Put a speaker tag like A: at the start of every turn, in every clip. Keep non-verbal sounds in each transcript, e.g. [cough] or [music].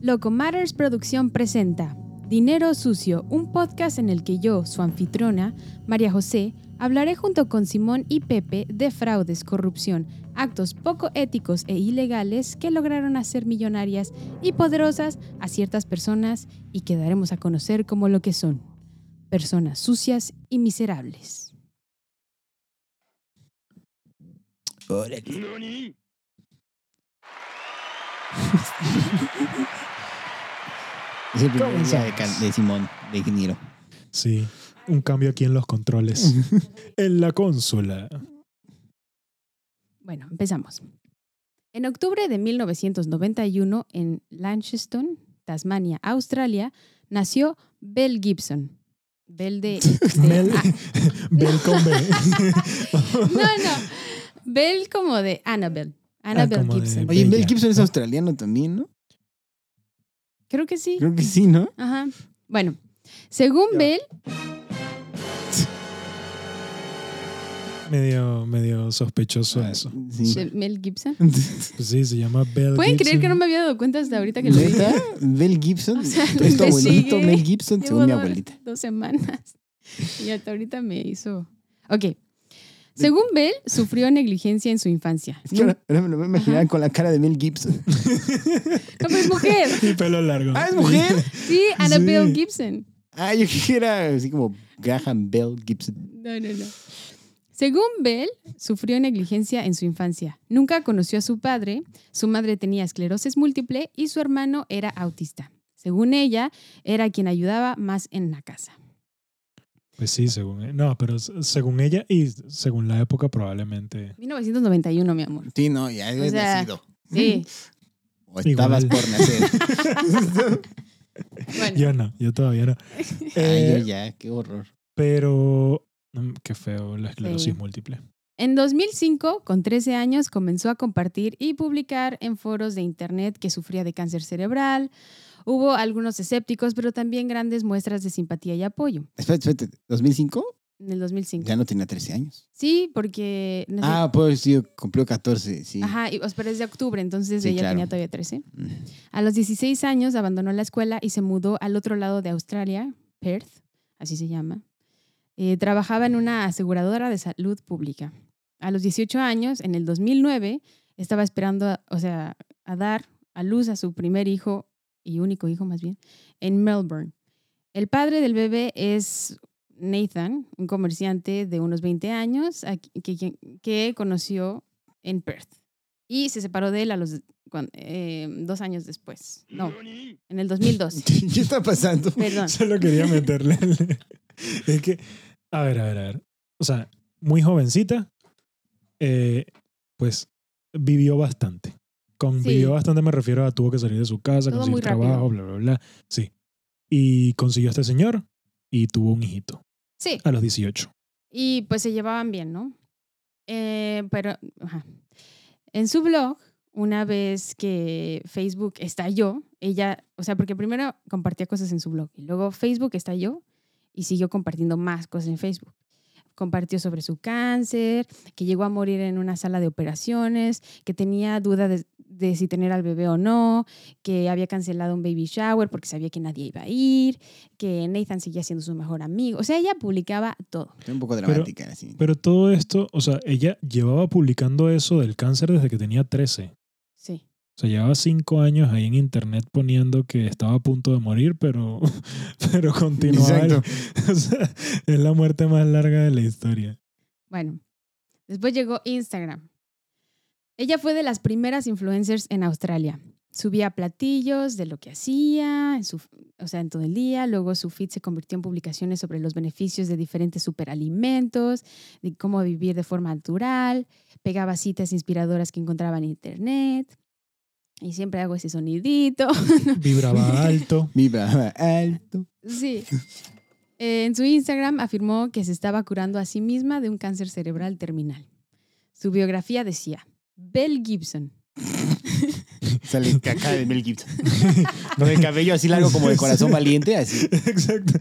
A: Loco Matters Producción presenta Dinero Sucio, un podcast en el que yo, su anfitrona, María José, hablaré junto con Simón y Pepe de fraudes, corrupción, actos poco éticos e ilegales que lograron hacer millonarias y poderosas a ciertas personas y que daremos a conocer como lo que son, personas sucias y miserables.
B: [laughs]
C: Es el primer
B: ¿Cómo
C: día de, Cal- de Simón, de ingeniero.
B: Sí, un cambio aquí en los controles. en la consola.
A: Bueno, empezamos. En octubre de 1991, en Launceston, Tasmania, Australia, nació Bell Gibson. Bell
C: [laughs]
A: de... de-
B: Mel,
A: ah,
B: [laughs] Bel con B. [laughs]
A: no, no. Bell como de Annabelle.
C: Ah,
A: Annabelle
B: como de-
A: Gibson.
C: Oye, Mel
B: Bella.
C: Gibson es
B: Ah.
C: australiano también, ¿no?
A: Creo que sí.
C: Creo que sí, ¿no?
A: Ajá. Bueno, según
C: Ya.
A: Bell,
B: medio, medio sospechoso eso.
C: Sí. [laughs]
A: de Mel Gibson.
B: Pues sí, se llama Bel
A: ¿Pueden creer
B: Gibson.
A: que no me había dado cuenta hasta ahorita que lo dije?
C: ¿Neta? Mel Gibson.
A: O sea,
C: es tu abuelito,
A: investigué.
C: Mel Gibson,
A: Llevo
C: según mi
A: dos-
C: abuelita.
A: Dos semanas. [laughs] Y hasta ahorita me hizo. Ok. Según Bell, sufrió negligencia en su infancia.
C: Es que ahora, ahora me lo voy a imaginar con la cara de Mel Gibson.
A: No, pero es mujer.
B: Y pelo largo.
C: ¡Ah, es
B: [laughs]
C: mujer!
A: Sí, Annabelle
B: Sí.
A: Gibson.
C: ah, yo creí que era así como Graham Bell Gibson.
A: No, no, no. Según Bell, sufrió negligencia en su infancia. Nunca conoció a su padre, su madre tenía esclerosis múltiple y su hermano era autista. Según ella, era quien ayudaba más en la casa.
B: Pues sí, según e- No, pero s- según ella y según la época probablemente.
A: 1991, mi amor.
C: Sí, no, ya habías
A: O sea,
C: nacido.
A: Sí,
C: O estabas
B: Igual.
C: por nacer.
A: bueno.
B: Yo no, yo
A: [laughs]
B: todavía no.
C: Ay,
B: [laughs] Eh,
C: yo ya, qué horror.
B: Pero... mm, Qué feo la esclerosis
A: Sí.
B: múltiple.
A: En 2005, con 13 años, comenzó a compartir y publicar en foros de internet que sufría de cáncer cerebral. Hubo algunos escépticos, pero también grandes muestras de simpatía y apoyo.
C: Espérate, espérate. ¿2005?
A: En el 2005.
C: Ya no tenía 13 años.
A: Sí, porque... no sé-
C: Ah, pues sí, cumplió 14, sí.
A: Ajá, y, o sea, pero es de octubre, entonces
C: Sí,
A: ella
C: claro.
A: tenía todavía 13.
C: Mm.
A: A los 16 años abandonó la escuela y se mudó al otro lado de Australia, Perth, así se llama. Eh, trabajaba en una aseguradora de salud pública. A los 18 años, en el 2009, estaba esperando, a- o sea, a dar a luz a su primer hijo y único hijo más bien, en Melbourne. El padre del bebé es Nathan, un comerciante de unos 20 años a qui- que, que- que conoció en Perth. Y se separó de él a los cuan- eh, dos años después. No, en el 2012.
C: [laughs] ¿Qué
A: [laughs]
C: está pasando?
A: Perdón.
B: [laughs] Solo quería meterle. el- [laughs] es que, a ver, a ver, a ver. O sea, muy jovencita, eh, pues vivió bastante. Con
A: Sí.
B: vivió bastante me refiero a tuvo que salir de su casa,
A: Todo muy
B: conseguir
A: rápido.
B: trabajo, bla, bla, bla. Sí. Y consiguió a este señor y tuvo un hijito
A: Sí,
B: a los 18.
A: y pues se llevaban bien, ¿no? Eh, pero, ajá. En su blog, una vez que Facebook estalló, ella, o sea, porque primero compartía cosas en su blog y luego Facebook estalló y siguió compartiendo más cosas en Facebook. Compartió sobre su cáncer, que llegó a morir en una sala de operaciones, que tenía duda de, de si tener al bebé o no, que había cancelado un baby shower porque sabía que nadie iba a ir, que Nathan seguía siendo su mejor amigo. O sea, ella publicaba todo.
C: Está un poco dramática, así.
B: Pero todo esto, o sea, ella llevaba publicando eso del cáncer desde que tenía 13.
A: Sí.
B: O sea, llevaba cinco años ahí en internet poniendo que estaba a punto de morir, pero, [laughs] pero continuaba. el- [laughs] o sea, es la muerte más larga de
A: [laughs]
B: la historia.
A: Bueno, después llegó Instagram. Ella fue de las primeras influencers en Australia. Subía platillos de lo que hacía, en su, o sea, en todo el día. Luego su feed se convirtió en publicaciones sobre los beneficios de diferentes superalimentos, de cómo vivir de forma natural. Pegaba citas inspiradoras que encontraba en internet. Y siempre hago ese sonidito.
B: Vibraba alto.
C: Vibra alto.
A: Sí. Eh, en su Instagram afirmó que se estaba curando a sí misma de un cáncer cerebral terminal. Su biografía decía, Bell Gibson.
C: [laughs] Sale caca de Mel Gibson. Con el cabello así largo como de corazón valiente, [laughs] así.
B: Exacto.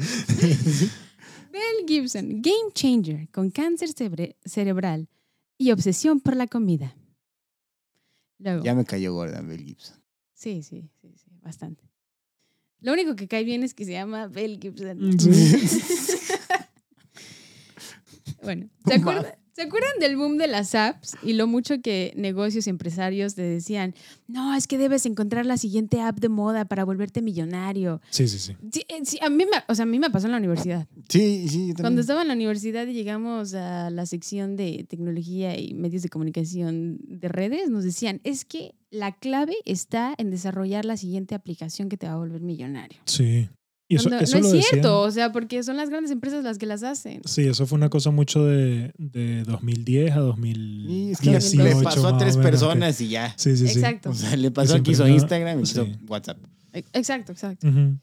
A: Bell Gibson, game changer con cáncer cebre- cerebral y obsesión por la comida. Luego,
C: Ya me cayó gorda Mel Gibson.
A: sí, sí, sí, sí, bastante. Lo único que cae bien es que se llama Bell Gibson. [laughs] Bueno, ¿se, acuerda- se acuerdan del boom de las apps y lo mucho que negocios y empresarios te decían, no, es que debes encontrar la siguiente app de moda para volverte millonario?
B: Sí, sí, sí.
A: Sí, eh, sí, a, mí me, o sea, a mí me pasó en la universidad.
C: Sí, sí, yo
A: Cuando
C: también.
A: estaba en la universidad y llegamos a la sección de tecnología y medios de comunicación de redes, nos decían, es que la clave está en desarrollar la siguiente aplicación que te va a volver millonario.
B: Sí. Y eso,
A: Cuando-
B: eso
A: no
B: lo
A: es
B: decían-
A: cierto, o sea, porque son las grandes empresas las que las hacen.
B: Sí, eso fue una cosa mucho de, de 2010 a
C: Y es que le-
B: 2018.
C: le pasó a
B: más o
C: tres
B: menos, que-
C: personas y ya.
B: Sí, sí, sí.
A: Exacto.
C: O sea, le pasó
B: Que
C: a que hizo
B: siempre no-
C: Instagram y hizo
B: Sí.
C: WhatsApp.
A: E- Exacto, exacto.
B: Ujú.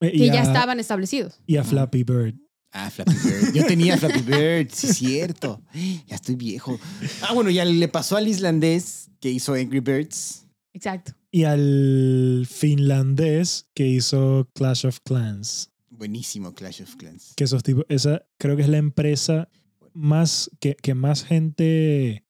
B: Eh, y
A: que ya
B: a-
A: estaban establecidos.
B: Y a Flappy Bird.
C: Ah, Flappy Bird. Yo tenía Flappy Bird, sí, es cierto. Ya estoy viejo. Ah, bueno, ya le pasó al islandés que hizo Angry Birds.
A: Exacto.
B: Y al finlandés que hizo Clash of Clans.
C: Buenísimo Clash of Clans.
B: Que esos tipos, esa creo que es la empresa más que, que más gente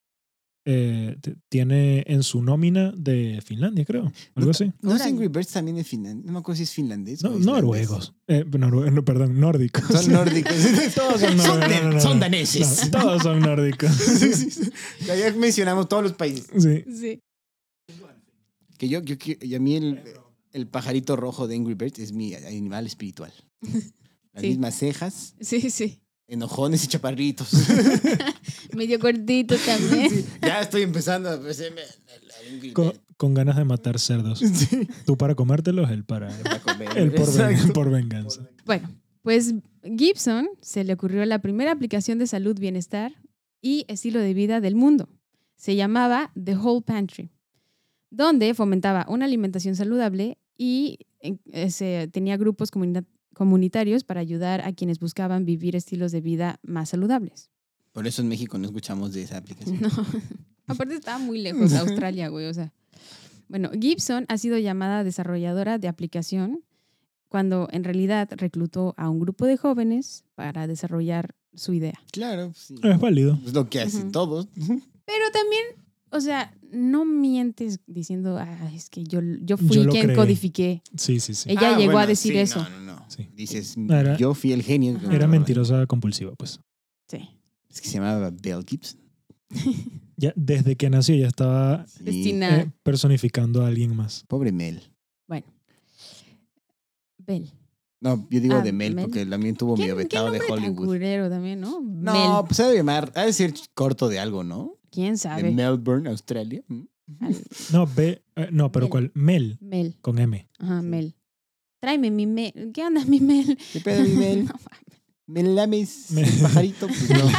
B: eh, t- tiene en su nómina de Finlandia, creo. Algo así.
C: ¿No es
A: Órale.
C: Angry Birds también es finlandés? No me acuerdo si es finlandés. o
B: No,
C: islandés.
B: noruegos. Eh, norue- no, perdón, nórdicos. [laughs]
C: Son nórdicos.
B: Todos son
C: Son
B: nórdicos.
C: de-
B: No, no, no,
C: son
B: no.
C: daneses.
B: No, todos son nórdicos.
C: [laughs] Sí, sí, sí. Ya mencionamos todos los países.
B: Sí.
A: Sí.
C: Que yo, yo que- y a mí el, el pajarito rojo de Angry Birds es mi animal espiritual. Las
A: Sí.
C: mismas cejas,
A: Sí, sí.
C: enojones y
B: [laughs]
C: chaparritos.
A: Medio cortito también.
C: Sí, ya estoy empezando a parecerme al- al Angry
B: Con,
C: Bird.
B: con ganas de matar cerdos.
C: Sí.
B: Tú para comértelos, él para.
C: [laughs] Para comer.
B: Él por, ven- [laughs]
C: Exacto.
B: por venganza.
A: Bueno, pues Gibson se le ocurrió la primera aplicación de salud, bienestar y estilo de vida del mundo. Se llamaba The Whole Pantry, donde fomentaba una alimentación saludable y eh, se- tenía grupos comunita- comunitarios para ayudar a quienes buscaban vivir estilos de vida más saludables.
C: Por eso en México no escuchamos de esa aplicación.
A: [laughs] No. Aparte estaba muy lejos de Australia, güey. O sea. Bueno, Gibson ha sido llamada desarrolladora de aplicación cuando en realidad reclutó a un grupo de jóvenes para desarrollar su idea.
C: Claro, pues sí.
B: Es válido.
C: Es lo que hacen
A: Ujú.
C: todos.
A: Pero también, o sea, no mientes diciendo, "Ah, es que yo, yo fui
B: Yo lo
A: quien
B: creé".
A: codifiqué.
B: Sí, sí, sí.
A: Ella
C: Ah,
A: llegó a
C: bueno,
A: decir
C: sí,
A: eso.
C: No, no, no.
B: Sí.
C: Dices,
B: Era-
C: yo fui el genio.
A: Ajá.
B: Era mentirosa compulsiva, pues.
C: [laughs]
A: Sí.
C: Es que se llamaba Bell Gibson.
B: Ya, desde que nació ya estaba
C: Sí.
A: Destina
B: eh, personificando a alguien más.
C: Pobre Mel.
A: Bell.
C: No, yo digo
A: Ah,
C: de Mel,
A: Mel.
C: porque también tuvo
A: ¿Qué,
C: medio
A: qué
C: vetado de
A: nombre tan
C: Hollywood.
A: culero también, no?
C: No,
A: Mel.
C: pues se debe llamar, ha de ser corto de algo, ¿no?
A: ¿Quién
C: De
A: sabe?
C: Melbourne, Australia. Mm.
B: No, B, eh, no, pero
A: Mel.
B: ¿cuál? Mel,
A: Mel.
B: con M.
A: Ajá, Mel. Tráeme mi Mel. ¿Qué onda mi Mel?
C: ¿Qué
A: [laughs]
C: pedo, mi Mel?
A: No,
C: ¿Me lames,
B: Me- [laughs]
C: pajarito? Pues no.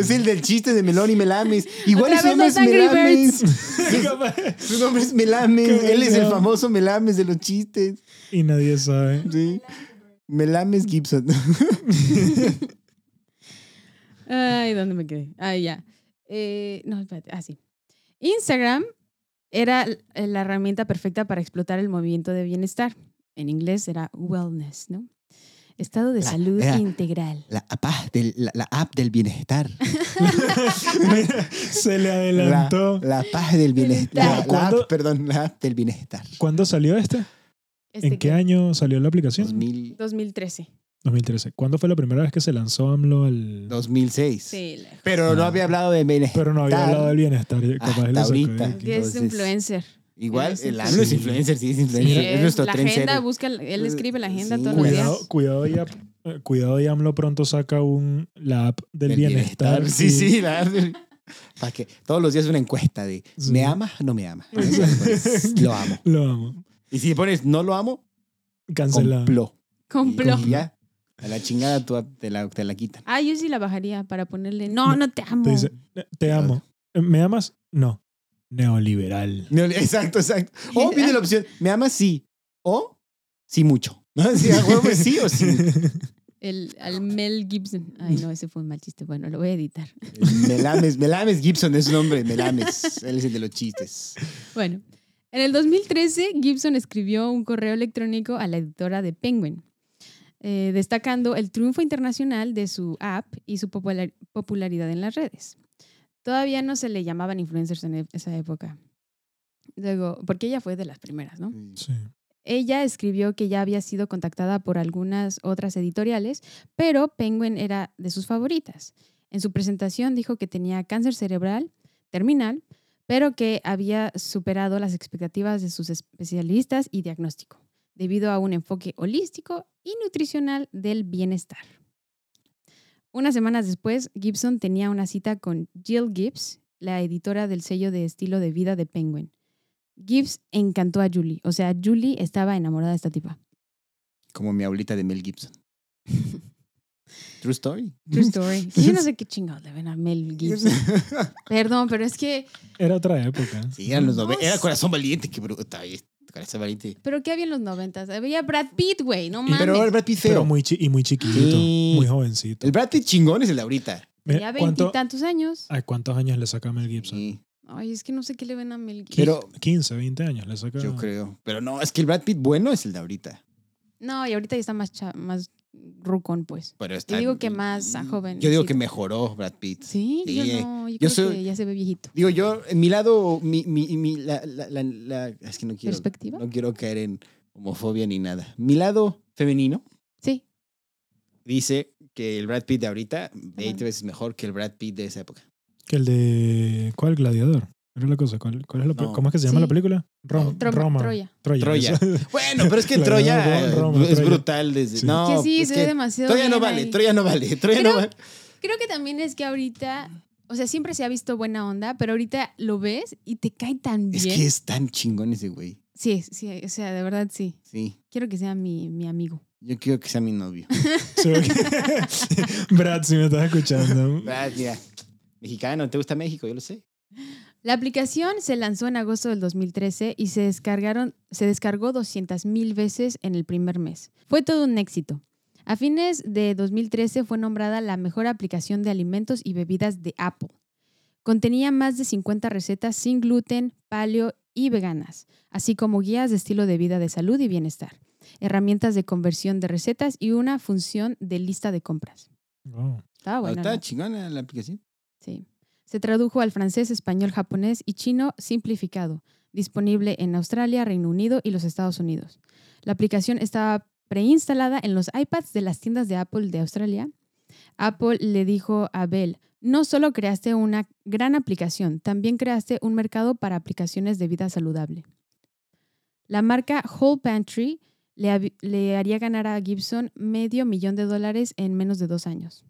C: es el del chiste de Melón y Melames. Igual
A: Otra
C: su
A: vez
C: nombre
A: los
C: es
A: Angry
C: Melames. [laughs] Su nombre es Melames.
B: Qué
C: Él es el
B: bueno.
C: famoso Melames de los chistes.
B: y nadie sabe.
A: [laughs]
C: Sí. Melames Gibson.
A: Ay, ¿dónde me quedé? Ah, ya. Eh, no, espérate. Ah, sí. Instagram era l- eh, la herramienta perfecta para explotar el movimiento de bienestar. En inglés era wellness, ¿no? Estado de
C: Era-
A: salud
C: era-
A: integral.
C: La, apa- del- la- la app del bienestar.
B: Mira, Se le
C: La,
B: adelantó.
C: la paz del bienestar. La,
B: Bienestar.
C: la
B: ¿Cuándo?
C: app, perdón, la app del bienestar.
B: ¿Cuándo salió este?
A: Este
B: ¿En qué
A: que-
B: año salió la aplicación?
C: 2000,
A: 2013.
B: 2013. ¿Cuándo fue la primera vez que se lanzó AMLO al...?
C: 2006.
A: Sí, la-
C: Pero no
B: Ah.
C: había hablado de bienestar.
B: Pero no había hablado del bienestar. eh,
C: Hasta
B: Capaz él lo sacó de
C: ahorita.
B: aquí.
A: que es
C: Entonces,
A: influencer.
C: Igual,
A: Sí,
C: el
A: sí,
C: AMLO es
B: sí.
C: influencer, sí, es
A: Sí,
C: influencer. es
A: es
C: nuestro
A: la
C: tren
A: agenda,
C: serio.
A: busca, él escribe la agenda
C: Sí.
A: todos los días.
B: Cuidado, cuidado y ap- eh, cuidado y AMLO pronto saca un, la app del,
C: Del
B: bienestar.
C: Sí,
B: y-
C: sí, la Para que todos los días una encuesta de
B: Sí.
C: ¿me amas? No me amas. Pues, lo amo.
B: Lo amo.
C: Y si pones no lo amo,
B: Cancelado.
C: compló.
A: Complot.
C: Y ya, a la chingada tú te la, te la quitan.
A: Ah, yo sí la bajaría para ponerle. No, no te amo.
B: Te dice, te amo. ¿Me amas? No. Neoliberal.
C: No, Exacto, exacto. O viene la opción, ¿me amas? Sí. O sí mucho. [laughs] ¿No? Sí, a huevo, sí o sí.
A: El, al Mel Gibson. Ay, no, ese fue un mal chiste. Bueno, lo voy a editar.
C: Melames, Melames Gibson es su nombre, Melames. Él es el de
A: [laughs]
C: los chistes.
A: Bueno, en el 2013 Gibson escribió un correo electrónico a la editora de Penguin, eh, destacando el triunfo internacional de su app y su popular- popularidad en las redes. Todavía no se le llamaban influencers en e- esa época. Luego, porque ella fue de las primeras, ¿no?
B: Sí.
A: Ella escribió que ya había sido contactada por algunas otras editoriales, pero Penguin era de sus favoritas. En su presentación dijo que tenía cáncer cerebral terminal, pero que había superado las expectativas de sus especialistas y diagnóstico, debido a un enfoque holístico y nutricional del bienestar. Unas semanas después, Gibson tenía una cita con Jill Gibbs, la editora del sello de estilo de vida de Penguin. Gibbs encantó a Julie, o sea, Julie estaba enamorada de esta tipa.
C: Como mi abuelita de Mel
A: [laughs]
C: Gibson. True story.
A: True [laughs] story. Yo no sé
C: [laughs]
A: qué chingados le ven a Mel Gibson. Perdón, pero es que,
B: Era otra época.
C: Sí, eran los
A: No
C: nove- Era
A: sé.
C: corazón valiente, qué bruta. eh, Corazón valiente.
A: ¿pero qué había en los noventas? Había Brad Pitt, güey, no mames.
C: Pero eh, ahora el Brad Pitt
B: Pero
C: feo.
B: muy chi- y muy chiquitito,
C: Sí.
B: muy jovencito.
C: El Brad Pitt chingón es el de ahorita.
A: Tenía
B: Mira, ¿cuánto-
A: veintitantos años.
B: ¿A cuántos años le saca Mel Gibson?
C: Sí,
A: Ay, es que no sé qué le ven a Mel Gibson.
C: Pero-
B: 15, 20 años le saca.
C: yo creo. Pero no, es que el Brad Pitt bueno es el de ahorita.
A: No, y ahorita ya está más, cha- más rucón, pues.
C: Pero está, mm,
A: Yo digo que más a joven,
C: Yo digo
A: sí.
C: que mejoró Brad Pitt.
A: Sí,
C: Sí,
A: yo
C: eh.
A: no, yo,
C: Yo
A: creo
C: soy-
A: que ya se ve viejito.
C: Digo, yo, en mi lado, mi, mi, mi- la, la- la- la- es que no quiero,
A: ¿Perspectiva?
C: no quiero caer en homofobia ni nada. Mi lado femenino
A: Sí.
C: dice que el Brad Pitt de ahorita, 20
A: Ajá.
C: veces mejor que el Brad Pitt de esa época.
B: Que el de. ¿Cuál gladiador? Era la cosa. ¿Cuál, cuál es la pe-
C: No.
B: ¿Cómo es que se llama
A: Sí.
B: la película? Rom-
A: Tro-
B: Roma.
A: Troya.
B: Troya.
C: Troya.
B: [laughs] eso.
C: Bueno, pero es que
B: La
C: Troya
B: verdad,
C: eh,
B: Roma,
C: es
B: Troya.
C: brutal desde.
B: Sí.
C: No,
A: que sí,
C: es
A: se
C: que
A: ve demasiado
C: Troya no
A: bien
C: vale,
A: ahí.
C: Troya no vale, Troya no
A: Creo-
C: vale.
A: Creo que también es que ahorita, o sea, siempre se ha visto buena onda, pero ahorita lo ves y te cae tan
C: Es
A: bien.
C: que es tan chingón ese güey.
A: Sí, sí, o sea, de verdad sí.
C: Sí.
A: Quiero que sea mi, mi amigo.
C: Yo quiero que sea mi novio.
B: Sí, ok. [laughs] Brad, si me estás escuchando.
C: Brad, Ah, mira, mexicano, ¿te gusta México? Yo lo sé.
A: La aplicación se lanzó en agosto del 2013 y se, descargaron, se descargó 200.000 veces en el primer mes. Fue todo un éxito. A fines de 2013 fue nombrada la mejor aplicación de alimentos y bebidas de Apple. Contenía más de 50 recetas sin gluten, paleo y veganas, así como guías de estilo de vida de salud y bienestar, herramientas de conversión de recetas y una función de lista de compras.
B: Wow.
A: Estaba buena.
C: Está
A: Ah, ¿no?
C: chingona la aplicación.
A: Sí. Se tradujo al francés, español, japonés y chino simplificado, disponible en Australia, Reino Unido y los Estados Unidos. La aplicación estaba preinstalada en los iPads de las tiendas de Apple de Australia. Apple le dijo a Bell, no solo creaste una gran aplicación, también creaste un mercado para aplicaciones de vida saludable. La marca Whole Pantry le, habi- le haría ganar a Gibson medio millón de dólares en menos de dos años.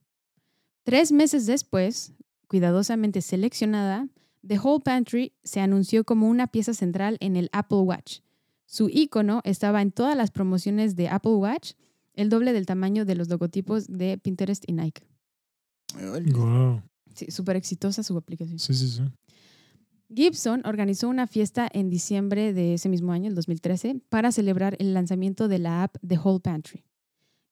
A: Tres meses después, cuidadosamente seleccionada, The Whole Pantry se anunció como una pieza central en el Apple Watch. Su icono estaba en todas las promociones de Apple Watch, el doble del tamaño de los logotipos de Pinterest y Nike.
B: Wow.
A: Sí, súper exitosa su aplicación.
B: Sí, sí, sí.
A: Gibson organizó una fiesta en diciembre de ese mismo año, el 2013, para celebrar el lanzamiento de la app The Whole Pantry.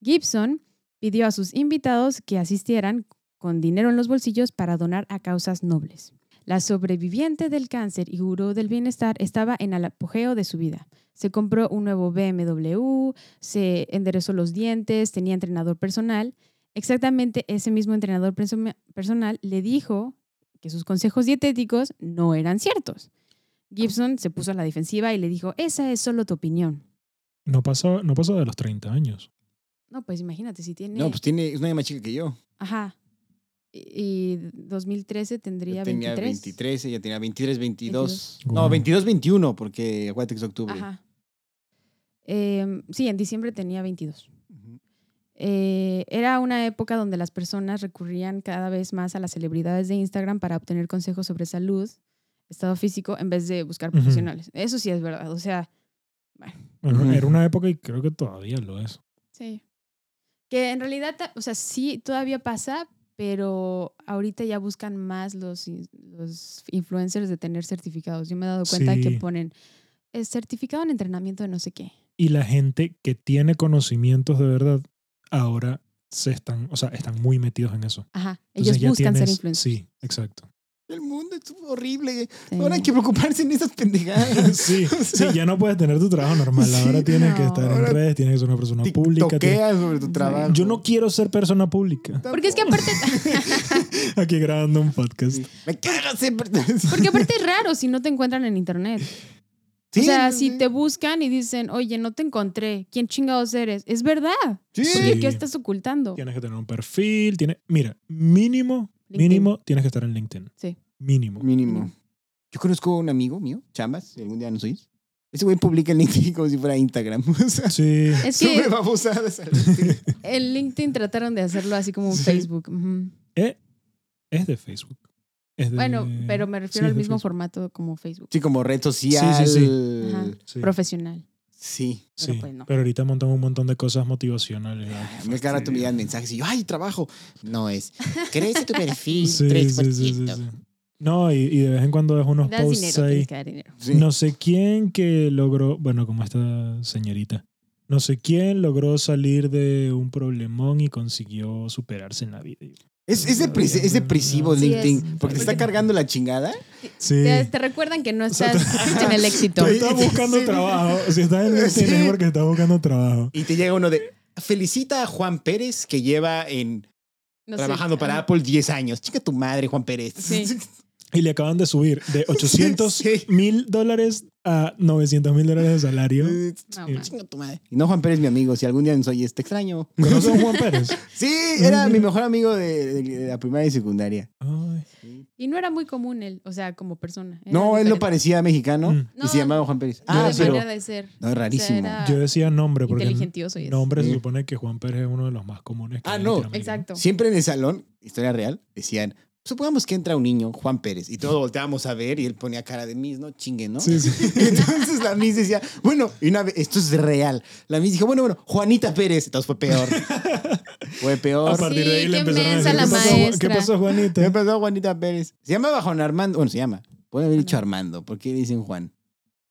A: Gibson pidió a sus invitados que asistieran con dinero en los bolsillos para donar a causas nobles. La sobreviviente del cáncer y gurú del bienestar estaba en el apogeo de su vida. Se compró un nuevo BMW, se enderezó los dientes, tenía entrenador personal. Exactamente ese mismo entrenador perso- personal le dijo que sus consejos dietéticos no eran ciertos.
C: Ah.
A: Gibson se puso a la defensiva y le dijo, esa es solo tu opinión.
B: No pasó, no pasó de los 30 años.
A: No, pues imagínate, si tiene...
C: No, pues tiene, es una más chica que yo.
A: Ajá. Y, y 2013 tendría
C: Yo tenía
A: 23.
C: 23, ella tenía 23, 22.
B: 22.
C: No,
B: Wow.
C: 22, 21, porque acuérdate que es octubre.
A: Ajá. Em, sí, en diciembre tenía 22.
C: Ujú.
A: Eh, era una época donde las personas recurrían cada vez más a las celebridades de Instagram para obtener consejos sobre salud, estado físico, en vez de buscar
B: Ujú.
A: profesionales. Eso sí es verdad. O sea,
B: Bueno,
C: Ujú.
B: Era una época y creo que todavía lo es.
A: Sí. Que en realidad, ta- o sea, sí, todavía pasa, pero ahorita ya buscan más los, in- los influencers de tener certificados. Yo me he dado cuenta que
B: Sí.
A: ponen "Eh, certificado en entrenamiento de no sé qué.
B: Y la gente que tiene conocimientos de verdad ahora se están, o sea, están muy metidos en eso.
A: Ajá. Ellos
B: Entonces ya
A: buscan ser
B: Pues
A: influencers.
B: tienes- Sí,
A: [laughs]
B: exacto. [laughs]
C: El mundo es horrible.
A: Sí.
C: Ahora hay que preocuparse en esas
A: [laughs]
C: pendejadas.
B: Sí, sí, ya no puedes tener tu trabajo normal. Ahora
C: Sí,
B: tienes que
A: no.
B: estar en
C: Ahora
B: redes, tienes que ser una persona pública. tienes-
C: Toqueas sobre tu trabajo.
B: Yo no quiero ser persona
A: [laughs]
B: pública.
A: Porque es que aparte,
B: Aquí grabando un podcast.
C: Me cagas eh, en
A: porque aparte es raro si no te encuentran en internet. o sea, si te buscan y dicen, oye, no te encontré, ¿quién chingados eres? Es verdad.
C: Sí.
A: Oye,
B: Sí.
A: ¿qué estás ocultando?
B: Tienes que tener un perfil. Tiene, mira, mínimo, mínimo tienes que estar en LinkedIn.
A: Sí. [laughs]
B: Mínimo.
C: Mínimo. Mm. Yo conozco a un amigo mío, Chambas, si algún día nos oís. Ese güey publica en LinkedIn [laughs] como si fuera Instagram. O sea,
B: Sí.
A: Es que
C: sube babosadas. a LinkedIn.
A: en LinkedIn trataron de hacerlo así como un
C: Sí.
A: Facebook. ujú.
B: Eh, es de Facebook. Es de-
A: Bueno, pero me
B: sí,
A: refiero
B: es
A: al
B: de
A: mismo
B: Facebook.
A: formato como Facebook.
C: Sí, como red social.
B: Sí,
C: Sí,
B: sí,
A: Ajá.
B: Sí.
A: Profesional.
C: sí.
A: pero
B: Sí,
A: pues no. Ah,
B: pero ahorita montan un montón de cosas motivacionales. Ay,
C: Me cara tú me llegan mensajes y yo, ay, trabajo. No es, crece tu perfil
B: Sí, sí,
C: 3%.
B: sí, sí, sí. No, y, y de vez en cuando es unos
A: Das
B: posts
A: dinero,
B: pues ahí.
A: tienes que dar dinero.
C: Sí.
B: No sé quién que logró, bueno, como esta señorita, no sé quién logró salir de un problemón y consiguió superarse en la vida.
C: Es, es, depres- es depresivo
A: Sí, es.
C: LinkedIn, porque te está
A: Porque-
C: cargando la chingada.
B: Sí.
A: Te, te recuerdan que no
B: sea,
A: estás en el éxito.
B: Tú estás
A: [laughs]
B: buscando
C: Sí.
B: trabajo. Si estás en LinkedIn
C: Sí.
B: es porque estás buscando trabajo.
C: Y te llega uno de, felicita a Juan Pérez que lleva en
A: No sé.
C: trabajando para
A: Ah,
C: Apple 10 años. Chica tu madre, Juan Pérez. [laughs]
A: Sí.
B: Y le acaban de subir
A: [laughs]
B: de 800
C: Sí.
B: mil dólares a 900 mil dólares de salario.
A: no,
B: Sí.
A: man.
C: Chinga tu madre. Y no Juan Pérez, mi amigo. Si algún día nos oyes, te extraño.
B: ¿Conoces a [laughs] Juan Pérez?
C: Sí, era mi mejor amigo de, de- de la primaria y secundaria.
B: Ay.
A: Y no era muy común él, o sea, como persona. Era
C: No, él
A: diferente.
C: no parecía mexicano
B: Mm.
C: y se
A: No.
C: llamaba Juan Pérez.
A: No,
C: Ah,
A: de
C: pero
A: manera de ser.
C: no, es rarísimo.
A: O sea, era-
B: Yo decía nombre porque
A: Inteligentioso y es.
B: nombre se
C: Sí.
B: supone que Juan Pérez es uno de los más comunes. que
C: Ah,
B: hay en
C: no.
B: Latinoamérica.
A: Exacto.
C: Siempre en el salón, historia real, decían, supongamos que entra un niño, Juan Pérez, y todos volteábamos a ver y él ponía cara de Miss, no chingue, ¿no?
B: Sí, sí.
C: [laughs] Y entonces la Miss decía, bueno, y una vez, esto es real. La Miss dijo, bueno, bueno, Juanita Pérez. Entonces fue
B: [laughs]
C: peor. fue
B: A
C: peor.
B: partir
A: Sí,
B: de ahí le
A: qué
B: empezaron a
A: mensa
B: decir, ¿qué
A: la
B: pasó, Ju-
A: maestra.
B: ¿qué pasó,
C: ¿Qué
B: Juanita?
C: pasó, Juanita Pérez? Se llamaba Juan Armando. Bueno, se llama. Puede haber dicho Armando. ¿Por qué le dicen Juan?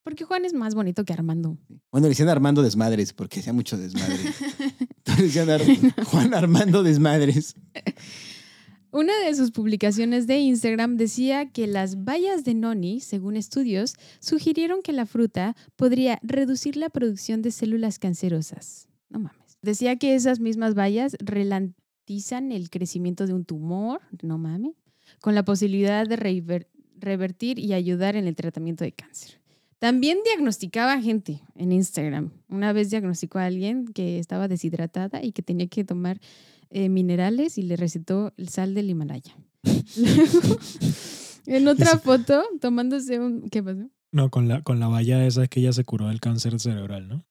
A: Porque Juan es más bonito que Armando.
C: Bueno, le decían Armando Desmadres, porque hacía
A: [laughs]
C: mucho desmadre. Entonces le decían Ar- Juan Armando Desmadres.
A: Una de sus publicaciones de Instagram decía que las bayas de noni, según estudios, sugirieron que la fruta podría reducir la producción de células cancerosas. No mames. Decía que esas mismas bayas ralentizan el crecimiento de un tumor, no mames, con la posibilidad de reiver- revertir y ayudar en el tratamiento de cáncer. También diagnosticaba gente en Instagram. Una vez diagnosticó a alguien que estaba deshidratada y que tenía que tomar eh, minerales y le recetó el sal del
C: [laughs]
A: Himalaya. Luego, en otra foto, tomándose un... ¿Qué pasó?
B: No, con la, con la valla esa es que ella se curó del cáncer cerebral, ¿no?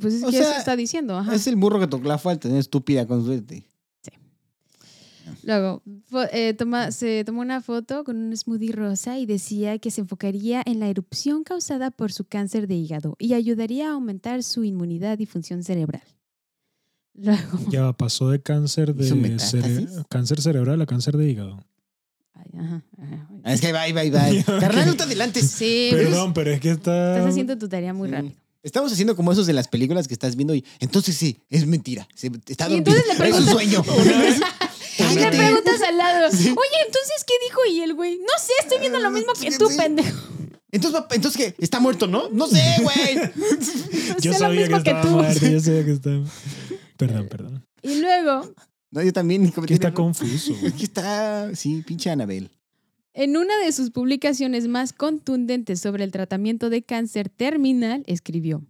A: Pues es
C: O
A: que
C: sea,
A: eso está diciendo. Ajá.
C: Es el burro que tocó la falta, tener estúpida con suerte.
A: Luego, fo- eh, toma- se tomó una foto con un smoothie rosa y decía que se enfocaría en la erupción causada por su cáncer de hígado y ayudaría a aumentar su inmunidad y función cerebral. Luego,
B: Ya pasó de cáncer de
C: ¿Hizo metástasis?
B: cere- cáncer cerebral a cáncer de hígado.
A: Ay, ajá, ajá.
C: Ah, Es que va, va,
A: [laughs]
C: va. Carnal, no te adelantes.
A: Sí,
B: Perdón, pero es que está.
A: Eh, pues, estás haciendo tu tarea muy
C: Sí.
A: rápido.
C: Estamos haciendo como esos de las películas que estás viendo y entonces sí, es mentira. Se- está
A: Y entonces
C: dormido.
A: le
C: es un sueño.
B: Una
C: [laughs]
B: vez-
A: Y le
C: Cállate.
A: preguntas al lado,
C: Sí.
A: oye, entonces, ¿qué dijo? Y el güey, no sé, estoy viendo lo
B: Ah,
A: mismo que
C: Sí,
A: tú,
C: sí.
A: pendejo. [laughs]
C: Entonces, va- entonces ¿qué? ¿Está muerto, no? No sé,
A: [laughs]
C: güey.
B: Yo
A: sé lo
B: sabía que
A: mismo que,
B: estaba
A: tú.
B: muerto, yo sabía
A: [laughs]
B: que estaba.
C: Eh,
B: Perdón, perdón.
A: Y luego,
C: No, yo también.
B: Que
C: [laughs]
B: está confuso. güey.
C: Aquí está, sí, pinche Anabel.
A: en una de sus publicaciones más contundentes sobre el tratamiento de cáncer terminal, escribió,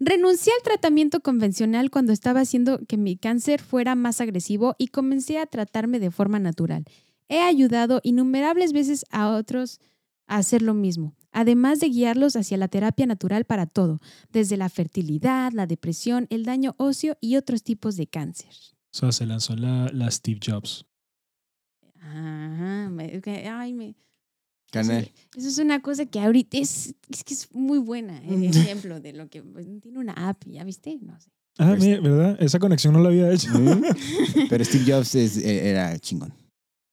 A: renuncié al tratamiento convencional cuando estaba haciendo que mi cáncer fuera más agresivo y comencé a tratarme de forma natural. He ayudado innumerables veces a otros a hacer lo mismo, además de guiarlos hacia la terapia natural para todo, desde la fertilidad, la depresión, el daño óseo y otros tipos de cáncer.
B: O sea, se lanzó la, la Steve Jobs.
A: Ajá, Ah, me- ok, ay, me-
C: Canal.
A: sí, eso es una cosa que ahorita es, es que es muy buena el ejemplo de lo que pues, tiene una app, ¿ya viste? No sé.
B: Ah,
C: Pues-
B: mira, ¿verdad? Esa conexión no la había hecho.
C: Mm. Pero Steve Jobs es- eh, era chingón.
B: [laughs]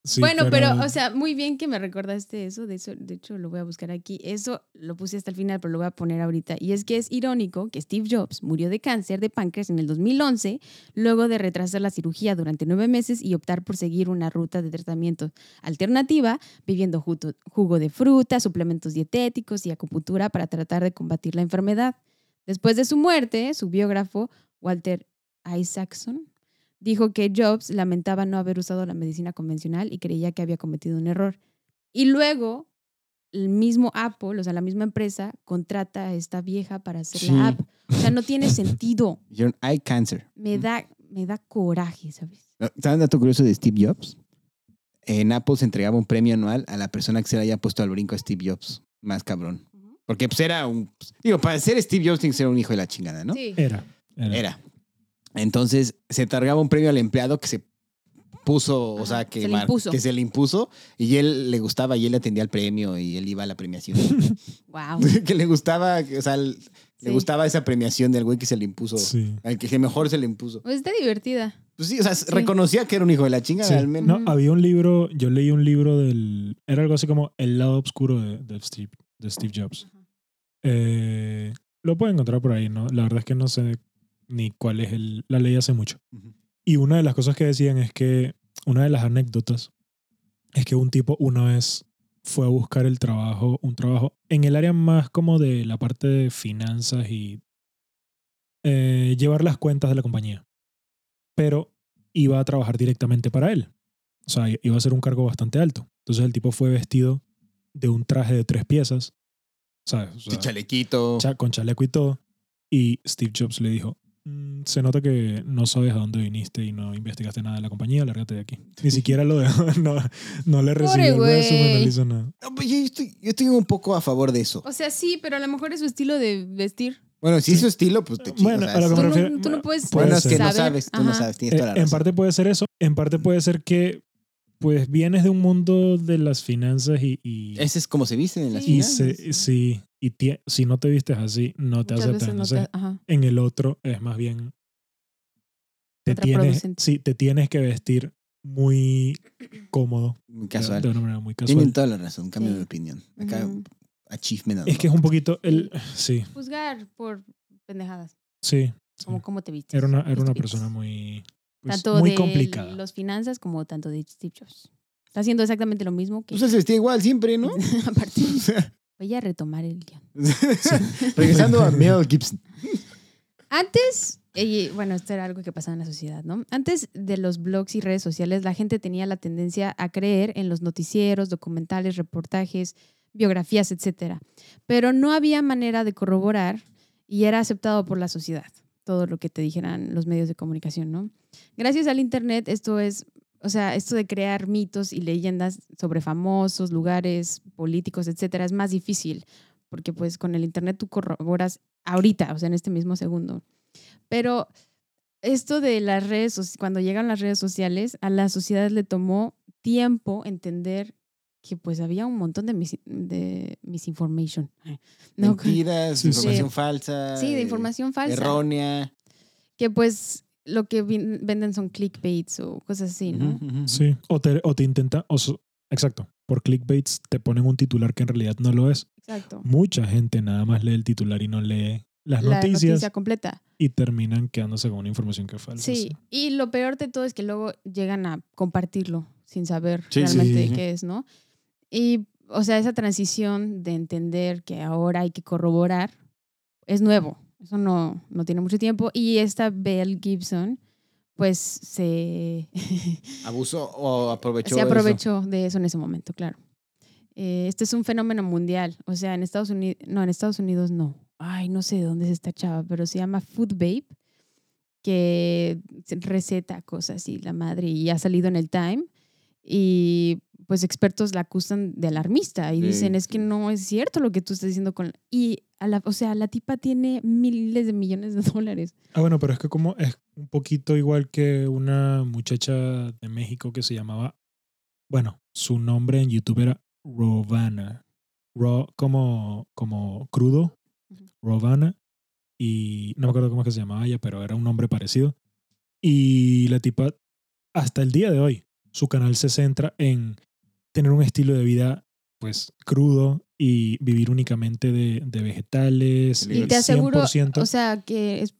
B: Sí,
A: bueno, pero, o sea, muy bien que me recordaste eso, de eso, de hecho lo voy a buscar aquí. Eso lo puse hasta el final, pero lo voy a poner ahorita. Y es que es irónico que Steve Jobs murió de cáncer de páncreas en el 2011, luego de retrasar la cirugía durante nueve meses y optar por seguir una ruta de tratamiento alternativa, viviendo juto- jugo de fruta, suplementos dietéticos y acupuntura para tratar de combatir la enfermedad. Después de su muerte, su biógrafo, Walter Isaacson, dijo que Jobs lamentaba no haber usado la medicina convencional y creía que había cometido un error. Y luego el mismo Apple, o sea, la misma empresa, contrata a esta vieja para hacer
C: Sí.
A: la app. O sea, no tiene sentido.
C: Your eye cancer. Ah,
A: Me da, me da coraje, ¿sabes?
C: ¿Sabes un dato curioso de Steve Jobs? En Apple se entregaba un premio anual a la persona que se le haya puesto al brinco a Steve Jobs. Más cabrón. Porque pues era un... pues, digo, para ser Steve Jobs tiene que ser un hijo de la chingada, ¿no?
A: Sí.
B: Era. Era.
C: Era. Entonces se otorgaba un premio al empleado que se puso, o
A: Ajá,
C: sea, que,
A: se le
C: mar-
A: impuso.
C: que se le impuso y él le gustaba y él atendía el premio y él iba a la premiación.
A: [laughs]
C: [laughs]
A: Wow.
C: que le gustaba, o sea, le
A: Sí.
C: gustaba esa premiación del güey que se le impuso.
B: Sí.
C: Al que mejor se le impuso.
A: Pues está divertida.
C: Pues sí, o sea, reconocía que era un hijo de la chinga,
B: Sí.
C: al menos.
B: No, había un libro, yo leí un libro del, era algo así como El lado oscuro de, de Steve, de Steve Jobs.
A: Ajá.
B: Eh, lo pueden encontrar por ahí, ¿no? La verdad es que no sé ni cuál es el, la ley hace mucho.
C: Ujú.
B: Y una de las cosas que decían es que, una de las anécdotas, es que un tipo una vez fue a buscar el trabajo, un trabajo en el área más como de la parte de finanzas y eh, llevar las cuentas de la compañía. Pero iba a trabajar directamente para él. O sea, iba a ser un cargo bastante alto. Entonces el tipo fue vestido de un traje de tres piezas. ¿Sabes? O
C: Sí,
B: sea,
C: chalequito.
B: cha- con chaleco y todo. Y Steve Jobs le dijo, "Mm, se nota que no sabes a dónde viniste y no investigaste nada de la compañía, lárgate de aquí. Ni siquiera lo dejó, [laughs] no, no le recibió el
A: Pobre
B: resumen, no
A: güey.
B: le hizo nada.
C: No, pues yo, estoy, yo estoy un poco a favor de eso.
A: O sea, sí, pero a lo mejor es su estilo de vestir.
C: Bueno, si
B: Sí.
C: es su estilo, pues te
B: Bueno,
C: o sea,
B: a lo
C: es-
B: que
A: Tú
B: me
A: no,
B: refiero-
A: tú no puedes
B: Puede
C: Bueno, es que no
A: saber.
C: sabes, tú no
A: Ajá.
C: sabes, tienes toda
B: Eh,
C: la
B: en
C: razón.
B: parte puede ser eso, en parte puede ser que pues vienes de un mundo de las finanzas y, y,
C: Ese es como se visten en las
A: Sí.
B: y
C: finales.
B: se- si, y tie- si no te vistes así, no te
A: Muchas
B: aceptan.
A: veces no
B: Entonces,
A: te- ajá.
B: en el otro es más bien te tienes,
A: Contraproducente.
B: sí, te tienes que vestir muy cómodo de-
C: Casual.
B: De, una manera muy casual.
C: Tienen toda la razón, cambio
A: Sí.
C: de opinión. Acá,
A: Ujú.
C: achievement.
B: Es que es un poquito el sí,
A: Juzgar por pendejadas,
B: sí.
A: como cómo te vistes.
B: Era una era
A: Los
B: una
A: tweets.
B: persona muy pues,
A: tanto
B: muy
A: de
B: complicada.
A: los finanzas como tanto de Steve Jobs. Está haciendo exactamente lo mismo que
C: Pues él se vestía igual siempre,
B: [laughs]
C: ¿no? [laughs]
A: aparte. Voy a retomar el guión.
C: Regresando a Mel Gibson.
A: Antes, eh, bueno, esto era algo que pasaba en la sociedad, ¿no? Antes de los blogs y redes sociales, la gente tenía la tendencia a creer en los noticieros, documentales, reportajes, biografías, etcétera. Pero no había manera de corroborar y era aceptado por la sociedad todo lo que te dijeran los medios de comunicación, ¿no? Gracias al internet, esto es, o sea, esto de crear mitos y leyendas sobre famosos, lugares, políticos, etcétera, es más difícil porque pues con el internet tú corroboras ahorita, o sea, en este mismo segundo. Pero esto de las redes, soci- cuando llegan las redes sociales, a la sociedad le tomó tiempo entender que pues había un montón de, mis, de misinformation. No,
C: Mentiras,
B: Sí, sí.
C: información falsa.
A: sí, de
C: eh,
A: información falsa.
C: Errónea.
A: Que pues lo que vin- venden son clickbaits o cosas así, ¿no?
C: Ujú, ujú.
B: Sí, o te, o te intenta o so- exacto, por clickbaits te ponen un titular que en realidad no lo es.
A: Exacto.
B: Mucha gente nada más lee el titular y no lee las
A: La
B: noticias
A: noticia completa.
B: y terminan quedándose con una información que es falsa.
A: Sí, y lo peor de todo es que luego llegan a compartirlo sin saber
C: Sí, sí,
A: realmente
B: sí, sí.
A: qué es, ¿no? Y, o sea, esa transición de entender que ahora hay que corroborar es nuevo. Eso no, no tiene mucho tiempo. Y esta Belle Gibson, pues se, [laughs]
C: Abusó o aprovechó.
A: se
C: de eso.
A: aprovechó de eso en ese momento, claro. Eh, este es un fenómeno mundial. O sea, en Estados Unidos, no, en Estados Unidos no. Ay, no sé de dónde es esta chava, pero se llama Food Babe, que se- receta cosas y la madre, y ha salido en el Time. Y pues expertos la acusan de alarmista y
C: Sí,
A: dicen, es que
C: sí.
A: no es cierto lo que tú estás diciendo con... la-". Y, a la, o sea, la tipa tiene miles de millones de dólares.
B: Ah, bueno, pero es que como es un poquito igual que una muchacha de México que se llamaba, bueno, su nombre en YouTube era Rovana. Ro como, como crudo,
A: Ujú.
B: Rovana. Y no me acuerdo cómo es que se llamaba ella, pero era un nombre parecido. Y la tipa, hasta el día de hoy, su canal se centra en tener un estilo de vida, pues, crudo y vivir únicamente de, de vegetales.
C: Y
A: Y te aseguro,
B: 100%.
A: o sea, que es,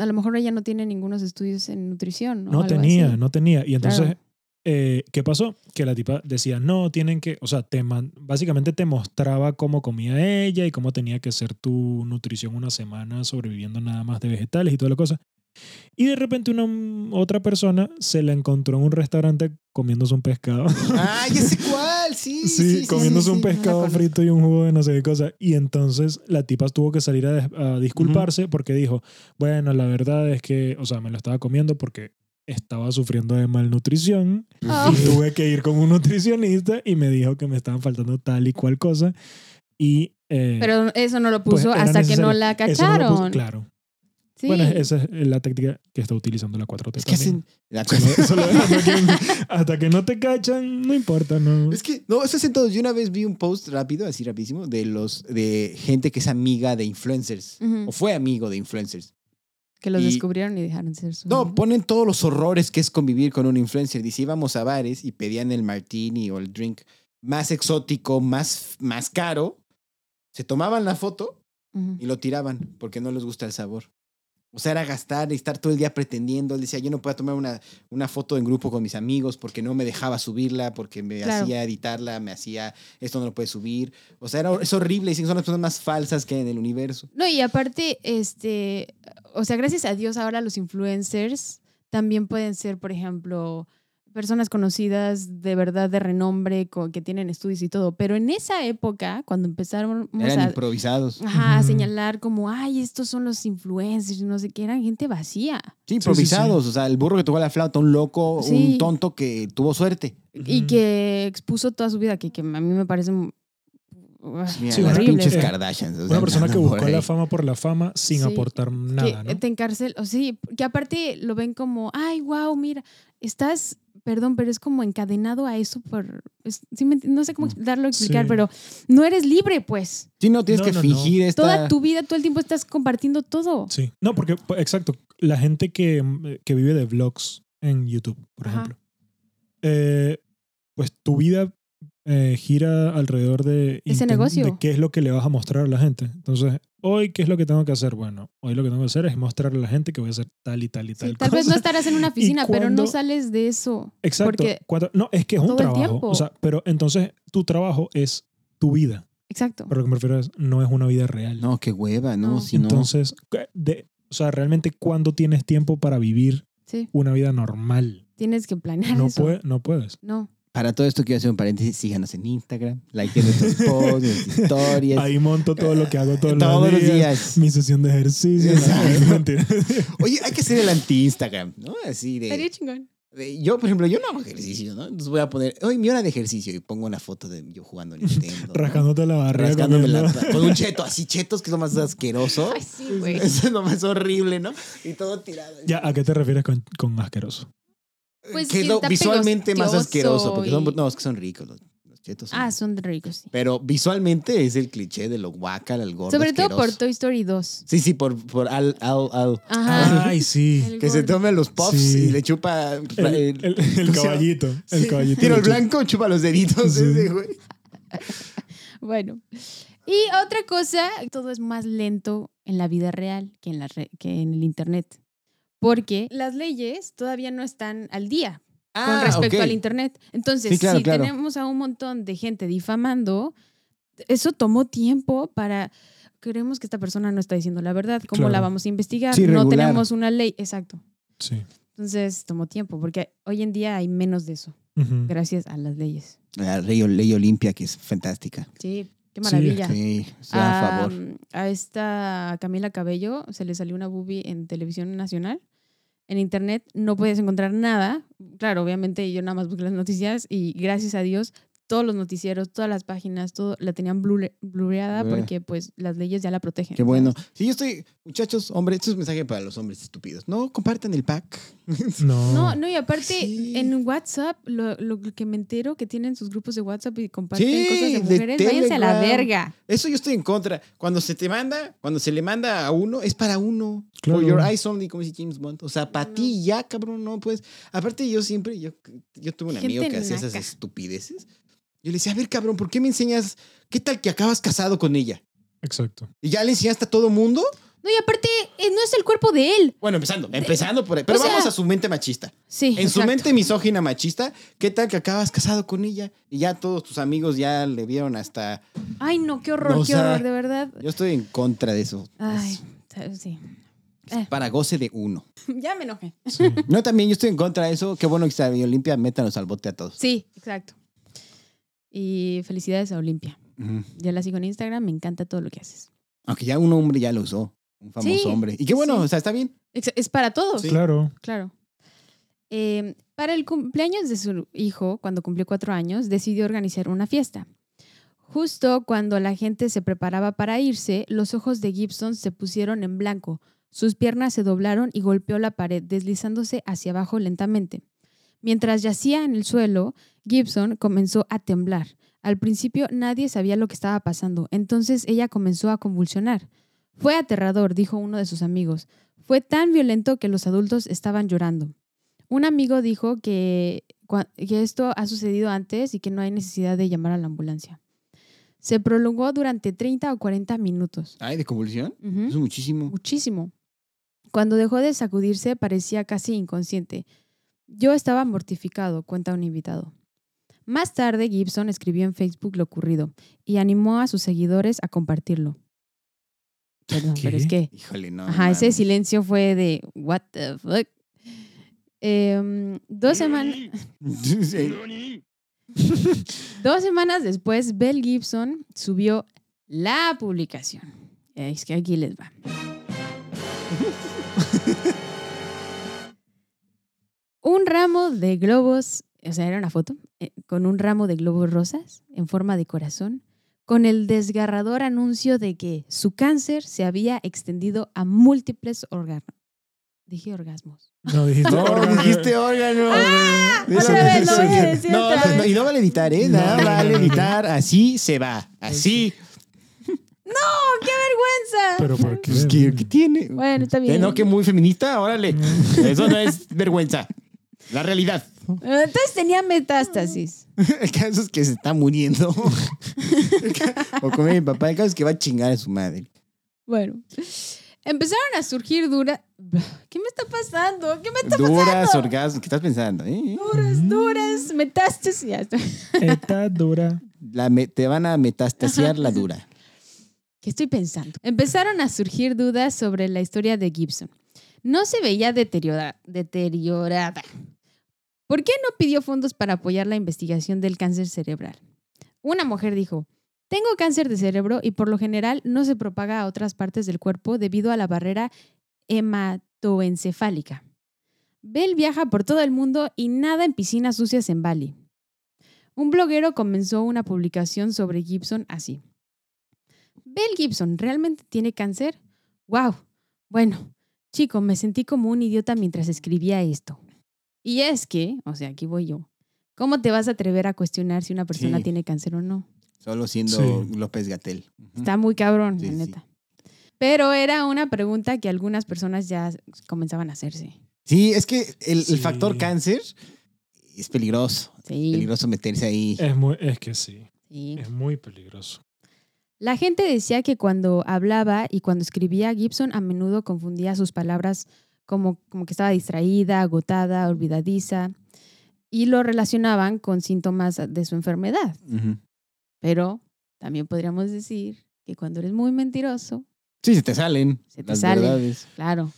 A: a lo mejor ella no tiene ningunos estudios en nutrición. ¿no?
B: No
A: Algo
B: tenía,
A: así.
B: no tenía. Y entonces,
A: Claro.
B: eh, ¿qué pasó? Que la tipa decía, no, tienen que, o sea, te man- básicamente te mostraba cómo comía ella y cómo tenía que ser tu nutrición una semana sobreviviendo nada más de vegetales y toda la cosa. Y de repente una otra persona se la encontró en un restaurante comiéndose un pescado. [laughs]
C: Ah, ya sé cuál, sí. Ah,
B: Sí, comiéndose
A: sí,
B: un
A: sí, no la
B: pescado
A: conozco.
B: frito y un jugo de no sé qué cosa. Y entonces la tipa tuvo que salir a, des- a disculparse porque dijo, bueno, la verdad es que, o sea, me lo estaba comiendo porque estaba sufriendo de malnutrición
A: Ah.
B: y tuve que ir con un nutricionista y me dijo que me estaban faltando tal y cual cosa. Y... eh,
A: Pero eso no lo
B: pues,
A: puso
B: era
A: hasta que
B: necesario.
A: no la
B: eso no lo puso-
A: cacharon.
B: claro.
A: Sí.
B: Bueno, esa es la técnica que está utilizando la 4T
C: Es que hacen...
B: también. [laughs]
C: la
B: Solo- solo hasta, que, hasta que no te cachan, no importa, ¿no?
C: Es que, no, eso es en todos. Yo una vez vi un post rápido, así rapidísimo, de los de gente que es amiga de influencers.
A: Ujú.
C: O fue amigo de influencers.
A: Que los
C: y-
A: descubrieron y dejaron ser su.
C: No, ponen todos los horrores que es convivir con un influencer. Dice, íbamos a bares y pedían el martini o el drink más exótico, más, más caro. Se tomaban la foto
B: pues,
A: Ujú.
C: y lo tiraban porque no les gusta el sabor. O sea, era gastar y estar todo el día pretendiendo. Él decía, yo no puedo tomar una, una foto en grupo con mis amigos porque no me dejaba subirla, porque me
A: Claro.
C: hacía editarla, me hacía, esto no lo puedes subir. O sea, era, es horrible. Dicen que son las personas más falsas que hay en el universo.
A: No, y aparte, este, o sea, gracias a Dios ahora los influencers también pueden ser, por ejemplo, personas conocidas de verdad de renombre, co- que tienen estudios y todo. Pero en esa época, cuando empezaron
C: Eran
A: a,
C: improvisados.
A: ajá, a
B: Ujú.
A: señalar como, ay, estos son los influencers, no sé qué, eran gente vacía.
C: Sí,
B: sí, sí.
C: improvisados. O sea, el burro que tocó la flauta, un loco,
A: Sí.
C: un tonto que tuvo suerte.
A: Y
B: Ujú.
A: que expuso toda su vida, que, que a mí me parece... mm,
C: Mira,
B: Sí,
C: las
B: una-
C: pinches
B: eh,
C: Kardashians. o sea,
B: Una persona
C: andan
B: que
C: por
B: buscó la
C: ahí.
B: fama por la fama sin
A: Sí.
B: aportar nada,
A: que
B: ¿no?
A: te encarcel, o sí, que aparte lo ven como, ay, wow, mira, estás, perdón, pero es como encadenado a eso por, es- sí me enti- no sé cómo
C: Mm.
A: darlo a explicar,
B: Sí.
A: pero no eres libre, pues.
C: Sí, no, tienes
B: No,
C: que
B: no, no.
C: fingir esta...
A: Toda tu vida, todo el tiempo estás compartiendo todo.
B: Sí. No, porque, po- exacto, la gente que, mm, eh, que vive de vlogs en YouTube, por
A: Ajá.
B: ejemplo, eh, pues tu vida eh, gira alrededor de,
A: Ese
B: inten-
A: negocio.
B: de qué es lo que le vas a mostrar a la gente. Entonces, hoy, ¿qué es lo que tengo que hacer? Bueno, hoy lo que tengo que hacer es mostrarle a la gente que voy a hacer tal y tal y
A: Sí,
B: tal.
A: tal vez no
B: cosa.
A: estarás en una oficina, pero no
B: cuando-
A: sales de eso.
B: [laughs] Exacto.
A: Porque
B: Cuando- no, es que es un
A: todo el
B: trabajo.
A: tiempo.
B: O sea, pero entonces tu trabajo es tu vida.
A: Exacto.
B: Pero lo que me refiero es, no es una vida real.
C: No, qué hueva, ¿no?
A: No.
C: Si
B: entonces, ¿qué- de- o sea, realmente, ¿cuándo tienes tiempo para vivir
A: Sí,
B: una vida normal?
C: [laughs]
A: tienes que planear
B: No,
A: eso.
B: puede- no puedes.
A: No.
C: no. Para todo esto quiero hacer un paréntesis. Síganos en Instagram, like nuestros
B: [laughs]
C: posts, nuestras historias.
B: Ahí monto todo lo que hago todos,
C: todos
B: los, días, Mi
C: días.
B: sesión de ejercicio.
C: Exacto.
B: no, [laughs] mentira.
C: Oye, hay que ser el anti-Instagram, ¿no? Así
A: Estaría
C: de,
A: chingón.
C: de- Yo, por ejemplo, yo no hago ejercicio, ¿no? Entonces voy a poner... Hoy mi hora de ejercicio y pongo una foto de yo
B: [laughs]
C: jugando Nintendo. ¿no?
B: Rascándote la barriga.
C: Rascándome la-
B: comiendo.
C: Con un cheto, así chetos, que es lo más asqueroso.
A: Ay, sí, güey.
C: Eso es lo más horrible, ¿no? Y todo tirado.
B: Ya, ¿a qué te refieres con, con asqueroso?
A: Pues sí,
C: Quedó
A: está
C: visualmente más
A: pegostoso
C: asqueroso. Porque son,
A: y-
C: no, es que son ricos los, los chetos. son
A: Ah,
C: ricos.
A: son ricos, sí.
C: Pero visualmente es el cliché de lo guacal, al gordo.
A: Sobre todo por
C: asqueroso.
A: Toy Story 2.
C: Sí, sí, por, por al, al, al.
A: Ajá.
B: Ay, sí.
A: El
C: Ah, Que se
A: gordo.
C: tome los puffs
B: Sí.
C: y le chupa.
B: El,
C: ra-
B: el-
C: [laughs]
B: el
C: ¿cómo se llama?
B: caballito. El
C: Sí,
B: caballito.
C: Tiro el blanco, chupa los deditos.
B: Sí.
C: ese güey.
A: Bueno, y otra cosa, todo es más lento en la vida real que en, la re- que en el Internet, porque las leyes todavía no están al día con
C: Ah,
A: respecto
C: ok.
A: al Internet. Entonces,
C: Sí, claro,
A: si
C: claro.
A: tenemos a un montón de gente difamando, eso tomó tiempo para... Creemos que esta persona no está diciendo la verdad, ¿cómo
B: Claro.
A: la vamos a investigar?
C: Sí,
A: no
C: regular.
A: tenemos una ley, exacto.
B: Sí.
A: Entonces, tomó tiempo, porque hoy en día hay menos de eso,
B: Ujú.
A: gracias a las leyes.
C: La ley, ley Olimpia, que es fantástica.
A: Sí, qué
B: Sí,
A: maravilla.
C: Sí, sea, a favor.
A: a esta Camila Cabello se le salió una boobie en televisión nacional. En internet no puedes encontrar nada. Claro, obviamente yo nada más busqué las noticias y gracias a Dios todos los noticieros, todas las páginas, todo la tenían blure- blureada
C: Blur.
A: porque pues las leyes ya la protegen.
C: Qué bueno.
A: ¿sabes?
C: Sí, yo estoy. Muchachos, hombres, esto es un mensaje para los hombres estúpidos. No compartan el pack.
B: No.
A: No, no, y aparte
C: Sí.
A: en WhatsApp, lo, lo que me entero que tienen sus grupos de WhatsApp y comparten
C: Sí,
A: cosas de
C: de
A: mujeres, váyanse a la
C: Telegram.
A: verga.
C: Eso yo estoy en contra. Cuando se te manda, cuando se le manda a uno, es para uno.
B: Claro.
C: For your eyes only, como dice James Bond. O sea, para
A: No.
C: ti ya, cabrón, no puedes. Aparte, yo siempre, yo, yo tuve un amigo
A: Gente
C: que hacía esas
A: naca.
C: estupideces. Yo le decía, a ver, cabrón, ¿por qué me enseñas? ¿Qué tal que acabas casado con ella? [laughs]
B: Exacto.
C: ¿Y ya le enseñaste a todo mundo?
A: No, y aparte eh, no es el cuerpo de él.
C: Bueno, empezando, empezando por ahí. Pero
A: o sea-
C: vamos a su mente machista.
A: Sí.
C: En su
A: exacto.
C: mente misógina machista, ¿qué tal que acabas casado con ella? Y ya todos tus amigos ya le vieron hasta.
A: Ay, no, qué horror,
C: O
A: qué
C: sea,
A: horror, de verdad.
C: Yo estoy en contra de eso.
A: Ay, sí. Eh.
C: para goce de uno.
A: [laughs] ya me enojé.
B: Sí.
C: No, también yo estoy en contra de eso. Qué bueno que está Olimpia, métanos al bote a todos.
A: Sí, exacto. Y felicidades a Olimpia.
C: Ujú.
A: Ya la sigo en Instagram, me encanta todo lo que haces.
C: Aunque ya un hombre ya lo usó. Un famoso
A: Sí,
C: hombre. Y qué bueno,
A: sí.
C: o sea, está bien.
A: Ex- Es para todos,
C: Sí.
B: Claro.
A: claro. Eh, para el cumpleaños de su hijo, cuando cumplió cuatro años, decidió organizar una fiesta. Justo cuando la gente se preparaba para irse, los ojos de Gibson se pusieron en blanco. Sus piernas se doblaron y golpeó la pared, deslizándose hacia abajo lentamente. Mientras yacía en el suelo, Gibson comenzó a temblar. Al principio nadie sabía lo que estaba pasando, entonces ella comenzó a convulsionar. Fue aterrador, dijo uno de sus amigos. Fue tan violento que los adultos estaban llorando. Un amigo dijo que, cua- que esto ha sucedido antes y que no hay necesidad de llamar a la ambulancia. Se prolongó durante 30 o 40 minutos.
C: Ay, de convulsión.
A: Ujú.
C: Eso es muchísimo.
A: Muchísimo. Cuando dejó de sacudirse parecía casi inconsciente. Yo estaba mortificado, cuenta un invitado. Más tarde, Gibson escribió en Facebook lo ocurrido y animó a sus seguidores a compartirlo. Perdón, pero es que...
C: Híjole, no.
A: Ajá, ese
C: mames.
A: silencio fue de... What the fuck? Em, dos, semanas...
C: [laughs] Sí.
A: Dos semanas después, Bell Gibson subió la publicación. Es que aquí les va. [laughs] un ramo de globos, o sea, era una foto, eh, con un ramo de globos rosas en forma de corazón, con el desgarrador anuncio de que su cáncer se había extendido a múltiples órganos. Dije orgasmos.
B: No, dijiste.
C: No,
B: órgano.
C: dijiste órgano. Eso
A: Ah, otra
C: no
A: vez, lo
C: se
A: voy a
C: oye.
A: decir
C: No,
A: otra
C: no, no,
A: vez.
C: y no vale editar, ¿eh? Nada,
B: No.
C: vale editar. Así se va. Así.
B: Pero ¿por qué?
C: Pues, ¿qué, qué tiene?
A: Bueno, está
C: Eh,
A: bien.
C: no, que muy feminista, órale. Eso no es vergüenza. La realidad.
A: Entonces tenía metástasis.
C: El caso es que se está
A: [laughs]
C: muriendo. El ca- o como mi papá, el caso es que va a chingar a su madre.
A: Bueno, empezaron a surgir duras. [laughs] ¿Qué me está pasando? ¿Qué me está
C: Duras
A: pasando?
C: orgasmos. ¿Qué estás pensando? eh?
A: Duras, duras, metástasis. Ya está.
B: Está dura.
C: La me- te van a metastasear la dura.
A: ¿Qué estoy pensando? Empezaron a surgir dudas sobre la historia de Gibson. No se veía deteriora- deteriorada. ¿Por qué no pidió fondos para apoyar la investigación del cáncer cerebral? Una mujer dijo, tengo cáncer de cerebro y por lo general no se propaga a otras partes del cuerpo debido a la barrera hematoencefálica. Bell viaja por todo el mundo y nada en piscinas sucias en Bali. Un bloguero comenzó una publicación sobre Gibson así. Bell Gibson realmente tiene cáncer? ¡Wow! Bueno, chico, me sentí como un idiota mientras escribía esto. Y es que, o sea, aquí voy yo. ¿Cómo te vas a atrever a cuestionar si una persona
C: Sí.
A: tiene cáncer o no?
C: Solo siendo
B: Sí.
C: López Gatel.
A: Está muy cabrón,
C: Sí,
A: la
C: sí.
A: neta. Pero era una pregunta que algunas personas ya comenzaban a hacerse.
C: Sí, es que el, el
B: Sí.
C: factor cáncer es peligroso.
A: Sí,
C: Peligroso meterse ahí.
B: Es, muy, es que sí.
A: sí.
B: Es muy peligroso.
A: La gente decía que cuando hablaba y cuando escribía, Gibson a menudo confundía sus palabras como, como que estaba distraída, agotada, olvidadiza, y lo relacionaban con síntomas de su enfermedad.
C: Ujú.
A: Pero también podríamos decir que cuando eres muy mentiroso,
C: Sí, se te salen.
A: Se te
C: las
A: salen.
C: verdades.
A: Claro.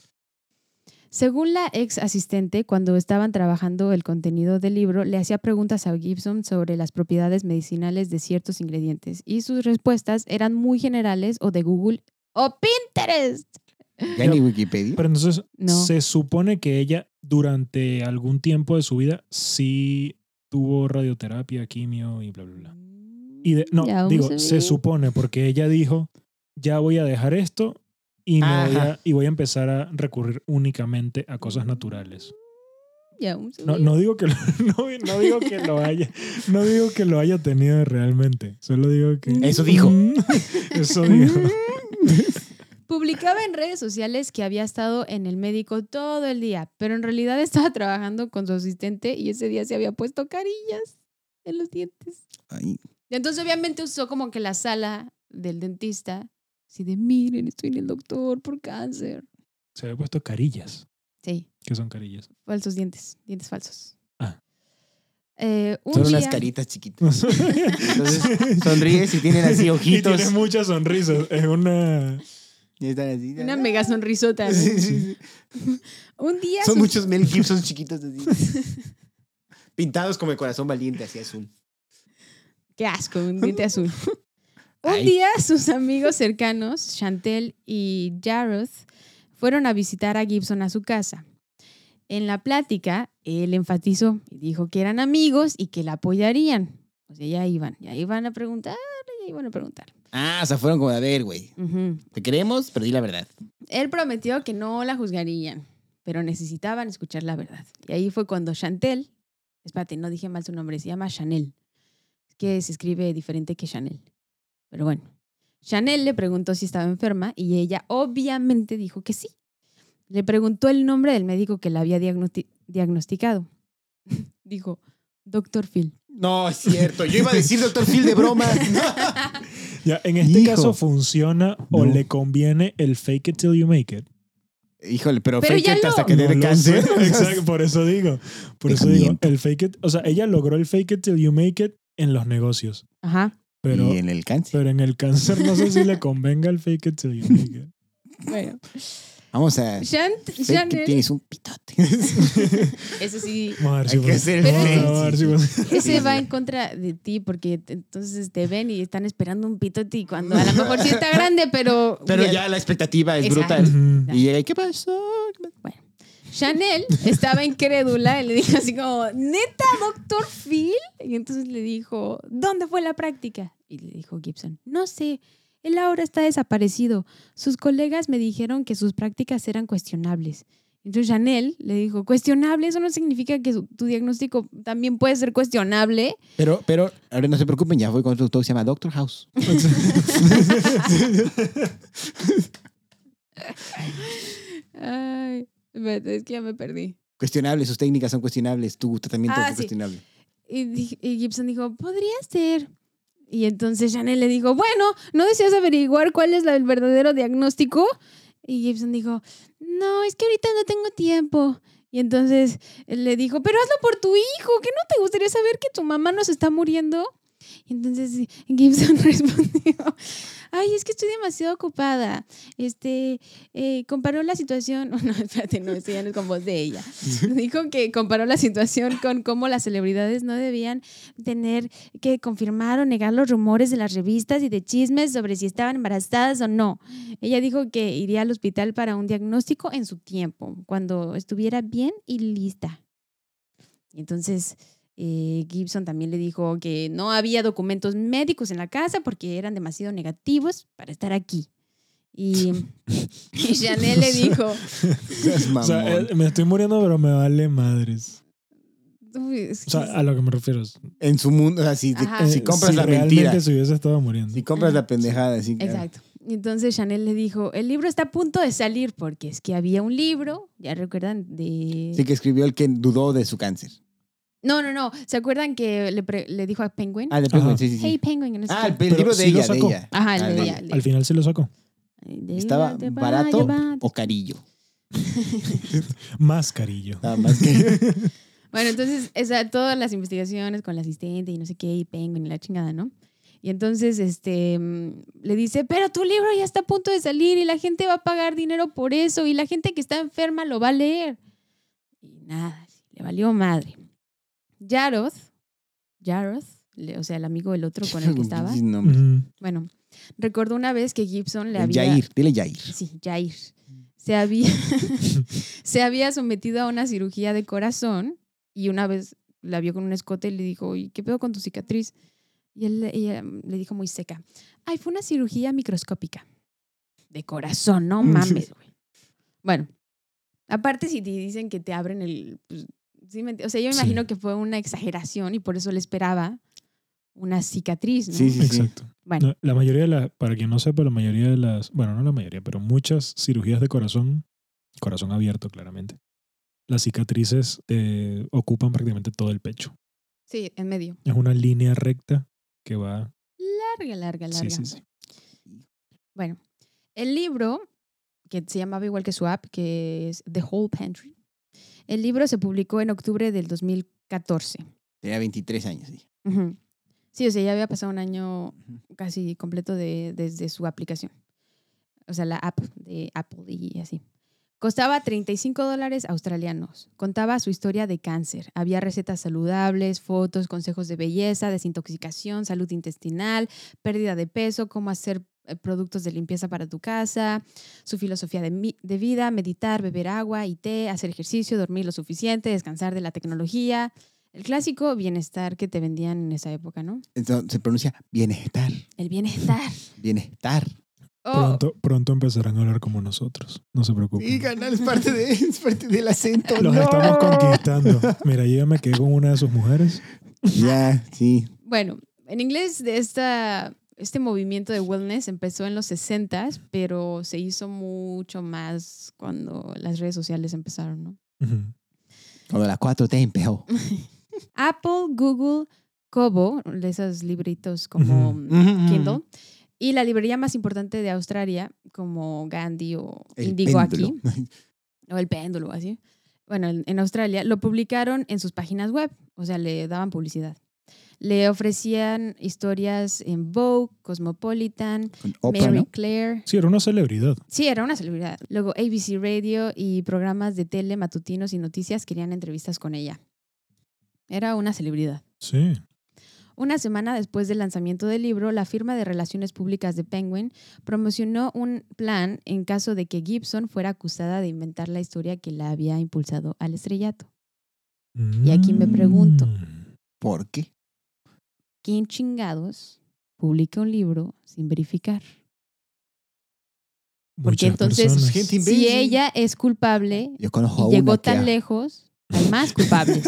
A: Según la ex asistente, cuando estaban trabajando el contenido del libro, le hacía preguntas a Gibson sobre las propiedades medicinales de ciertos ingredientes y sus respuestas eran muy generales o de Google o Pinterest.
C: Ya ni Wikipedia.
B: Pero entonces,
A: No.
B: se supone que ella durante algún tiempo de su vida sí tuvo radioterapia, quimio y bla, bla, bla. Y de- no,
A: Ya vamos a
B: digo,
A: ver.
B: se supone porque ella dijo, ya voy a dejar esto y, me voy, a,
C: Ajá.
B: y voy a empezar a recurrir únicamente a cosas naturales.
A: Ya vamos a
B: No,
A: ver.
B: no digo que lo, [laughs] no, no digo que lo haya no digo que lo haya tenido realmente, solo digo que
C: Eso dijo.
B: Mm, [laughs] Eso dijo.
A: Publicaba en redes sociales que había estado en el médico todo el día, pero en realidad estaba trabajando con su asistente y ese día se había puesto carillas en los dientes.
C: Ay,
A: Y entonces obviamente usó como que la sala del dentista, así de, miren, estoy en el doctor por cáncer.
B: Se había puesto carillas,
A: Sí,
B: que son carillas. [laughs]
A: falsos dientes, dientes falsos.
B: Ah.
A: Eh, un
C: son unas
A: día-
C: caritas chiquitas. Entonces, sonríes y tienen así
B: [laughs] Y
C: ojitos.
B: tiene muchas sonrisas. Es una
C: Ya están así.
A: Una mega
C: [laughs]
A: sonrisota.
C: Sí, sí, sí.
A: Un día
C: Son
A: su-
C: muchos Mel Gibson chiquitos
A: [laughs]
C: así. Pintados como el corazón valiente, así azul.
A: Qué asco, un diente [laughs] azul. Un
C: Ay.
A: día sus amigos cercanos, Chantel y Jareth, fueron a visitar a Gibson a su casa. En la plática, él enfatizó y dijo que eran amigos y que la apoyarían. O sea, ya iban, ya iban a preguntar, ya iban a preguntar.
C: Ah, o sea, fueron como, a ver, güey,
A: Ujú.
C: te queremos, pero di la verdad.
A: Él prometió que no la juzgarían, pero necesitaban escuchar la verdad. Y ahí fue cuando Chantel, espérate, no dije mal su nombre, se llama Chanel, Es que se escribe diferente que Chanel. Pero bueno, Chanel le preguntó si estaba enferma y ella obviamente dijo que sí. Le preguntó el nombre del médico que la había diagnosti- diagnosticado. [laughs] dijo, Doctor Phil.
C: No, es cierto. Yo iba a decir Doctor Phil de broma.
B: Ya, en este
C: Hijo.
B: caso funciona o
C: No.
B: le conviene el fake it till you make it.
C: [laughs] Híjole, pero,
A: Pero
C: fake
A: ya
C: it
A: lo-
C: hasta que te
B: No
C: dé
B: lo
C: cáncer. [laughs]
B: sé. [laughs] Exacto, por eso digo. Por eso digo,
C: Picamiento.
B: el fake it, o sea, ella logró el fake it till you make it en los negocios,
A: Ajá.
B: pero
C: y en el cáncer.
B: pero en el cáncer no sé si le convenga el fake it till you make it.
A: Bueno,
C: Vamos a.
A: Chant-
C: Fake que
A: Chanel,
C: tienes un [laughs] pitote.
A: eso sí,
B: Vamos a ver si
C: Hay que hacer
B: funciona.
C: el
A: Pero
B: Vamos
A: es-
C: fake.
B: a ver si funciona.
C: Sí,
A: Ese
C: sí.
A: va en contra de ti porque te- entonces te ven y están esperando un pitote y cuando a lo mejor sí está grande, pero...
C: [laughs] Pero
A: Bien.
C: ya la expectativa es
A: Exacto.
C: brutal.
B: Ujú.
C: Y llega, ¿y qué pasó?
A: Chanel estaba incrédula y le dijo así como, ¿neta, doctor Phil? Y entonces le dijo, ¿dónde fue la práctica? Y le dijo Gibson, no sé, él ahora está desaparecido. Sus colegas me dijeron que sus prácticas eran cuestionables. Entonces Chanel le dijo, cuestionable, eso no significa que su- tu diagnóstico también puede ser cuestionable.
C: Pero, pero, ahora no se preocupen, ya fue con otro doctor que se llama Doctor House.
A: Ay, espérate, es que ya me perdí.
C: Cuestionables, sus técnicas son cuestionables, tu tratamiento
A: Ah,
C: fue
A: sí.
C: cuestionable.
A: Y, di- y Gibson dijo, podría ser. Y entonces Chanel le dijo, bueno, ¿no deseas averiguar cuál es la- el verdadero diagnóstico? Y Gibson dijo, no, es que ahorita no tengo tiempo. Y entonces él le dijo, pero hazlo por tu hijo, ¿que no te gustaría saber que tu mamá nos está muriendo? Y entonces Gibson [laughs] respondió, ay, es que estoy demasiado ocupada. Este, eh, comparó la situación, [laughs] no, espérate, no, esto ya no es con voz de ella. [laughs] Dijo que comparó la situación con cómo las celebridades no debían tener que confirmar o negar los rumores de las revistas y de chismes sobre si estaban embarazadas o no. Ella dijo que iría al hospital para un diagnóstico en su tiempo, cuando estuviera bien y lista. Y entonces eh, Gibson también le dijo que no había documentos médicos en la casa porque eran demasiado negativos para estar aquí. Y, [laughs] y
B: [laughs]
A: Chanel le dijo...
C: Seas
B: O sea,
C: mamón.
B: eh, me estoy muriendo, pero me vale madres.
A: "Uy, es
B: O
A: que
B: sea, a lo que me refiero. es,
C: en su mundo, o sea, si,
A: Ajá.
C: si
B: eh,
C: compras
B: si
C: la
B: realmente
C: mentira,
B: se hubiese estado muriendo.
C: si compras la pendejada, así que.
A: Exacto. Y Entonces Chanel le dijo, el libro está a punto de salir porque es que había un libro, ya recuerdan, de...
C: Sí, que escribió el que dudó de su cáncer.
A: No, no, no, ¿se acuerdan que le, pre- le dijo a Penguin?
C: Ah, de
B: Ajá.
C: Penguin, sí, sí, sí.
A: Hey Penguin, no sé
C: ah, el,
A: qué.
C: el libro
B: Pero
C: de
B: sí lo
C: ella, de
B: sacó.
C: ella.
A: Ajá, el
C: Ah,
A: de
C: de
A: ella,
C: ella.
A: el de-
B: Al final se lo sacó.
A: de-
C: Estaba
A: de-
C: barato
A: de-
C: o carillo.
B: Más carillo.
C: Nada más
A: [laughs]
C: que.
A: Bueno, entonces, esa, todas las investigaciones con la asistente y no sé qué, y Penguin y la chingada, ¿no? Y entonces, este, mm, le dice, pero tu libro ya está a punto de salir y la gente va a pagar dinero por eso y la gente que está enferma lo va a leer. Y nada, le valió madre. Jaroth, Jaroth, le- o sea, el amigo del otro
C: [laughs]
A: con el que estaba,
C: Sí, no,
B: Ujú.
A: bueno, recordó una vez que Gibson le
C: el
A: había...
C: Jair, dile Jair.
A: Sí, Jair. Se había, [laughs] se había sometido a una cirugía de corazón y una vez la vio con un escote y le dijo, ¿y qué pedo con tu cicatriz? Y él, ella le dijo muy seca, ay, fue una cirugía microscópica. De corazón, no mames, güey. Bueno, aparte si te dicen que te abren el... pues, sí me ent- o sea, yo me
B: Sí.
A: imagino que fue una exageración y por eso le esperaba una cicatriz, ¿no?
C: Sí, sí, sí.
B: Exacto.
A: Bueno.
B: No, la mayoría de las, para quien no sepa, la mayoría de las, bueno, no la mayoría, pero muchas cirugías de corazón, corazón abierto claramente, las cicatrices eh, ocupan prácticamente todo el pecho.
A: Sí, en medio.
B: Es una línea recta que va...
A: Larga, larga, larga.
B: Sí, sí, sí.
A: Bueno, el libro, que se llamaba igual que su app, que es The Whole Pantry, el libro se publicó en octubre del 2014.
C: Tenía 23 años. sí.
A: Ujú. Sí, o sea, ya había pasado un año casi completo de, desde su aplicación. o sea, la app de Apple y así. Costaba 35 dólares australianos. Contaba su historia de cáncer. Había recetas saludables, fotos, consejos de belleza, desintoxicación, salud intestinal, pérdida de peso, cómo hacer eh, productos de limpieza para tu casa, su filosofía de, mi- de vida, meditar, beber agua y té, hacer ejercicio, dormir lo suficiente, descansar de la tecnología. El clásico bienestar que te vendían en esa época, ¿no?
C: Entonces, se pronuncia bienestar,
A: El bienestar.
C: bienestar.
A: [laughs] Oh,
B: Pronto, pronto empezarán a hablar como nosotros. No se preocupen.
C: Sí, canal, es parte, de, es parte del acento.
B: Los
C: ¿no?
B: estamos conquistando. Mira, yo ya me quedé con una de sus mujeres.
C: Ya, sí.
A: Bueno, en inglés de esta, este movimiento de wellness empezó en los 60 pero se hizo mucho más cuando las redes sociales empezaron, ¿no?
B: Ujú.
C: Cuando las 4T empezó.
A: Apple, Google, Kobo, de esos libritos como [laughs] mm, Kindle, y la librería más importante de Australia, como Gandhi o
C: El
A: Indigo aquí,
C: péndulo.
A: o el péndulo, así. Bueno, en en Australia lo publicaron en sus páginas web, o sea, le daban publicidad. Le ofrecían historias en Vogue, Cosmopolitan,
C: Con Oprah,
A: Mary
C: ¿no?
A: Claire.
B: Sí, era una celebridad.
A: Sí, era una celebridad. Luego ABC Radio y programas de tele, matutinos y noticias querían entrevistas con ella. Era una celebridad.
B: Sí.
A: Una semana después del lanzamiento del libro, la firma de relaciones públicas de Penguin promocionó un plan en caso de que Gibson fuera acusada de inventar la historia que la había impulsado al estrellato. Y aquí me pregunto.
B: Mm.
C: ¿Por qué?
A: ¿Quién chingados publica un libro sin verificar? Porque
B: Muchas
A: entonces-
B: personas.
C: Gente imbécil.
A: Si ella es culpable
C: Yo conozco a
A: y
C: una
A: llegó
C: que
A: tan
C: ha- [laughs]
A: lejos, hay más culpables.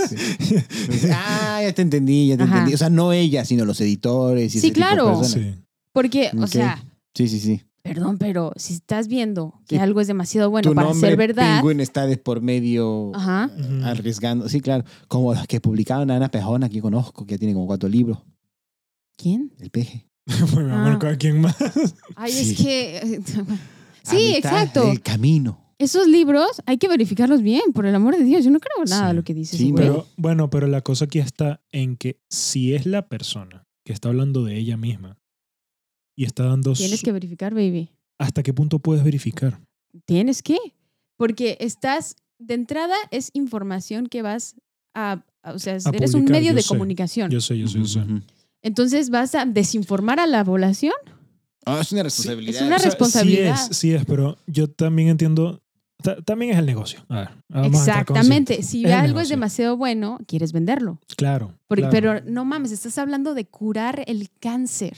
C: Ah, ya te entendí, ya te
A: Ajá.
C: entendí. O sea, no ella, sino los editores. Y
A: Sí,
C: ese tipo de
A: claro.
C: personas.
B: Sí.
A: Porque, o
C: Ok.
A: sea,
C: Sí, sí, sí.
A: perdón, pero si estás viendo que
C: Sí.
A: algo es demasiado bueno
C: tu
A: para
C: nombre,
A: ser verdad,
C: Penguin, está de por medio
A: Ajá.
C: eh,
B: [laughs]
C: arriesgando. Sí, claro. Como los que publicaron a Ana Pejona, que yo conozco, que ya tiene como cuatro libros.
A: ¿quién?
C: El peje.
B: Pues me
A: Ah.
B: marco a quién más.
A: Ay,
C: Sí.
A: es
B: [laughs]
A: que... eh,
C: A
A: sí,
C: mitad
A: exacto.
C: del camino.
A: Esos libros hay que verificarlos bien, por el amor de Dios. Yo no creo nada de
B: Sí.
A: lo que dices,
C: Sí,
A: güey.
B: Pero bueno, pero la cosa aquí está en que si es la persona que está hablando de ella misma y está dando
A: Tienes
B: su-
A: que verificar, baby.
B: hasta qué punto puedes verificar.
A: Tienes que. Porque estás... De entrada es información que vas a... a- o sea, eres un
B: publicar,
A: medio
B: yo
A: de
B: sé.
A: comunicación.
B: Yo sé, yo sé, yo sé.
C: Ujú.
A: Entonces vas a desinformar a la población.
C: Ah, es una responsabilidad.
A: es una
B: O sea,
A: responsabilidad.
B: Sí es, sí es, pero yo también entiendo. ta- también es el negocio. A ver, vamos a estar
A: Exactamente.
B: conscientes.
A: Si
B: Es el
A: algo es
B: negocio.
A: demasiado bueno, quieres venderlo.
B: Claro.
A: Porque-
B: claro.
A: Pero no mames, estás hablando de curar el cáncer.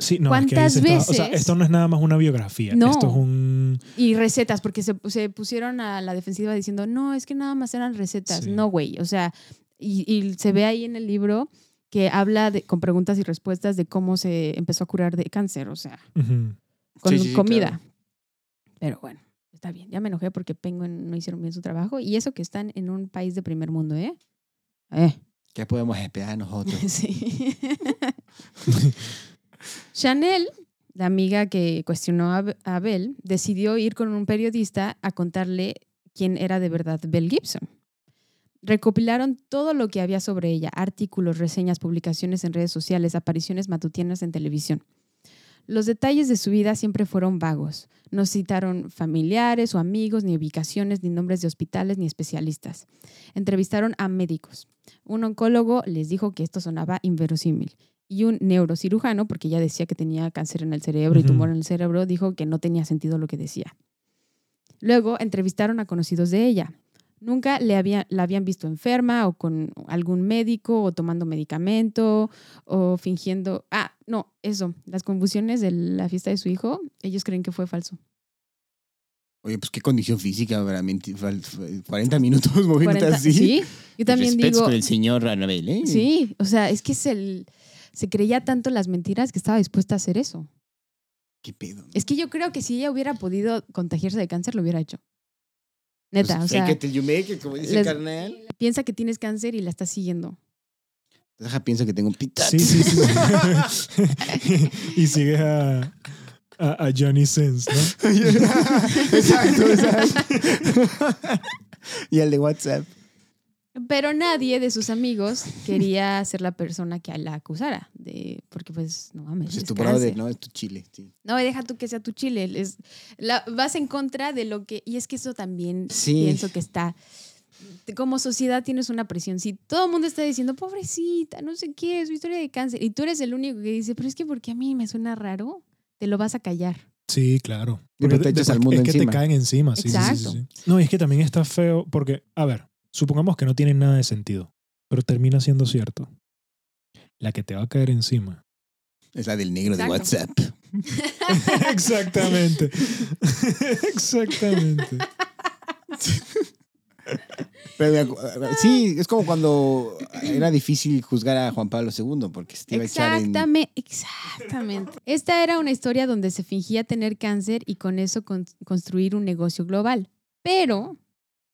B: Sí, no, es que ahí
A: ¿Cuántas
B: se está- o sea,
A: veces?
B: esto no es nada más una biografía.
A: No.
B: Esto es un.
A: Y recetas, porque se, se pusieron a la defensiva diciendo, no, es que nada más eran recetas.
B: Sí.
A: No, güey. O sea, y, y se ve ahí en el libro que habla de- con preguntas y respuestas de cómo se empezó a curar de cáncer, o sea,
B: ujú.
A: con
C: Sí, sí, sí,
A: comida.
C: claro.
A: Pero bueno, está bien. Ya me enojé porque Penguin no hicieron bien su trabajo. Y eso que están en un país de primer mundo, ¿eh? Eh.
C: ¿Qué podemos
A: [laughs]
C: esperar nosotros?
A: Sí. Chanel, la amiga que cuestionó a a Bell, decidió ir con un periodista a contarle quién era de verdad Bell Gibson. Recopilaron todo lo que había sobre ella, artículos, reseñas, publicaciones en redes sociales, apariciones matutinas en televisión. Los detalles de su vida siempre fueron vagos. No citaron familiares o amigos, ni ubicaciones, ni nombres de hospitales, ni especialistas. Entrevistaron a médicos. Un oncólogo les dijo que esto sonaba inverosímil. Y un neurocirujano, porque ella decía que tenía cáncer en el cerebro y
B: Ujú.
A: tumor en el cerebro, dijo que no tenía sentido lo que decía. Luego entrevistaron a conocidos de ella. Nunca le había- la habían visto enferma o con algún médico o tomando medicamento o fingiendo... Ah, no, eso. Las convulsiones de la fiesta de su hijo, ellos creen que fue falso.
C: Oye, pues qué condición física, realmente. Fal- fal- 40 minutos [laughs] moviéndote
A: 40
C: así.
A: Sí, yo también
C: Respetos
A: digo...
C: con el señor Anabel, ¿eh?
A: Sí, o sea, es que es el- se creía tanto las mentiras que estaba dispuesta a hacer eso.
C: ¿Qué pedo?
A: Es que yo creo que si ella hubiera podido contagiarse de cáncer, lo hubiera hecho. Neta,
C: Pues,
A: o sea,
C: fake it till you make it, como dice
A: les-
C: carnal.
A: piensa que tienes cáncer y la estás siguiendo.
C: Deja, pienso que tengo un pita.
B: Sí, sí,
A: [laughs]
B: [laughs]
C: [laughs]
B: sí. y sigues a, a, a Johnny Sins, ¿no?
C: exacto, exacto. y el de WhatsApp.
A: Pero nadie de sus amigos quería ser la persona que la acusara, de, porque pues no mames.
C: Pues es tu
A: cáncer.
C: brother, ¿no? Es tu chile. Sí.
A: No, y deja tú que sea tu chile. Es, la, vas en contra de lo que. Y es que eso también
C: Sí.
A: pienso que está. Como sociedad tienes una presión. Si todo el mundo está diciendo, pobrecita, no sé qué, su historia de cáncer, y tú eres el único que dice, pero es que porque a mí me suena raro, te lo vas a callar.
B: Sí, claro.
C: Y pues te
B: Porque
C: echas
B: de-
C: al mundo
B: es que
C: encima.
B: te caen encima. Sí, sí, sí,
A: Exacto.
B: sí, sí. No, y es que también está feo porque, a ver, supongamos que no tiene nada de sentido, pero termina siendo cierto. La que te va a
C: [laughs]
B: caer encima.
C: Es la del negro de
A: Exacto.
C: WhatsApp.
B: Exactamente. [laughs] Exactamente.
C: Pero me acu- sí, es como cuando era difícil juzgar a Juan Pablo II porque se te iba a echar en...
A: Exactamente, exactamente. Esta era una historia donde se fingía tener cáncer y con eso con- construir un negocio global. Pero,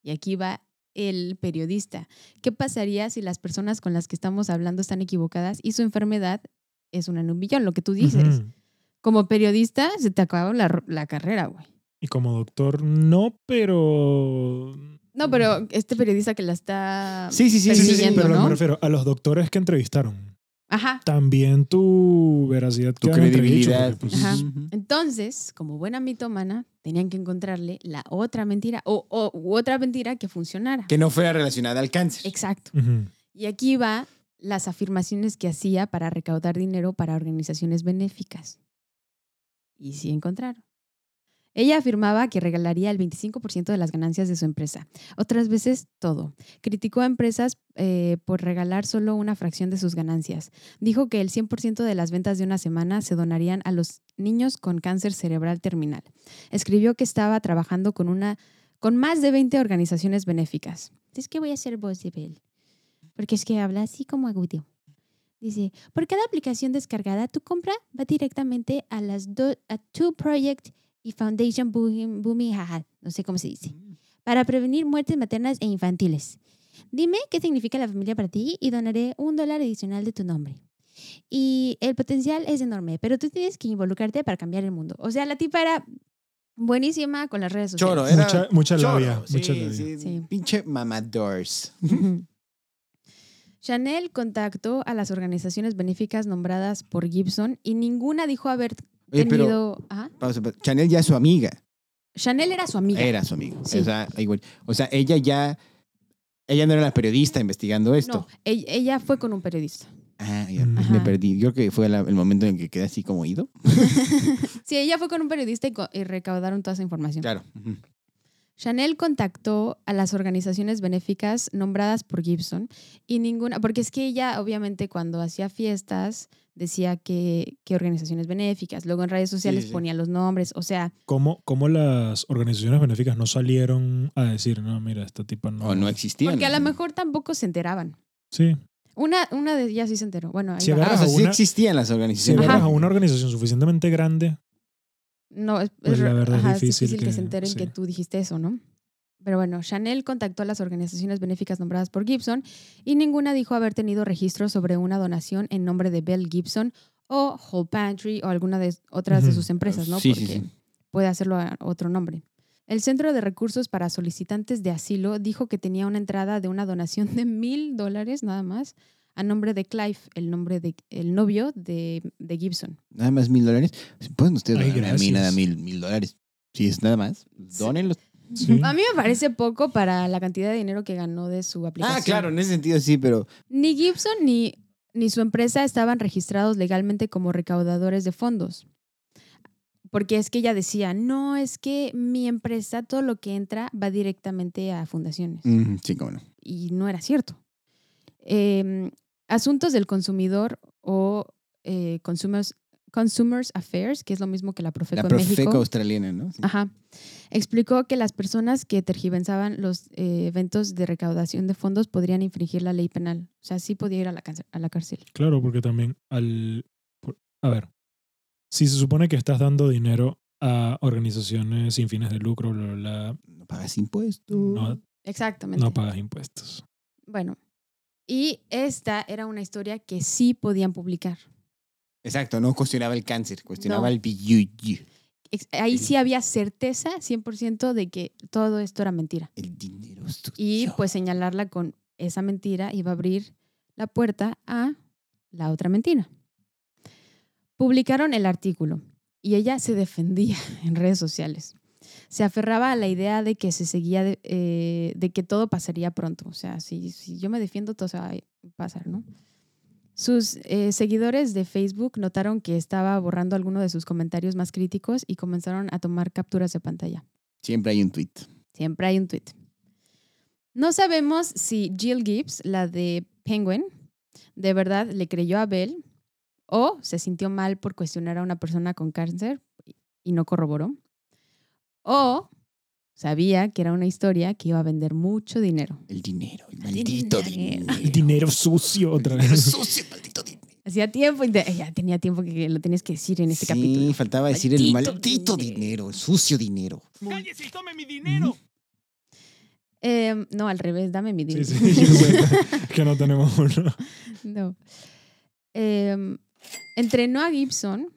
A: y aquí va el periodista, ¿qué pasaría si las personas con las que estamos hablando están equivocadas y su enfermedad es un anumbillón, lo que tú dices?
B: Ujú.
A: Como periodista se te acaba la, ro- la carrera, güey.
B: Y como doctor, no, pero.
A: No, pero este periodista que la está...
C: Sí, sí, sí, sí, sí, sí,
A: Persiguiendo,
B: pero
A: ¿no?
B: me refiero a los doctores que entrevistaron.
A: Ajá.
B: También tu veracidad,
C: tu
B: queda en entredicho,
C: credibilidad.
B: porque, pues,
A: Ajá.
C: Ujú.
A: Entonces, como buena mitomana, tenían que encontrarle la otra mentira o, o- u otra mentira que funcionara.
C: Que no fuera relacionada al cáncer.
A: Exacto.
B: ujú.
A: Y aquí va las afirmaciones que hacía para recaudar dinero para organizaciones benéficas. Y sí encontraron. Ella afirmaba que regalaría el 25% de las ganancias de su empresa. Otras veces, todo. Criticó a empresas eh, por regalar solo una fracción de sus ganancias. Dijo que el 100% de las ventas de una semana se donarían a los niños con cáncer cerebral terminal. Escribió que estaba trabajando con, una, con más de 20 organizaciones benéficas. Es que voy a ser voz de Bell porque es que habla así como agudo. Dice, por cada aplicación descargada, tu compra va directamente a las do- a Two Project y Foundation Booming, Booming Haha, no sé cómo se dice, para prevenir muertes maternas e infantiles. Dime qué significa la familia para ti y donaré un dólar adicional de tu nombre. Y el potencial es enorme, pero tú tienes que involucrarte para cambiar el mundo. O sea, la tipa era buenísima con las redes sociales.
C: Choro, era...
B: Mucha- mucha
C: choro.
B: labia,
C: Sí,
B: mucha labia.
C: sí.
A: Sí.
C: Pinche mamadores.
A: [laughs] Chanel contactó a las organizaciones benéficas nombradas por Gibson y ninguna dijo haber
C: Oye, pero-
A: tenido... Ajá.
C: Pausa, pausa. Chanel ya es su amiga.
A: Chanel era su amiga.
C: Era su amiga.
A: Sí.
C: O, sea, igual. o sea, ella ya... Ella no era la periodista investigando esto.
A: No, e- ella fue con un periodista.
C: Ah, ya,
B: Ajá.
C: me perdí. Yo creo que fue la- el momento en que quedé así como ido.
A: Sí, ella fue con un periodista y, co- y recaudaron toda esa información.
C: Claro. Ujú.
A: Chanel contactó a las organizaciones benéficas nombradas por Gibson y ninguna, porque es que ella obviamente cuando hacía fiestas decía que, que organizaciones benéficas, luego en redes sociales
C: sí.
A: ponía los nombres, o sea,
B: ¿Cómo, cómo las organizaciones benéficas no salieron a decir, no, mira, esta tipa no.
C: O no existía.
A: porque a lo mejor tampoco se enteraban.
B: Sí.
A: Una, una de ellas sí se enteró. Bueno, ahí
B: Sí,
A: va.
B: agarra-
C: Ah, o sea, sí
B: Una-
C: existían las
B: Si
C: organizaciones.
B: agarras
A: Ajá.
B: a una organización suficientemente grande,
A: No, es,
B: Pues
A: es
B: la
A: re-
B: verdad es
A: ajá,
B: difícil
A: que,
B: que-
A: se enteren
B: sí.
A: que tú dijiste eso, ¿no? Pero bueno, Chanel contactó a las organizaciones benéficas nombradas por Gibson y ninguna dijo haber tenido registro sobre una donación en nombre de Bell Gibson o Whole Pantry o alguna de otras de
B: Ujú.
A: sus empresas, ¿no?
C: Sí, sí,
A: Porque
C: sí.
A: puede hacerlo a otro nombre. El Centro de Recursos para Solicitantes de Asilo dijo que tenía una entrada de una donación de mil dólares nada más a nombre de Clive, el nombre de el novio de, de Gibson.
C: Nada más mil dólares. Pueden ustedes
B: Ay,
C: donar a mí
B: gracias.
C: nada mil, mil dólares. Si es nada más, Ah, donenlos.
B: Sí.
A: A mí me parece poco para la cantidad de dinero que ganó de su aplicación.
C: Ah, claro, en ese sentido sí, pero
A: Ni Gibson ni, ni su empresa estaban registrados legalmente como recaudadores de fondos. Porque es que ella decía, no, es que mi empresa, todo lo que entra va directamente a fundaciones.
C: mm, sí, cómo no.
A: Y no era cierto. Eh, asuntos del consumidor o eh, consumers, consumers Affairs, que es lo mismo que la Profeco
C: La
A: en México. Ah.
C: profeca australiana, ¿no? Sí.
A: Ajá. Explicó que las personas que tergiversaban los eh, eventos de recaudación de fondos podrían infringir la ley penal. O sea, sí podía ir a la, cáncer- a la cárcel.
B: Claro, porque también al... por- A ver, si se supone que estás dando dinero a organizaciones sin fines de lucro, bla, bla, bla,
C: No pagas impuestos.
B: no,
A: Exactamente.
B: no pagas impuestos.
A: Bueno. Y esta era una historia que sí podían publicar.
C: Exacto, no cuestionaba el cáncer, cuestionaba
A: No.
C: el billullo,
A: Ex- Ahí
C: Sí.
A: sí había certeza 100% de que todo esto era mentira.
C: el dinero sucio.
A: Y pues señalarla con esa mentira iba a abrir la puerta a la otra mentira. Publicaron el artículo y ella se defendía [laughs] en redes sociales. Se aferraba a la idea de que se seguía, de, eh, de que todo pasaría pronto. O sea, si, si yo me defiendo, todo se va a pasar, ¿no? Sus eh, seguidores de Facebook notaron que estaba borrando alguno de sus comentarios más críticos y comenzaron a tomar capturas de pantalla.
C: Siempre hay un tweet.
A: Siempre hay un tweet. No sabemos si Jill Gibbs, la de Penguin, de verdad le creyó a Bell o se sintió mal por cuestionar a una persona con cáncer y no corroboró. O sabía que era una historia que iba a vender mucho dinero.
C: El dinero, el maldito
A: dinero.
C: dinero.
B: El dinero sucio otra vez.
C: sucio, maldito dinero.
A: Hacía tiempo, ya tenía tiempo que lo tenías que decir en este
C: sí,
A: capítulo.
C: faltaba decir el
A: Maldito
C: maldito
A: dinero.
C: dinero, el sucio dinero.
D: ¡Cállese y tome mi dinero!
A: Eh, no, al revés, dame mi dinero.
B: Sí, sí, [laughs] yo sé que no tenemos uno.
A: No. Em, entrenó a Gibson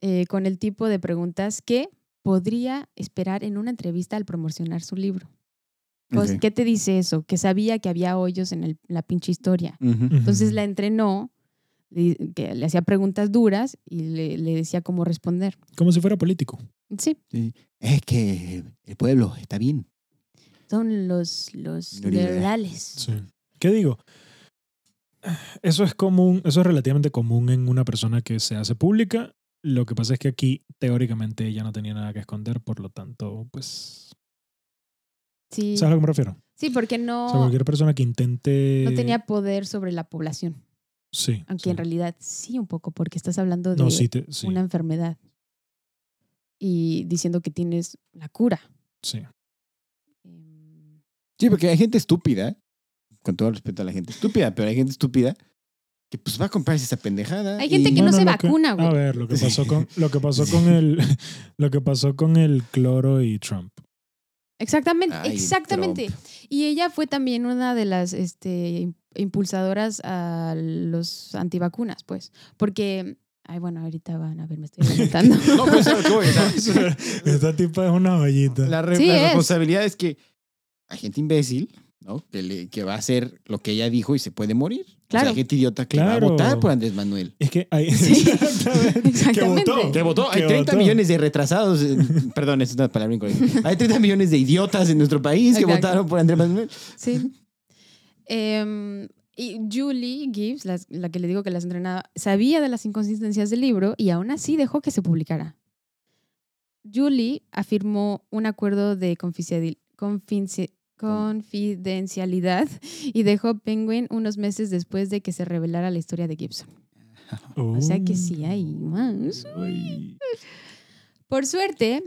A: eh, con el tipo de preguntas que podría esperar en una entrevista al promocionar su libro. Pues,
C: Ok.
A: ¿Qué te dice eso? Que sabía que había hoyos en el- la pinche historia.
C: Ujú.
A: Entonces la entrenó, le, que le hacía preguntas duras y le, le decía cómo responder.
B: Como si fuera político.
A: Sí,
C: Sí. Es que el pueblo está bien.
A: son los, los
C: Liberal.
A: liberales.
B: Sí. ¿Qué digo? Eso es común, eso es relativamente común en una persona que se hace pública. Lo que pasa es que aquí, teóricamente, ella no tenía nada que esconder, por lo tanto, pues.
A: Sí,
B: ¿Sabes a lo que me refiero?
A: sí porque
B: O
A: no,
B: sea, cualquier persona que intente.
A: no tenía poder sobre la población.
B: Sí.
A: Aunque
B: sí.
A: en realidad sí un poco, porque estás hablando de...
B: No, sí, te- sí,
A: una enfermedad y diciendo que tienes la cura.
B: sí.
A: Em,
C: Sí, porque hay gente estúpida, con todo respeto a la gente estúpida, pero hay gente estúpida que pues va a comprarse esa pendejada.
A: Hay gente
C: y-
A: que no se
B: lo
A: vacuna, güey.
B: A ver, lo que
C: Sí.
B: pasó con, lo
A: [laughs]
B: que pasó con el, [laughs] lo que pasó con el cloro y Trump. [laughs]
A: Exactamente,
C: Ay,
A: exactamente. Y ella fue también una de las este, im- impulsadoras a los antivacunas, pues, porque, ay, bueno, ahorita van a ver, me estoy adelantando.
C: [laughs] No, pero eso es lo que voy, o sea, [laughs]
B: Esta tipa es una vallita.
C: La, re-
A: Sí,
C: la
A: es.
C: responsabilidad es que hay gente imbécil, ¿no? Que, le- que va a hacer lo que ella dijo y se puede morir. O sea,
A: Claro.
C: hay gente idiota que va
B: Claro.
C: a votar por Andrés Manuel.
B: Es que hay.
A: Sí,
B: [laughs] Exactamente. Que votó.
A: exactamente.
C: Que votó. Hay
B: Que
C: 30
B: votó.
C: millones de retrasados. eh,
B: [laughs]
C: perdón, es una palabra incorrecta. Hay 30 millones de idiotas en nuestro país que
A: Exacto.
C: votaron por Andrés Manuel.
A: Sí. Em, y Julie Gibbs, las- la, que le digo que las entrenaba, sabía de las inconsistencias del libro y aún así dejó que se publicara. Julie afirmó un acuerdo de confidenciali- confinci- confidencialidad y dejó Penguin unos meses después de que se revelara la historia de Gibson. O sea que sí hay más.
B: Oh. Uy.
A: Por suerte,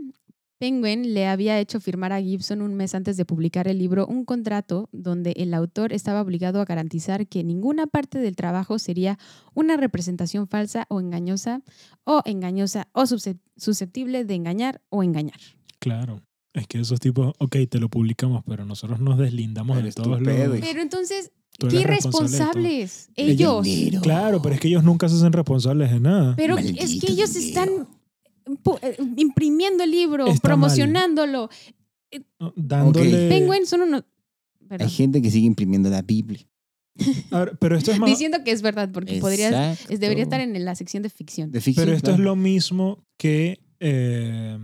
A: Penguin le había hecho firmar a Gibson un mes antes de publicar el libro un contrato donde el autor estaba obligado a garantizar que ninguna parte del trabajo sería una representación falsa o engañosa o engañosa o suscep- susceptible de engañar o engañar.
B: Claro. Es que esos tipos, ok, te lo publicamos, pero nosotros nos deslindamos de
C: Eres tu
B: todos los...
C: pedo, hijo.
A: Pero entonces,
B: tú
A: qué
B: eres responsable de
A: irresponsables ellos.
C: Dinero.
B: todo. Claro, pero es que ellos nunca se hacen responsables de nada.
A: Pero es
C: Maldito
A: que ellos
C: dinero.
A: están pu- eh, imprimiendo el libro,
B: Está mal. Eh,
A: promocionándole.
B: Dándole...
A: Penguin son unos...
C: Hay
A: Perdón.
C: gente que sigue imprimiendo la Biblia.
B: A ver, pero esto es más...
A: Diciendo que es verdad, porque podría Es- debería estar en la sección de ficción.
C: De ficción,
B: Pero esto es
C: claro.
B: lo mismo que... eh,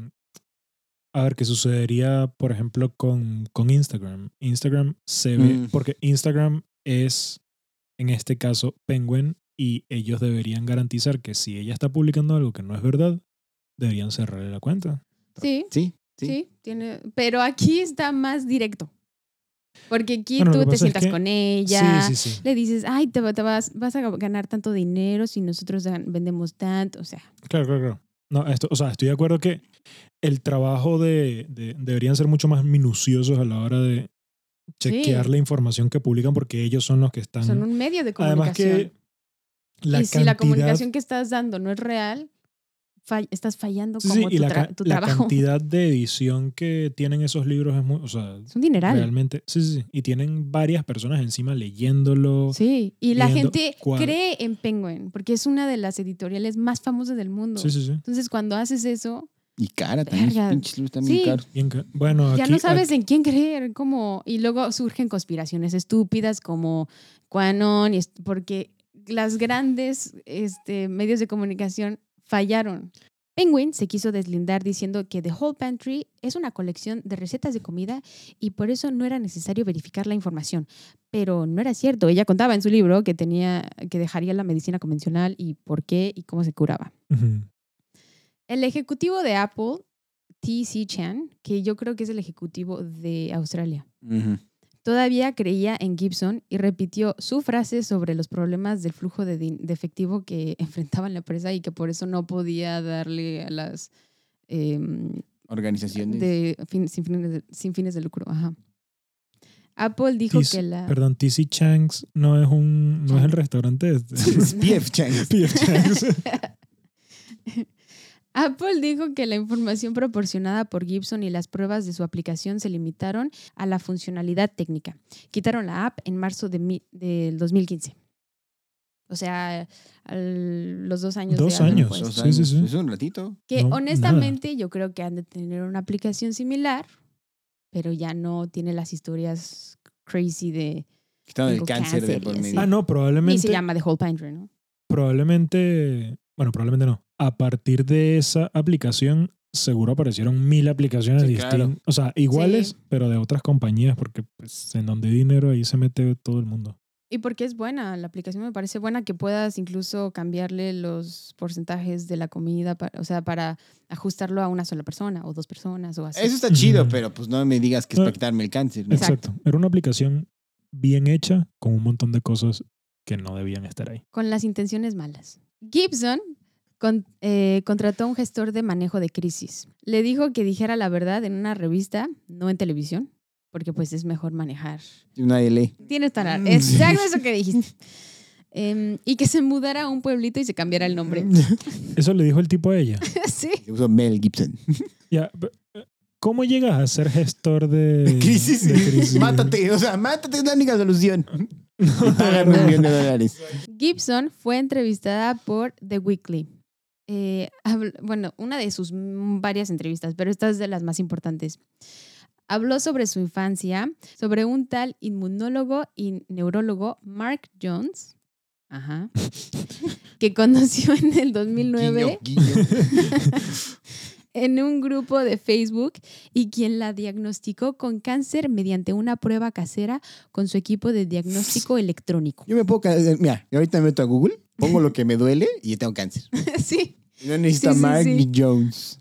B: a ver, que sucedería, por ejemplo, con, con Instagram. Instagram se ve...
C: Mm.
B: Porque Instagram es, en este caso, Penguin, y ellos deberían garantizar que si ella está publicando algo que no es verdad, deberían cerrarle la cuenta.
A: Sí,
C: Sí,
A: sí,
C: sí.
A: tiene, pero aquí está más directo. Porque aquí
B: Bueno, lo
A: tú
B: que
A: te
B: pasa es
A: sientas
B: que-
A: con ella,
B: Sí, sí, sí.
A: le dices, ay, te, va- te vas, vas a ganar tanto dinero si nosotros gan- vendemos tanto, o sea,
B: Claro, claro, claro. No, esto, o sea, estoy de acuerdo que el trabajo de, de- deberían ser mucho más minuciosos a la hora de chequear
A: Sí.
B: la información que publican porque ellos son los que están.
A: son un medio de
B: Además
A: comunicación.
B: que la
A: y si la
B: cantidad-
A: comunicación que estás dando no es real, fall- estás fallando
B: Sí, sí,
A: como
B: y
A: tu,
B: la,
A: tra-
B: ca-
A: tu
B: la
A: trabajo.
B: cantidad de edición que tienen esos libros es muy, o sea,
A: Es un dineral.
B: realmente, sí, sí, sí. y tienen varias personas encima leyéndolo.
A: Sí, y la
B: Viendo
A: gente
B: cuál-
A: cree en Penguin, porque es una de las editoriales más famosas del mundo.
B: Sí, sí, sí.
A: Entonces, cuando haces eso,
C: Y cara también. sus
A: Verga.
C: Pinches luces también
A: Sí.
C: caros.
B: Bien que- bueno,
A: Ya
B: aquí-
A: no sabes en quién creer, cómo. Y luego surgen conspiraciones estúpidas como Quanon, y est- porque las grandes este, medios de comunicación fallaron. Penguin se quiso deslindar diciendo que The Whole Pantry es una colección de recetas de comida y por eso no era necesario verificar la información. Pero no era cierto. Ella contaba en su libro que tenía que dejaría la medicina convencional y por qué y cómo se curaba.
B: Ujú.
A: El ejecutivo de Apple, T.C. Chan, que yo creo que es el ejecutivo de Australia,
C: Ujú.
A: todavía creía en Gibson y repitió su frase sobre los problemas del flujo de, din- de efectivo que [laughs] enfrentaba la empresa y que por eso no podía darle a las em,
C: Organizaciones. [laughs]
A: de fin- sin, fines de, sin fines de lucro. ajá. Apple dijo
B: Tis-
A: que la...
B: Perdón, TC Chang's no es un no es el restaurante este.
C: PF Chang.
B: P.F. Chang's.
A: Apple dijo que la información proporcionada por Gibson y las pruebas de su aplicación se limitaron a la funcionalidad técnica. Quitaron la app en marzo de mi- del 2015. O sea, al- los dos años. de
B: Dos
A: Apple,
B: años.
A: pues.
C: Dos
B: Sí,
C: años.
B: sí, sí.
C: Es un ratito.
A: Que
B: No, nada.
A: honestamente yo creo que han de tener una aplicación similar, pero ya no tiene las historias crazy de...
C: Quitando el
A: Tengo
C: cáncer de
A: cáncer
C: por
A: y así.
C: medio.
B: Ah, no,
A: Y se
B: probablemente
A: llama The Whole Pantry, ¿no?
B: probablemente, bueno, probablemente no. A partir de esa aplicación seguro aparecieron mil aplicaciones
C: Sí,
B: distintas,
C: claro.
B: o sea, iguales,
A: Sí.
B: pero de otras compañías porque pues en donde hay dinero ahí se mete todo el mundo.
A: Y porque es buena, la aplicación me parece buena que puedas incluso cambiarle los porcentajes de la comida, pa- o sea, para ajustarlo a una sola persona o dos personas o así.
C: Eso está chido,
B: Ujú.
C: pero pues no me digas que es
B: No.
C: para quitarme el cáncer. ¿no?
A: Exacto.
B: Exacto. Era una aplicación bien hecha con un montón de cosas que no debían estar ahí.
A: Con las intenciones malas. Gibson con- eh, contrató a un gestor de manejo de crisis. Le dijo que dijera la verdad en una revista, no en televisión, porque pues es mejor manejar.
C: Nadie lee.
A: Tienes tan...
C: Mm,
A: Exacto eso que dijiste. [laughs] Em, y que se mudara a un pueblito y se cambiara el
C: [laughs]
A: nombre.
C: Mm.
B: Eso le dijo el tipo a ella.
A: [laughs] sí.
C: Se usó Mel Gibson.
B: Ya, pe- eh, ¿Cómo llegas a ser gestor de
C: [laughs] crisis.
B: de crisis?
C: Mátate. O sea, mátate es la única solución. Y págame un
B: [laughs] No,
C: millón
A: [laughs]
C: de dólares.
A: Gibson fue entrevistada por The Weekly. Eh, habl- bueno, una de sus mm, varias entrevistas, pero esta es de las más importantes. Habló sobre su infancia, sobre un tal inmunólogo y neurólogo Mark Jones, ajá, [laughs] que conoció en el 2009
C: Guiño, guiño.
A: en un grupo de Facebook y quien la diagnosticó con cáncer mediante una prueba casera con su equipo de diagnóstico electrónico.
C: Yo me puedo... ca- Mira, ahorita me meto a Google, pongo lo que me duele y tengo cáncer.
A: [laughs] sí.
C: No necesita
A: Sí, sí,
C: Mark
A: sí.
C: ni Jones.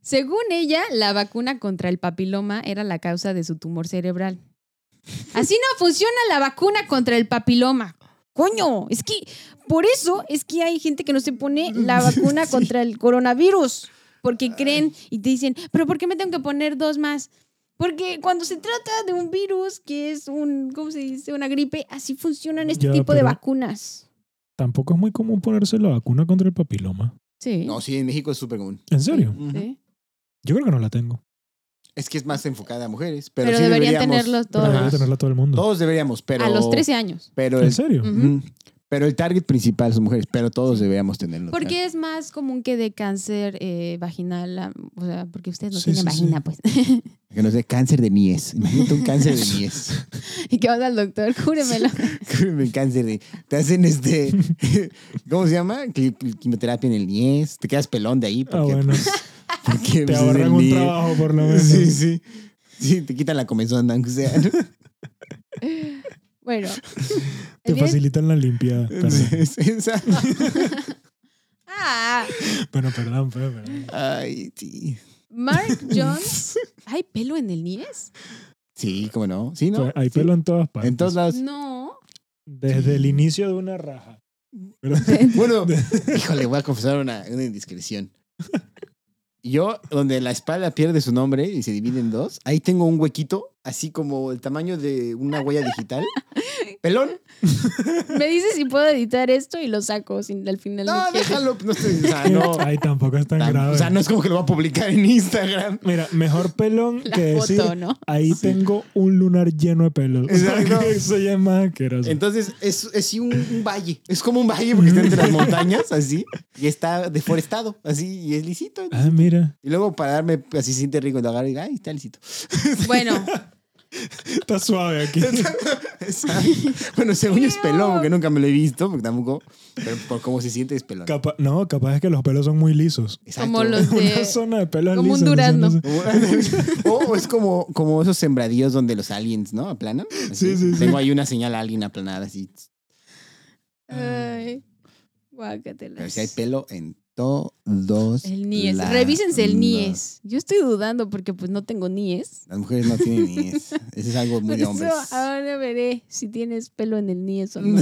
A: Según ella, la vacuna contra el papiloma era la causa de su tumor cerebral. Así no funciona la vacuna contra el papiloma. Coño, es que por eso es que hay gente que no se pone
B: [laughs]
A: la vacuna contra el coronavirus, porque creen y te dicen, pero ¿por qué me tengo que poner dos más? Porque cuando se trata de un virus que es un, ¿cómo se dice? Una gripe, así funcionan este
B: Ya,
A: tipo de
B: pero-
A: vacunas.
B: Tampoco es muy común ponerse la vacuna contra el papiloma.
A: Sí.
C: No, sí, en México es súper común.
B: ¿En serio?
C: Ujú.
A: Sí.
B: Yo creo que no la tengo.
C: Es que es más enfocada a mujeres, pero,
A: Pero,
C: sí
A: deberían
C: deberíamos-
A: tenerlos
B: Pero
A: todos.
B: debe tenerla todo el mundo.
C: Todos deberíamos, pero...
A: A los 13 años.
C: Pero el,
B: ¿En serio?
A: Ujú.
C: Ujú. pero el target principal son mujeres, pero todos deberíamos tenerlo.
A: Porque es más común que de cáncer eh, vaginal, ah, o sea, porque ustedes no
B: Sí,
A: tienen
B: sí, sí.
A: vagina,
E: [laughs]
A: pues.
C: Que nos dé cáncer de mies. Imagínate un cáncer de mies.
B: [laughs]
C: [laughs]
A: y que vas al doctor, cúremelo.
E: [laughs]
C: Me cáncer de. Te hacen este. [laughs] ¿Cómo se llama? Qui- Quimioterapia en el niés. Te quedas pelón de ahí.
B: Ah,
C: Porque,
B: bueno.
C: porque,
B: Te
C: pues, es
B: ahorran
C: el
B: un
C: niés.
B: trabajo por [laughs] lo menos.
C: [laughs] Sí, sí. Sí, te quitan la comezón, aunque sea. ¿no?
A: Bueno.
B: Te
A: Bien.
B: facilitan la
C: [laughs]
B: limpiada. [laughs] Perdón.
C: Entonces, esa-
A: Ah,
B: [laughs] Bueno, perdón, pero- perdón.
C: Ay, sí.
A: Mark Jones. ¿Hay pelo en el niés?
C: Sí, cómo no. Sí, ¿no?
B: Pues, Hay
C: Sí.
B: pelo en todas partes.
C: En todos lados.
A: No.
B: Desde el inicio de una raja. Pero- [laughs]
C: Bueno, híjole, voy a confesar una, una indiscreción. Yo, donde la espalda pierde su nombre y se divide en dos, ahí tengo un huequito así como el tamaño de una huella digital. Pelón.
B: [laughs]
E: Me dices si puedo editar esto y lo saco sin, al final. no
C: No,
E: quiero.
C: déjalo. No estoy- o sea, Ah, no.
B: Ahí tampoco es [laughs] tan,
C: tan-
B: grave.
C: o sea, no es como que lo va a publicar en Instagram.
B: Mira, mejor pelón
E: La
B: que decir.
E: foto, ¿no?
B: Ahí tengo un lunar lleno de pelos. O sea,
C: Exacto.
B: que [laughs] Eso ya es más asqueroso.
C: Entonces, es, es sí un, un valle. Es como un valle porque está entre las montañas, así. Y está deforestado, así. Y es lisito.
B: Ah, mira.
C: Y luego para darme, así se siente rico, lo agarro y digo, ay, está lisito.
A: Bueno,
B: Está suave aquí.
C: bueno, según yo es pelón, porque nunca me lo he visto, porque tampoco. Pero por cómo se siente es pelón.
B: [laughs] Capa- no, capaz es que los pelos son muy lisos.
C: Exacto.
A: como los
B: Una
A: de...
B: zona de pelos
A: como un
B: lisos, no sé, no
A: durazno.
B: sé.
C: o, o es [laughs] como, [laughs] como esos sembradíos donde los aliens, ¿no? Aplanan. así.
B: Sí, sí, sí.
C: Tengo ahí una señal a alguien aplanada así.
E: Ay, guácatelas.
C: Pero si hay pelo en todos.
A: El NIES.
C: lados.
E: Revísense el NIES. Yo estoy dudando porque pues no tengo NIES.
C: Las mujeres no tienen NIES. Eso es algo muy de
E: Por
C: hombres.
E: eso ahora veré si tienes pelo en el NIES
C: [laughs]
E: o no.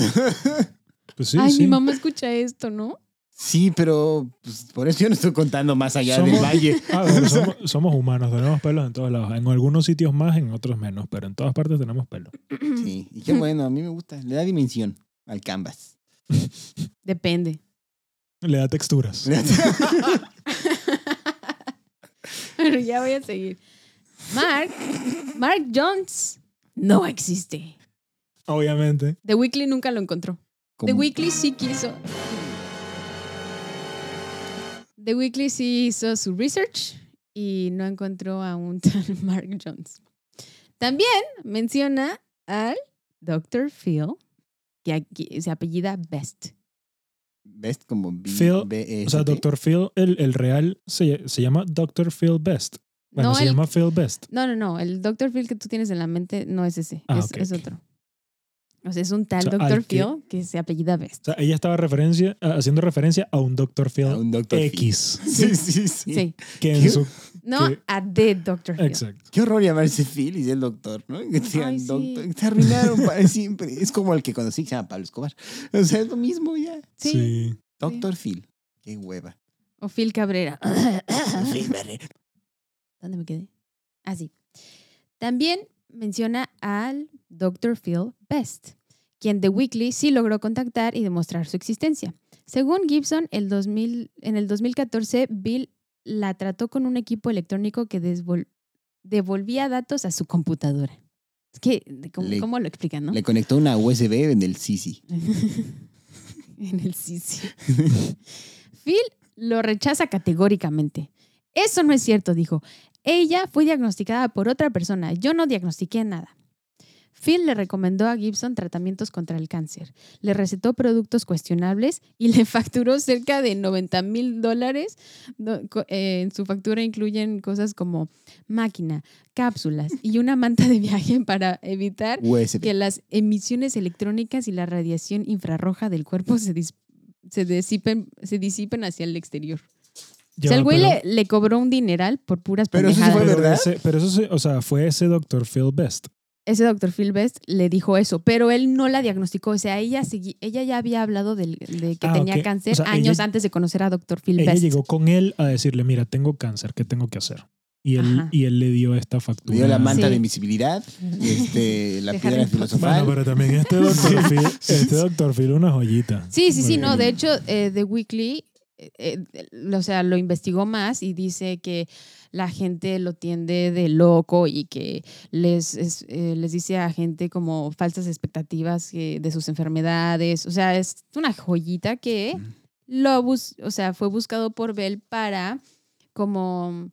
B: Pues sí,
E: Ay,
B: sí.
E: mi mamá escucha esto, ¿no?
C: Sí, pero pues, por eso yo no estoy contando más allá
B: Somos-
C: del
E: [laughs]
C: valle.
B: Ah, bueno, somos, somos humanos, tenemos pelos en todos lados. En algunos sitios más, en otros menos, pero en todas partes tenemos pelo.
C: Sí. Y qué bueno, a mí me gusta. Le da dimensión al canvas.
A: [laughs] Depende.
B: Le da texturas.
E: Pero ya voy a seguir.
A: Mark,
E: Mark Jones.
A: no existe.
B: Obviamente.
A: The Weekly nunca lo encontró.
C: Como-
E: The Weekly sí quiso.
A: The Weekly sí hizo su research y no encontró a un [laughs] tal Mark Jones. También menciona al Dr. Phil, que aquí se apellida Best.
C: ¿Ves? Como B,
B: Phil,
C: B, E S,
B: O sea,
C: T.
B: Dr. Phil, el, el real, se, se llama Dr. Phil Best. Bueno,
A: no,
B: se
A: el-
B: llama Phil Best.
A: no, no, no. El Dr. Phil que tú tienes en la mente no es ese.
B: Ah,
A: es
B: ok,
A: es
B: ok.
A: otro. O sea, es un tal
B: O sea,
A: Dr.
B: al que-
A: Phil que se apellida Best.
B: O sea, ella estaba referencia, ah, haciendo referencia a un Dr. Phil
C: A un Dr.
B: X.
C: Phil. [laughs] Sí, sí, sí,
A: Sí.
B: Que en
C: ¿Qué? [laughs]
B: su.
A: No
B: Que-
A: a The Dr. Phil.
B: Exacto.
C: Qué horror llamarse Phil y ser doctor, ¿no? Que te digan
A: Ay, sí.
C: doctor. Te arruinaron para siempre. Es como el que conocí que se llama Pablo Escobar. O sea, es lo mismo ya.
A: Sí.
B: Sí.
C: Doctor Phil.
A: [laughs]
C: Qué hueva.
A: O Phil
B: [laughs]
A: Cabrera. Ah.
C: Phil Barrera.
A: ¿Dónde me quedé? Así. También menciona al Dr. Phil Best, quien The Weekly sí logró contactar y demostrar su existencia. Según Gibson, el 2000 en el 2014 Bill la trató con un equipo electrónico que desvol- devolvía datos a su computadora. Es que, ¿cómo,
C: Le-
A: cómo lo explican, no?
C: Le conectó una USB en el Sisi.
A: [laughs] en el Sisi. Phil lo rechaza categóricamente. Eso no es cierto, dijo. Ella fue diagnosticada por otra persona. Yo no diagnostiqué nada. Phil le recomendó a Gibson tratamientos contra el cáncer, le recetó productos cuestionables y le [laughs] facturó cerca de 90 mil dólares. No, co- eh, En su factura incluyen cosas como máquina, cápsulas y una manta de viaje [laughs] para evitar
C: USB.
A: que las emisiones electrónicas y la radiación infrarroja del cuerpo se, dis- se, disipen, se disipen hacia el exterior. O
B: Ya
A: sea, el
B: va,
A: güey
B: pero-
A: le, le cobró un dineral por puras
C: Pero eso sí
A: pendejadas.
C: fue
B: Pero,
C: ¿Verdad?
B: ese, pero eso, sí, o sea, fue ese Dr. Phil Best.
A: Ese doctor Phil Best le dijo eso, pero él no la diagnosticó. O sea, ella, segui- ella ya había hablado del- de que
B: Ah,
A: tenía
B: ok.
A: cáncer
B: O sea,
A: años
B: ella-
A: antes de conocer a doctor Phil
B: Ella
A: Best.
B: llegó con él a decirle, mira, tengo cáncer, ¿qué tengo que hacer? Y él,
A: Ajá.
B: y él le dio esta factura.
C: Le dio la manta
A: Sí.
C: de invisibilidad,
A: [laughs]
C: este, la
A: Dejar
C: piedra
A: en paz.
C: filosofal.
B: Bueno, pero también este Dr. Phil, este Dr. Phil una joyita.
A: Sí, sí, sí,
B: Muy
A: no. De
B: bien.
A: hecho, eh, The Weekly, eh, eh, eh, o sea, lo investigó más y dice que la gente lo tiende de loco y que les, es- eh, les dice a gente como falsas expectativas eh, de sus enfermedades. O sea, es una joyita que
C: Mm.
A: lo bus o sea, fue buscado por Bell para como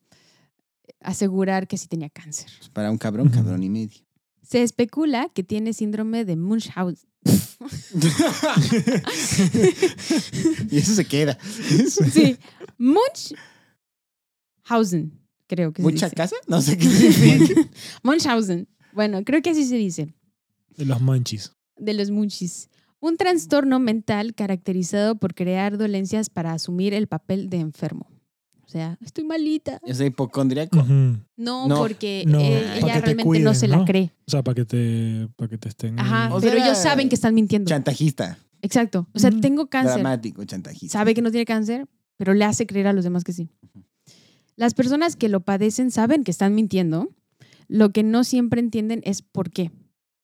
A: asegurar que sí tenía cáncer.
C: Para un cabrón,
B: Ujú.
C: cabrón y
B: [laughs]
C: medio. [laughs]
A: Se especula que tiene síndrome de Munchausen.
C: y eso se queda.
A: Sí, Munchhausen, creo que se
C: ¿Mucha
A: dice.
C: casa? No sé qué significa.
A: Munchausen. Bueno, creo que así se dice.
B: De los manchis.
A: De los munchis. Un trastorno mental caracterizado por crear dolencias para asumir el papel de enfermo. O sea, estoy malita.
C: Yo soy hipocondriaco.
B: Ujú.
A: No,
C: No,
A: porque
B: no,
A: él-
C: para
A: ella
B: que te
A: realmente no
B: cuiden,
A: se la
B: ¿no? Mm.
A: cree.
B: O sea, para que te, para que te estén...
A: Ajá,
C: O sea,
A: pero ellos
C: era
A: saben que están mintiendo.
C: Chantajista.
A: Exacto. O sea,
B: Mm.
A: tengo cáncer.
C: Dramático, chantajista.
A: sabe que no tiene cáncer, pero le hace creer a los demás que sí. Las personas que lo padecen saben que están mintiendo, Lo que no siempre entienden es por qué.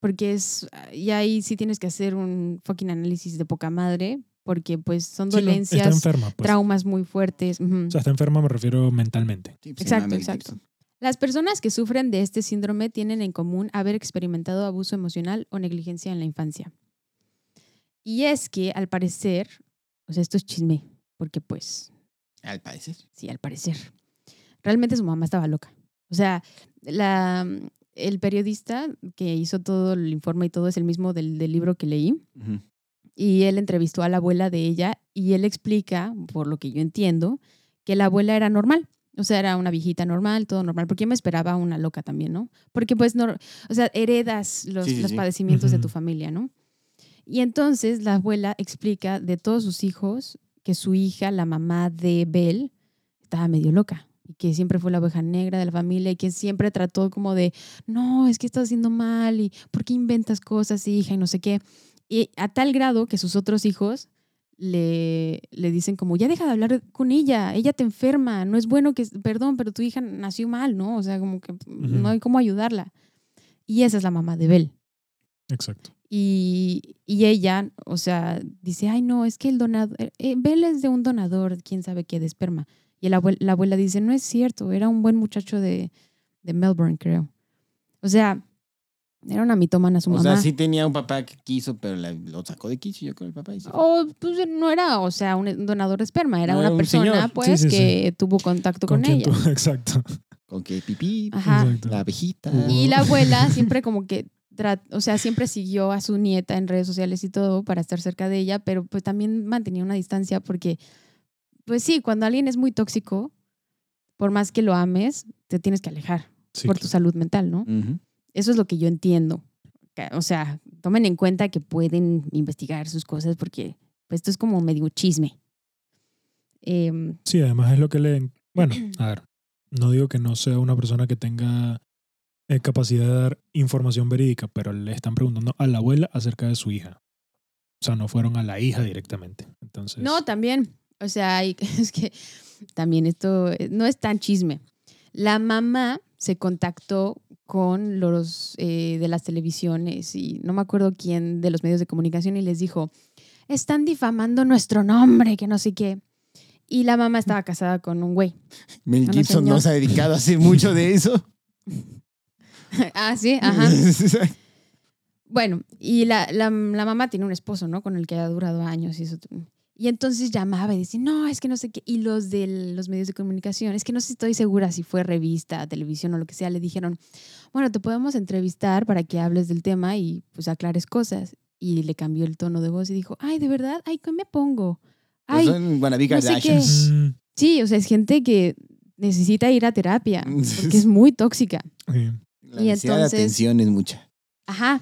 A: Porque es, y ahí sí tienes que hacer un fucking análisis de poca madre, porque pues son
B: Sí, no,
A: dolencias,
B: está enferma. Pues.
A: traumas muy fuertes. ujú.
B: O sea, está enferma, me refiero mentalmente.
C: Sí, pues, se
A: Exacto,
C: llama Mel
A: exacto.
C: Gibson.
A: Las personas que sufren de este síndrome tienen en común haber experimentado abuso emocional o negligencia en la infancia. Y es que, al parecer, o sea, esto es chisme, porque pues
C: Al parecer.
A: Sí, al parecer. Realmente su mamá estaba loca. O sea, la, el periodista que hizo todo el informe y todo es el mismo del, del libro que leí.
C: Ujú.
A: Y él entrevistó a la abuela de ella y él explica, por lo que yo entiendo, que la abuela era normal. O sea, era una viejita normal, todo normal. Porque yo me esperaba una loca también, ¿no? Porque pues, no, o sea, heredas los,
C: Sí, sí,
A: los
C: sí.
A: padecimientos de tu
B: Ujú.
A: familia, ¿no? Y entonces la abuela explica de todos sus hijos que su hija, la mamá de Bell, estaba medio loca y que siempre fue la oveja negra de la familia y que siempre trató como de, no, es que estás haciendo mal y ¿por qué inventas cosas, hija? Y no sé qué. Y a tal grado que sus otros hijos le, le dicen como, ya deja de hablar con ella, ella te enferma, no es bueno que, perdón, pero tu hija nació mal, ¿no? O sea, como que no hay cómo ayudarla. Y esa es la mamá de Bell.
B: Exacto.
A: Y, y ella, o sea, dice, ay, no, es que el donador, Bel es de un donador, quién sabe qué, de esperma. Y el abuel- la abuela dice, no es cierto, era un buen muchacho de, de Melbourne, creo. O sea, era una mitómana su
C: O
A: mamá.
C: sea, sí tenía un papá que quiso, pero la- lo sacó de quiche yo con el papá. Y se fue.
A: O pues, no era, o sea, un donador de esperma, era
C: No,
A: una
C: era un
A: persona,
C: señor.
A: pues,
B: Sí, sí,
A: que tuvo contacto con,
B: quién
A: ella.
B: tú- [laughs] Exacto.
C: Con que pipí,
A: Ajá.
B: Exacto.
C: la abejita.
A: Y la
B: [laughs]
A: abuela siempre como que, tra- o sea, siempre siguió a su nieta en redes sociales y todo para estar cerca de ella, pero pues también mantenía una distancia porque, pues sí, cuando alguien es muy tóxico, por más que lo ames, te tienes que alejar
B: Sí,
A: por tu
B: claro.
A: salud mental, ¿no?
C: Ujú.
A: Eso es lo que yo entiendo. Ca- O sea, tomen en cuenta que pueden investigar sus cosas porque pues, esto es como medio chisme. Em,
B: Sí, además es lo que le...
A: [clears throat]
B: Bueno, a ver, no digo que no sea una persona que tenga eh, capacidad de dar información verídica, pero le están preguntando a la abuela acerca de su hija. O sea, no fueron a la hija directamente. Entonces...
A: No, también. O sea, hay- es que [laughs] también esto eh, no es tan chisme. La mamá se contactó con los eh, de las televisiones y no me acuerdo quién de los medios de comunicación y les dijo, están difamando nuestro nombre, que no sé qué. Y la mamá estaba casada con un güey. [laughs]
C: Mel
A: No,
C: Gibson
A: señor.
C: no se ha dedicado a hacer mucho de eso.
A: ah, sí, ajá.
C: Exacto.
A: Bueno, y la, la- la mamá tiene un esposo, ¿no? Con el que ha durado años y eso. Y entonces llamaba y decía, no, es que no sé qué. Y los de los medios de comunicación, es que no sé si estoy segura si fue revista, televisión o lo que sea, le dijeron, bueno, te podemos entrevistar para que hables del tema y pues aclares cosas. Y le cambió el tono de voz y dijo, ay, ¿de verdad? Ay, ¿qué me pongo?
C: Pues
A: Ay,
C: son wannabe
A: no sé
C: Kardashians.
B: Mm,
A: sí, o sea, es gente que necesita ir a terapia porque es muy tóxica.
B: sí.
C: La
A: Y
C: necesidad de
A: entonces-
C: atención es mucha.
A: Ajá,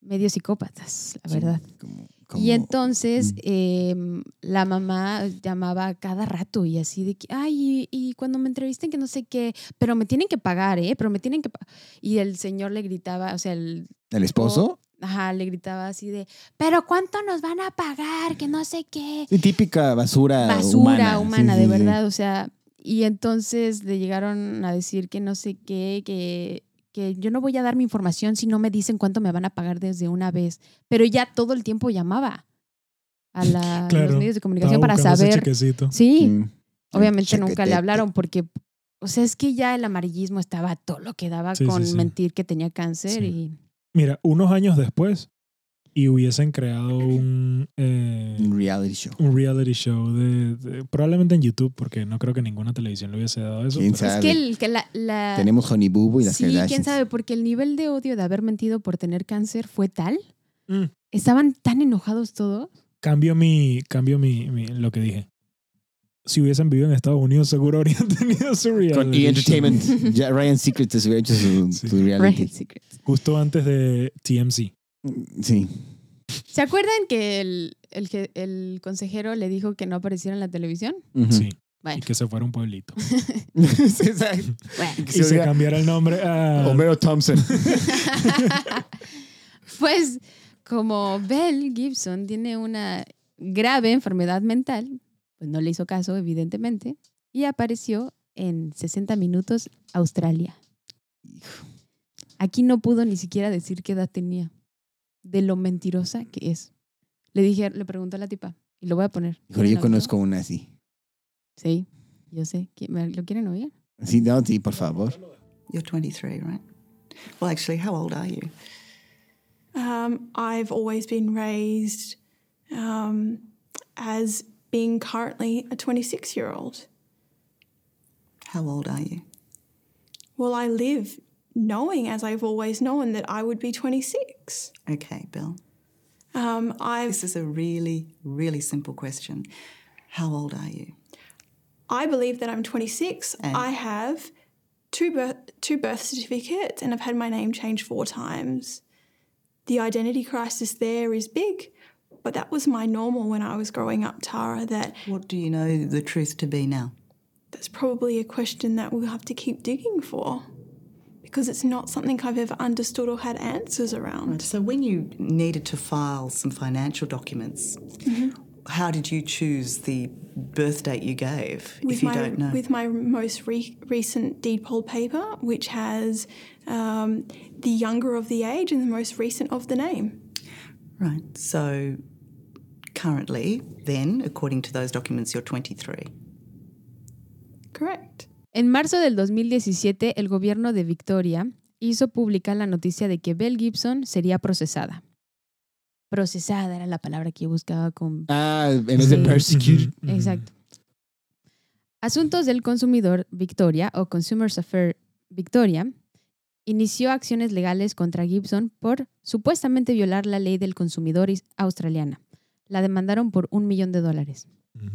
A: medio psicópatas, la verdad.
C: Sí, como-
A: Y
C: como-
A: entonces
C: Mm.
A: em, la mamá llamaba a cada rato y así de que, ay, y, y cuando me entrevisten que no sé qué, pero me tienen que pagar, ¿eh? Pero me tienen que... pa-". Y el señor le gritaba, o sea, el...
C: ¿El esposo?
A: Ajá, le gritaba así de, pero ¿cuánto nos van a pagar? Que no sé qué.
C: Sí, típica basura,
A: Basura humana,
C: Ah, humana. Sí,
A: de
C: sí, sí.
A: verdad, o sea... Y entonces le llegaron a decir que no sé qué, que, que yo no voy a dar mi información si no me dicen cuánto me van a pagar desde una vez. Pero ya todo el tiempo llamaba a, la- a
B: Claro,
A: los medios de comunicación para
B: Estaba buscando ese
A: saber.
B: chequecito.
A: Sí,
C: Mm.
A: obviamente nunca le
C: Chaquetete.
A: hablaron porque, o sea, es que ya el amarillismo estaba a todo lo que daba
B: Sí, sí,
A: con
B: sí.
A: mentir que tenía cáncer
B: Sí.
A: y...
B: Mira, unos años después y hubiesen creado un... eh,
C: Un reality show.
B: un reality show de, de- probablemente en YouTube porque no creo que ninguna televisión le hubiese dado eso.
C: ¿Quién
B: pero-
C: sabe?
A: Es que, el- que la... la-
C: Tenemos Honey Boo Boo y las
A: sí,
C: Kardashians.
A: quién sabe, porque el nivel de odio de haber mentido por tener cáncer fue tal.
B: Mm,
A: Estaban tan enojados todos.
B: cambio mi cambio mi, mi- lo que dije. Si hubiesen vivido en Estados Unidos seguro habrían [laughs] tenido su reality.
C: Con E!
B: show.
C: Entertainment. [laughs] ya Ryan Secret se hubiera hecho su,
B: Sí.
C: su reality.
B: Justo antes de TMC.
C: Sí.
A: ¿Se acuerdan que el, el, que- el consejero le dijo que no apareciera en la televisión?
C: Ujú.
B: Sí.
A: Bueno.
B: Y que se fuera a un pueblito.
C: [laughs] Sí, exacto.
A: Bueno.
C: Que
B: y se
C: hubiera-
B: cambiara el nombre a
A: [laughs]
C: Homero Thompson.
A: pues como Bell Gibson tiene una grave enfermedad mental, pues no le hizo caso, evidentemente, y apareció en 60 Minutos Australia. Aquí no pudo ni siquiera decir qué edad tenía, de lo mentirosa que es. Le dije, le pregunté a la tipa, y lo voy a poner.
C: Dijo,
A: ¿Quieren
C: yo
A: oírlo?
C: conozco una así.
A: Sí, yo sé. ¿Qui- me- ¿Lo quieren oír?
C: Sí, no, sí, por favor.
F: You're 23, right? Well, actually, how old are you?
G: Um, I've always been raised um, as being currently a 26 year old.
F: How old are you?
G: Well, I live knowing, as I've always known, that I would be 26.
F: Okay, Bill.
G: Um, I've,
F: This is a really, really simple question. How old are you?
G: I believe that I'm 26.
F: And-
G: I have two birth, two birth certificates and I've had my name changed four times. The identity crisis there is big, but that was my normal when I was growing up, Tara, that
F: What do you know the truth to be now?
G: That's probably a question that we'll have to keep digging for because it's not something I've ever understood or had answers around.
F: So, when you needed to file some financial documents,
G: Mm-hmm.
F: how did you choose the birth date you gave if you
G: my,
F: don't know?
G: With my most re- recent deed poll paper, which has um, the younger of the age and the most recent of the name.
F: Right. So, currently, then, according to those documents, you're 23.
G: Correct.
A: En marzo del 2017, el gobierno de Victoria hizo pública la noticia de que Bell Gibson sería procesada. Procesada era la palabra que yo buscaba con...
C: Ah, en vez de
A: Sí.
C: persecute.
B: Ujú, ujú.
A: Exacto. Asuntos del Consumidor Victoria o Consumers Affair Victoria inició acciones legales contra Gibson por supuestamente violar la ley del consumidor is- australiana. La demandaron por un millón de dólares.
B: Ujú.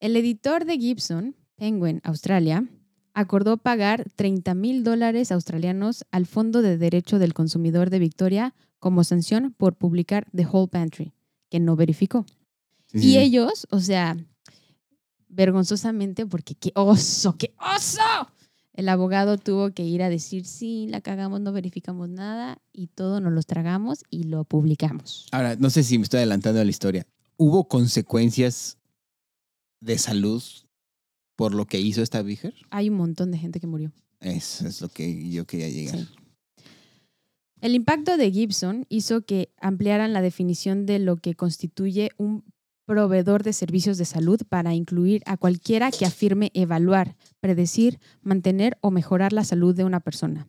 A: El editor de Gibson, Penguin Australia, acordó pagar 30 mil dólares australianos al Fondo de Derecho del Consumidor de Victoria como sanción por publicar The Whole Pantry, que no verificó.
C: Sí,
A: Y
C: sí.
A: ellos, o sea, vergonzosamente, porque qué oso, qué oso. El abogado tuvo que ir a decir, sí, la cagamos, no verificamos nada y todo nos los tragamos y lo publicamos.
C: Ahora, no sé si me estoy adelantando a la historia. ¿Hubo consecuencias de salud por lo que hizo esta Viger?
A: Hay un montón de gente que murió.
C: Eso es lo que yo quería llegar.
A: Sí. El impacto de Gibson hizo que ampliaran la definición de lo que constituye un proveedor de servicios de salud para incluir a cualquiera que afirme evaluar, predecir, mantener o mejorar la salud de una persona.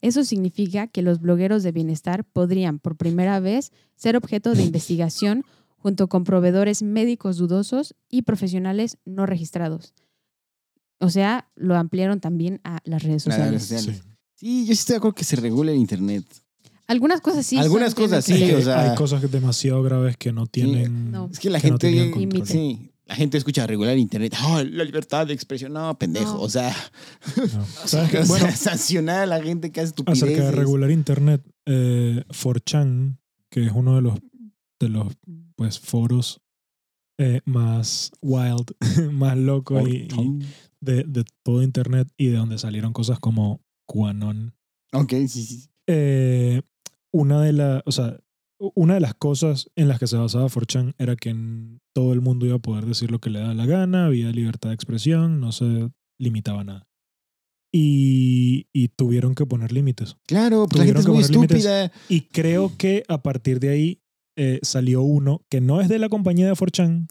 A: Eso significa que los blogueros de bienestar podrían, por primera vez, ser objeto de investigación junto con proveedores médicos dudosos y profesionales no registrados. O sea, lo ampliaron también a las redes
C: Nada,
A: sociales.
C: gracias.
B: Sí.
C: Sí, yo sí estoy de acuerdo que se regule el Internet.
A: Algunas cosas sí.
C: Algunas
A: son- tienen
C: cosas
A: que
C: sí,
A: ser.
B: Es que
C: o sea-
B: Hay cosas demasiado graves que no tienen.
A: No.
C: Es que la
B: que no
C: gente.
B: tenían
A: control.
C: sí, la gente escucha regular Internet. Oh, la libertad de expresión. No, pendejo.
A: No.
C: O sea,
B: no.
C: [laughs] o sea, [laughs]
B: ¿Sabes qué? Bueno,
C: sancionar a la gente que hace estupideces.
B: acerca de regular internet, eh, 4chan, que es uno de los, de los pues, foros eh, más wild, [laughs] más loco y, y de, de todo internet y de donde salieron cosas como QAnon.
C: Ok, sí, sí.
B: eh, una de las, o sea, u- una de las cosas en las que se basaba 4chan era que en- todo el mundo iba a poder decir lo que le da la gana, había libertad de expresión, no se limitaba a nada. Y, y tuvieron que poner límites.
C: Claro, pues la gente
B: Tuvieron
C: es
B: que
C: muy
B: poner límites.
C: estúpida.
B: Y creo que a partir de ahí eh, salió uno que no es de la compañía de 4chan,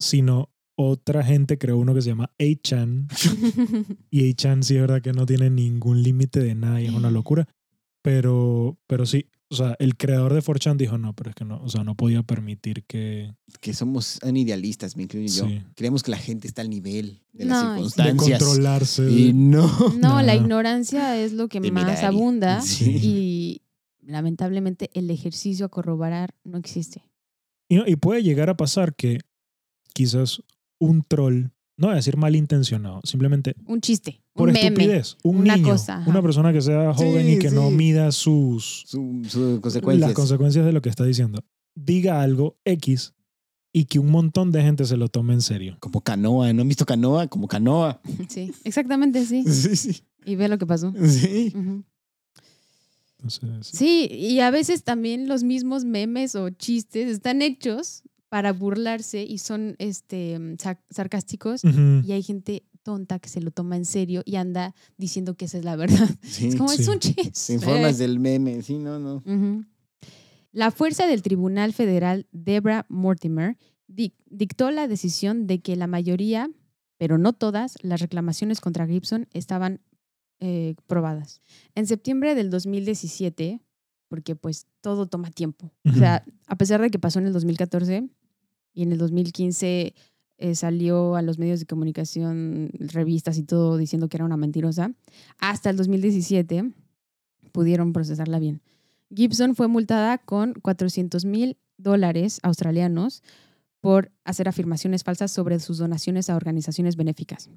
B: sino otra gente creó uno que se llama 8chan.
A: [laughs]
B: Y A-Chan sí es verdad que no tiene ningún límite de nada y es una locura. Pero, pero sí, o sea, el creador de 4chan dijo no, pero es que no, o sea, no podía permitir que...
C: Que somos tan idealistas, me incluyo yo.
B: Sí.
C: Creemos que la gente está al nivel de las
A: No, y- De
B: De
C: circunstancias.
B: controlarse.
C: y no.
A: No, la
B: Nada.
A: ignorancia es lo que
C: De
A: más
C: mirar y-
A: abunda
C: Sí.
A: y lamentablemente el ejercicio a corroborar no existe.
B: Y, no- y puede llegar a pasar que quizás un troll, no voy a decir malintencionado, simplemente
A: Un chiste,
B: por
A: un meme.
B: estupidez, un
A: una
B: niño,
A: cosa, ajá.
B: una persona que sea joven
C: Sí,
B: y que no
C: sí.
B: mida sus,
C: Su- sus consecuencias.
B: las consecuencias de lo que está diciendo, diga algo X y que un montón de gente se lo tome en serio.
C: Como canoa, ¿no han visto canoa? Como canoa.
A: [laughs] Sí, exactamente, sí.
C: Sí, sí.
A: Y ve lo que pasó.
C: Sí.
A: Ujú.
B: Entonces,
A: Sí, y a veces también los mismos memes o chistes están hechos para burlarse y son este, mm, sa- sarcásticos
B: ujú.
A: y hay gente tonta que se lo toma en serio y anda diciendo que esa es la verdad.
C: Sí,
A: Es como, es
B: Sí.
A: un
C: te
A: chiste.
C: informas del meme. Sí, no, no.
A: Ujú. La fuerza del Tribunal Federal Debra Mortimer dic- dictó la decisión de que la mayoría, pero no todas, las reclamaciones contra Gibson estaban eh, probadas. En septiembre del 2017, porque pues todo toma tiempo. O sea, a pesar de que pasó en el 2014 y en el 2015 eh, salió a los medios de comunicación, revistas y todo diciendo que era una mentirosa, hasta el 2017 pudieron procesarla bien. Gibson fue multada con 400 mil dólares australianos por hacer afirmaciones falsas sobre sus donaciones a organizaciones benéficas.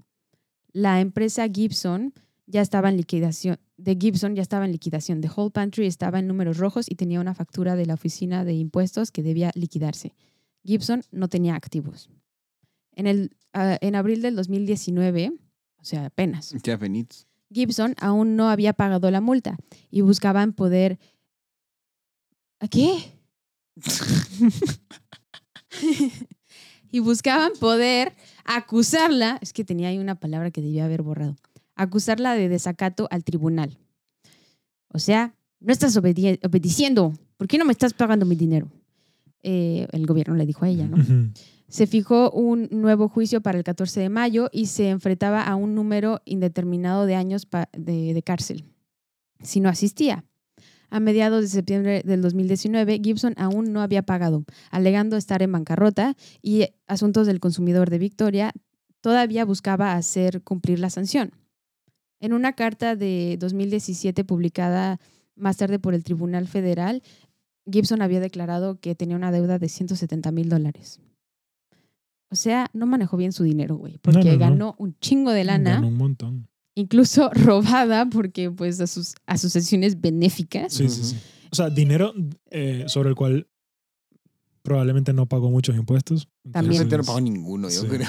A: La empresa Gibson ya estaba en liquidación, de Gibson ya estaba en liquidación, de Whole Pantry estaba en números rojos y tenía una factura de la oficina de impuestos que debía liquidarse. Gibson no tenía activos. En, el, ah, en abril del 2019, o sea, apenas,
C: Ya, Benítez.
A: Gibson aún no había pagado la multa y buscaban poder... ¿A qué? [laughs] y buscaban poder acusarla, es que tenía ahí una palabra que debía haber borrado, acusarla de desacato al tribunal. O sea, no estás obedi- obedeciendo, ¿por qué no me estás pagando mi dinero? Eh, el gobierno le dijo a ella, ¿no?
B: Ujú.
A: Se fijó un nuevo juicio para el 14 de mayo y se enfrentaba a un número indeterminado de años pa- de, de cárcel si no asistía. A mediados de septiembre del 2019, Gibson aún no había pagado, alegando estar en bancarrota y Asuntos del Consumidor de Victoria todavía buscaba hacer cumplir la sanción. En una carta de 2017 publicada más tarde por el Tribunal Federal, Gibson había declarado que tenía una deuda de 170 mil dólares. O sea, no manejó bien su dinero, güey, porque
B: no, no.
A: ganó un chingo de lana
B: Ganó un montón.
A: incluso [laughs] robada porque pues a sus asociaciones benéficas.
B: Sí, sí, sí. O sea, dinero eh, sobre el cual probablemente no pagó muchos impuestos.
A: También.
C: No
A: Entonces,
C: no pagó ninguno, yo
B: sí.
C: creo.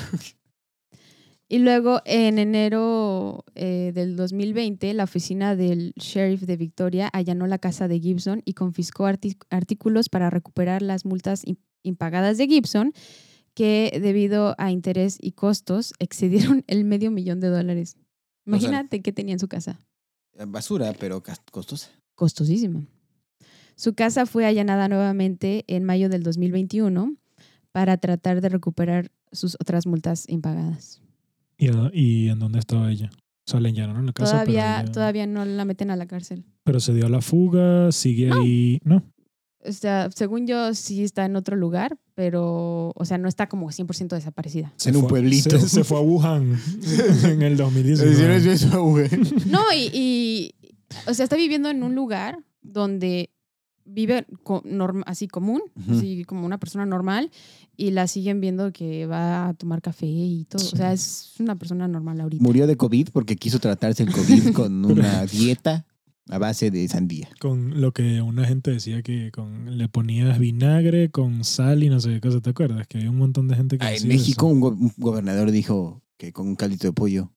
A: Y luego en enero eh, del 2020, la oficina del sheriff de Victoria allanó la casa de Gibson y confiscó arti- artículos para recuperar las multas im- impagadas de Gibson que debido a interés y costos [laughs] excedieron el medio millón de dólares.
C: sea-
A: Imagínate qué tenía en su casa.
C: Basura, pero cas- costosa.
A: costosísima. Su casa fue allanada nuevamente en mayo del 2021 para tratar de recuperar sus otras multas impagadas.
B: ¿Y, a- y en dónde estaba ella? O sea, le llenaron la casa.
A: todavía,
B: pero, ella-
A: todavía no la meten a la cárcel.
B: pero se dio a la fuga, sigue
A: ¡Ah!
B: ahí. No.
A: O sea, según yo sí está en otro lugar, pero, o sea, no está como 100% desaparecida.
B: [laughs] Se
C: En un
B: fue-
C: pueblito.
B: Se, se fue a
C: [laughs]
B: Wuhan en el 2019. [laughs]
A: No, y, y, o sea, está viviendo en un lugar donde vive co- norm- así común,
C: Ujú.
A: así como una persona normal, y la siguen viendo que va a tomar café y todo. O sea, es una persona normal ahorita.
C: Murió de COVID porque quiso tratarse el
B: [laughs]
C: COVID con una dieta a base de sandía.
B: Con lo que una gente decía que con, le ponías vinagre con sal y no sé qué cosa. ¿Te acuerdas? Que había un montón de gente que
C: Ah, en
B: decía
C: México
B: eso.
C: un, go- un gobernador dijo que con un caldito de pollo,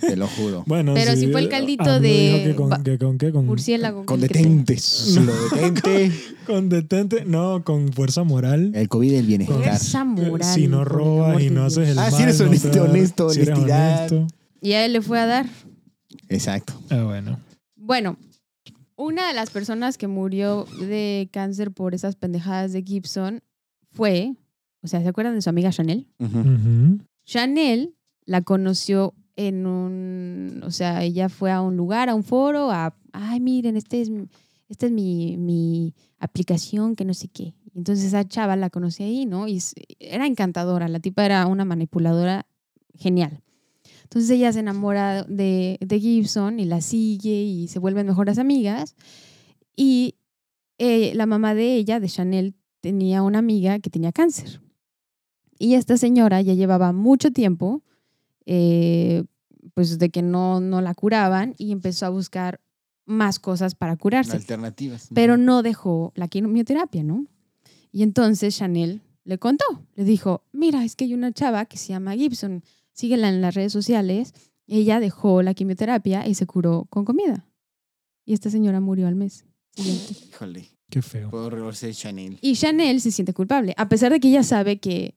C: te lo juro.
B: Bueno,
A: Pero
B: sí,
A: si fue el
B: eh,
A: caldito
B: AMLO
A: de
B: dijo Que con,
A: ba-
B: que con, qué, con,
A: Murciélago.
C: Con
A: el que
C: detentes. Lo detente.
B: [laughs] con detente. No, con fuerza moral. Eh,
C: El COVID del
A: te-
C: bienestar.
A: Fuerza Eh, moral,
B: si no
A: por el amor
B: robas y
A: de
B: no
A: Dios.
B: haces el
C: Ah,
B: mal.
C: si eres
B: no
C: honesto,
B: te va a dar-
C: honesto,
B: si eres
C: honestidad.
B: honesto.
A: Y a él le fue a dar.
C: Exacto.
B: Ah, bueno.
A: Bueno, una de las personas que murió de cáncer por esas pendejadas de Gibson fue, o sea, ¿se acuerdan de su amiga Chanel?
B: Ujú.
A: Chanel la conoció en un, o sea, ella fue a un lugar, a un foro, a, ay, miren, este es, mi- esta es mi, mi aplicación, que no sé qué. Entonces esa chava la conocí ahí, ¿no? Y s- era encantadora, la tipa era una manipuladora genial. Entonces ella se enamora de, de Gibson y la sigue y se vuelven mejores amigas. Y eh, la mamá de ella, de Chanel, tenía una amiga que tenía cáncer. Y esta señora ya llevaba mucho tiempo, eh, pues de que no, no la curaban y empezó a buscar más cosas para curarse
C: Alternativas.
A: pero no dejó la quimioterapia, ¿no? Y entonces Chanel le contó, le dijo, mira, es que hay una chava que se llama Gibson, síguela en las redes sociales, ella dejó la quimioterapia y se curó con comida. Y esta señora murió al mes. siguiente.
B: [gasps]
C: Híjole,
B: Qué
C: Pues,
B: feo.
C: puedo revolverse Chanel.
A: Y Chanel se siente culpable, a pesar de que ella sabe que,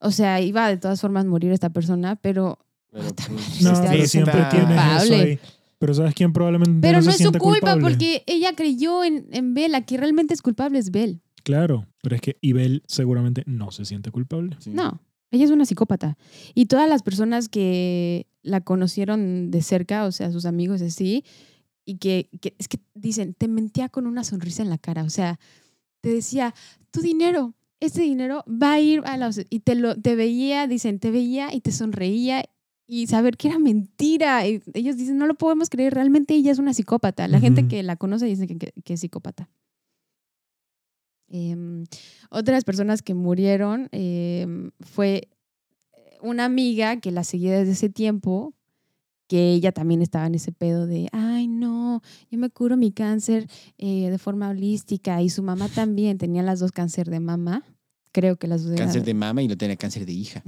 A: O sea, iba de todas formas a morir esta persona, pero
C: Pero, pues,
B: Ah, No,
A: Sí, está-
B: pero
A: sí,
B: siempre
C: está-
B: tienes eso
A: culpable.
B: ahí. Pero ¿sabes quién probablemente
A: Pero no,
B: se
A: es su
B: siente
A: culpa
B: culpable?
A: porque ella creyó en, en Bella, que realmente es culpable es Bell.
B: Claro, pero es que Ibel seguramente no se siente culpable.
C: sí.
A: No, ella es una psicópata. Y todas las personas que la conocieron de cerca, o sea, sus amigos así, y que, que- es que dicen, te mentía con una sonrisa en la cara, o sea, te decía, tu dinero, este dinero va a ir a la... Y te, lo, te veía, dicen, te veía y te sonreía. Y saber que era mentira. Y ellos dicen, no lo podemos creer, realmente ella es una psicópata. La gente
B: Ujú.
A: que la conoce dice que, que- que es psicópata. Em, otras personas que murieron em, fue una amiga que la seguía desde ese tiempo, que ella también estaba en ese pedo de, ay no, yo me curo mi cáncer eh, de forma holística y su mamá también tenía las dos cáncer de mama, creo que las dos eran-
C: Cáncer de mama y lo tenía cáncer de hija.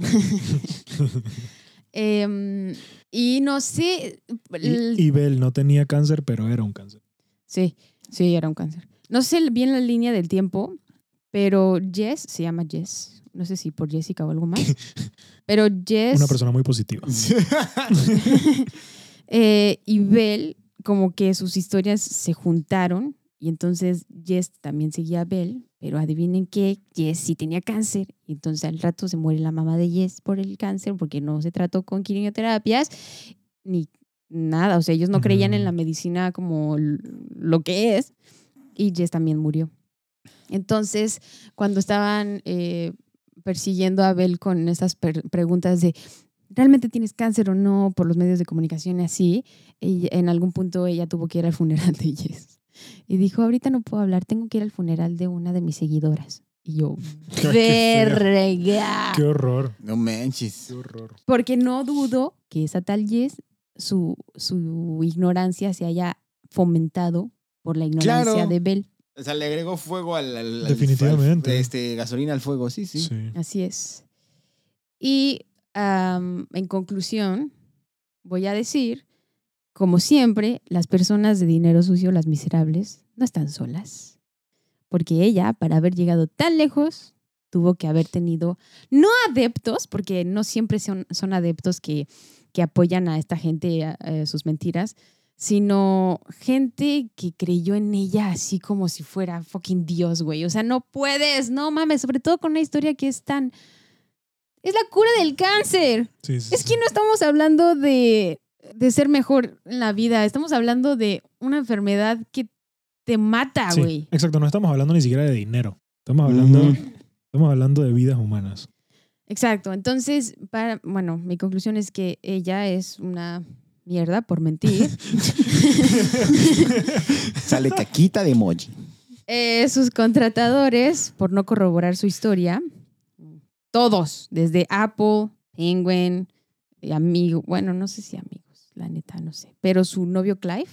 A: Em, y no sé, el-
B: Y, Ibel no tenía cáncer, pero era un cáncer.
A: sí, sí, era un cáncer. No sé bien la línea del tiempo, pero Jess, se llama Jess, no sé si por Jessica o algo más,
B: [laughs]
A: pero Jess...
B: Una persona muy positiva.
A: Eh, y Bell, como que sus historias se juntaron y entonces Jess también seguía a Bell, pero adivinen qué, Jess sí tenía cáncer. Y entonces al rato se muere la mamá de Jess por el cáncer porque no se trató con quimioterapias ni nada. O sea, ellos no creían en
B: Ujú.
A: la medicina como l- lo que es y Jess también murió. Entonces, cuando estaban eh, persiguiendo a Bell con estas per- preguntas de ¿realmente tienes cáncer o no? por los medios de comunicación y así, ella- en algún punto ella tuvo que ir al funeral de Jess. Y dijo, ahorita no puedo hablar, tengo que ir al funeral de una de mis seguidoras. Y yo,
B: Qué feo.
A: verga.
B: Qué horror.
C: [laughs] No manches.
B: horror.
A: Porque no dudo que esa tal Jess, su, su ignorancia se haya fomentado por la ignorancia
C: Claro.
A: de Bell.
C: O sea, le agregó fuego al... al- al-
B: Definitivamente.
C: al- este, gasolina al fuego, sí, sí.
B: Sí.
A: Así es. Y am, en conclusión, voy a decir, como siempre, las personas de dinero sucio, las miserables, no están solas. Porque ella, para haber llegado tan lejos, tuvo que haber tenido, no adeptos, porque no siempre son, son adeptos que, que apoyan a esta gente a- eh, sus mentiras, sino gente que creyó en ella así como si fuera fucking Dios, güey. O sea, no puedes, no mames, sobre todo con una historia que es tan... Es la cura del cáncer.
B: Sí, sí,
A: Es
B: sí.
A: que no estamos hablando de, de ser mejor en la vida, estamos hablando de una enfermedad que te mata,
B: Sí,
A: güey.
B: Exacto, no estamos hablando ni siquiera de dinero. Estamos hablando,
C: Ujú.
B: estamos hablando de vidas humanas.
A: Exacto. Entonces, para, bueno, mi conclusión es que ella es una mierda por mentir.
C: Sale caquita de emoji.
A: Eh, sus contratadores por no corroborar su historia. Todos, desde Apple, Penguin, eh, amigo, bueno, no sé si amigos, la neta, no sé. Pero su novio Clive,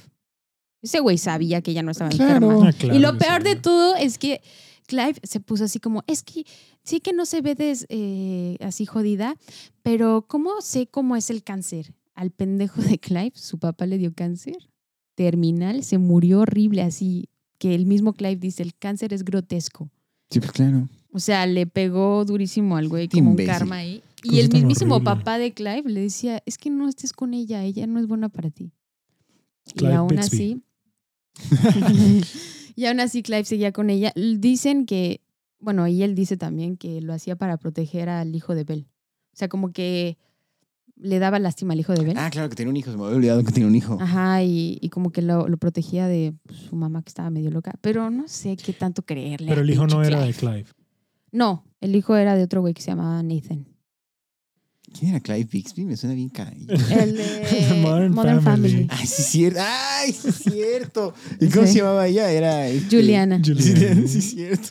A: ese güey sabía que ella no estaba enferma.
B: Ah, claro
A: y lo
B: que
A: peor
B: sí.
A: de todo es que Clive se puso así como, es que sí que no se ve des- eh, así jodida, pero ¿cómo sé cómo es el cáncer? Al pendejo de Clive, su papá le dio cáncer terminal, se murió horrible así, que el mismo Clive dice, el cáncer es grotesco.
C: Sí, pues claro.
A: O sea, le pegó durísimo al güey,
C: Qué
A: como un
C: Este imbécil.
A: karma ahí. Y
B: Cosa
A: el
B: tan
A: mismísimo
B: horrible.
A: papá de Clive le decía, es que no estés con ella, ella no es buena para ti.
B: Clive
A: y aún
B: [laughs] Bixby.
A: así... y aún así Clive seguía con ella. L- Dicen que, bueno, y él dice también que lo hacía para proteger al hijo de Bell. O sea, como que le daba lástima al hijo de Bell.
C: Ah, claro que tiene un hijo. Se me había olvidado que tiene un hijo.
A: Ajá, y, y como que lo, lo protegía de pues, su mamá que estaba medio loca. Pero no sé qué tanto creerle.
B: Pero
A: al
B: el hijo no
A: pinche
B: era
A: Clive.
B: de Clive.
A: No, el hijo era de otro güey que se llamaba Nathan.
C: ¿Quién era Clive Bixby? Me suena bien caído.
A: El [laughs] de
B: Modern
A: Modern,
B: Family.
A: Family.
C: Ay, sí, es cierto. Ay, sí, es cierto. ¿Y cómo se
A: Sí.
C: llamaba ella? Era. este,
A: Juliana.
C: Juliana, sí, es cierto.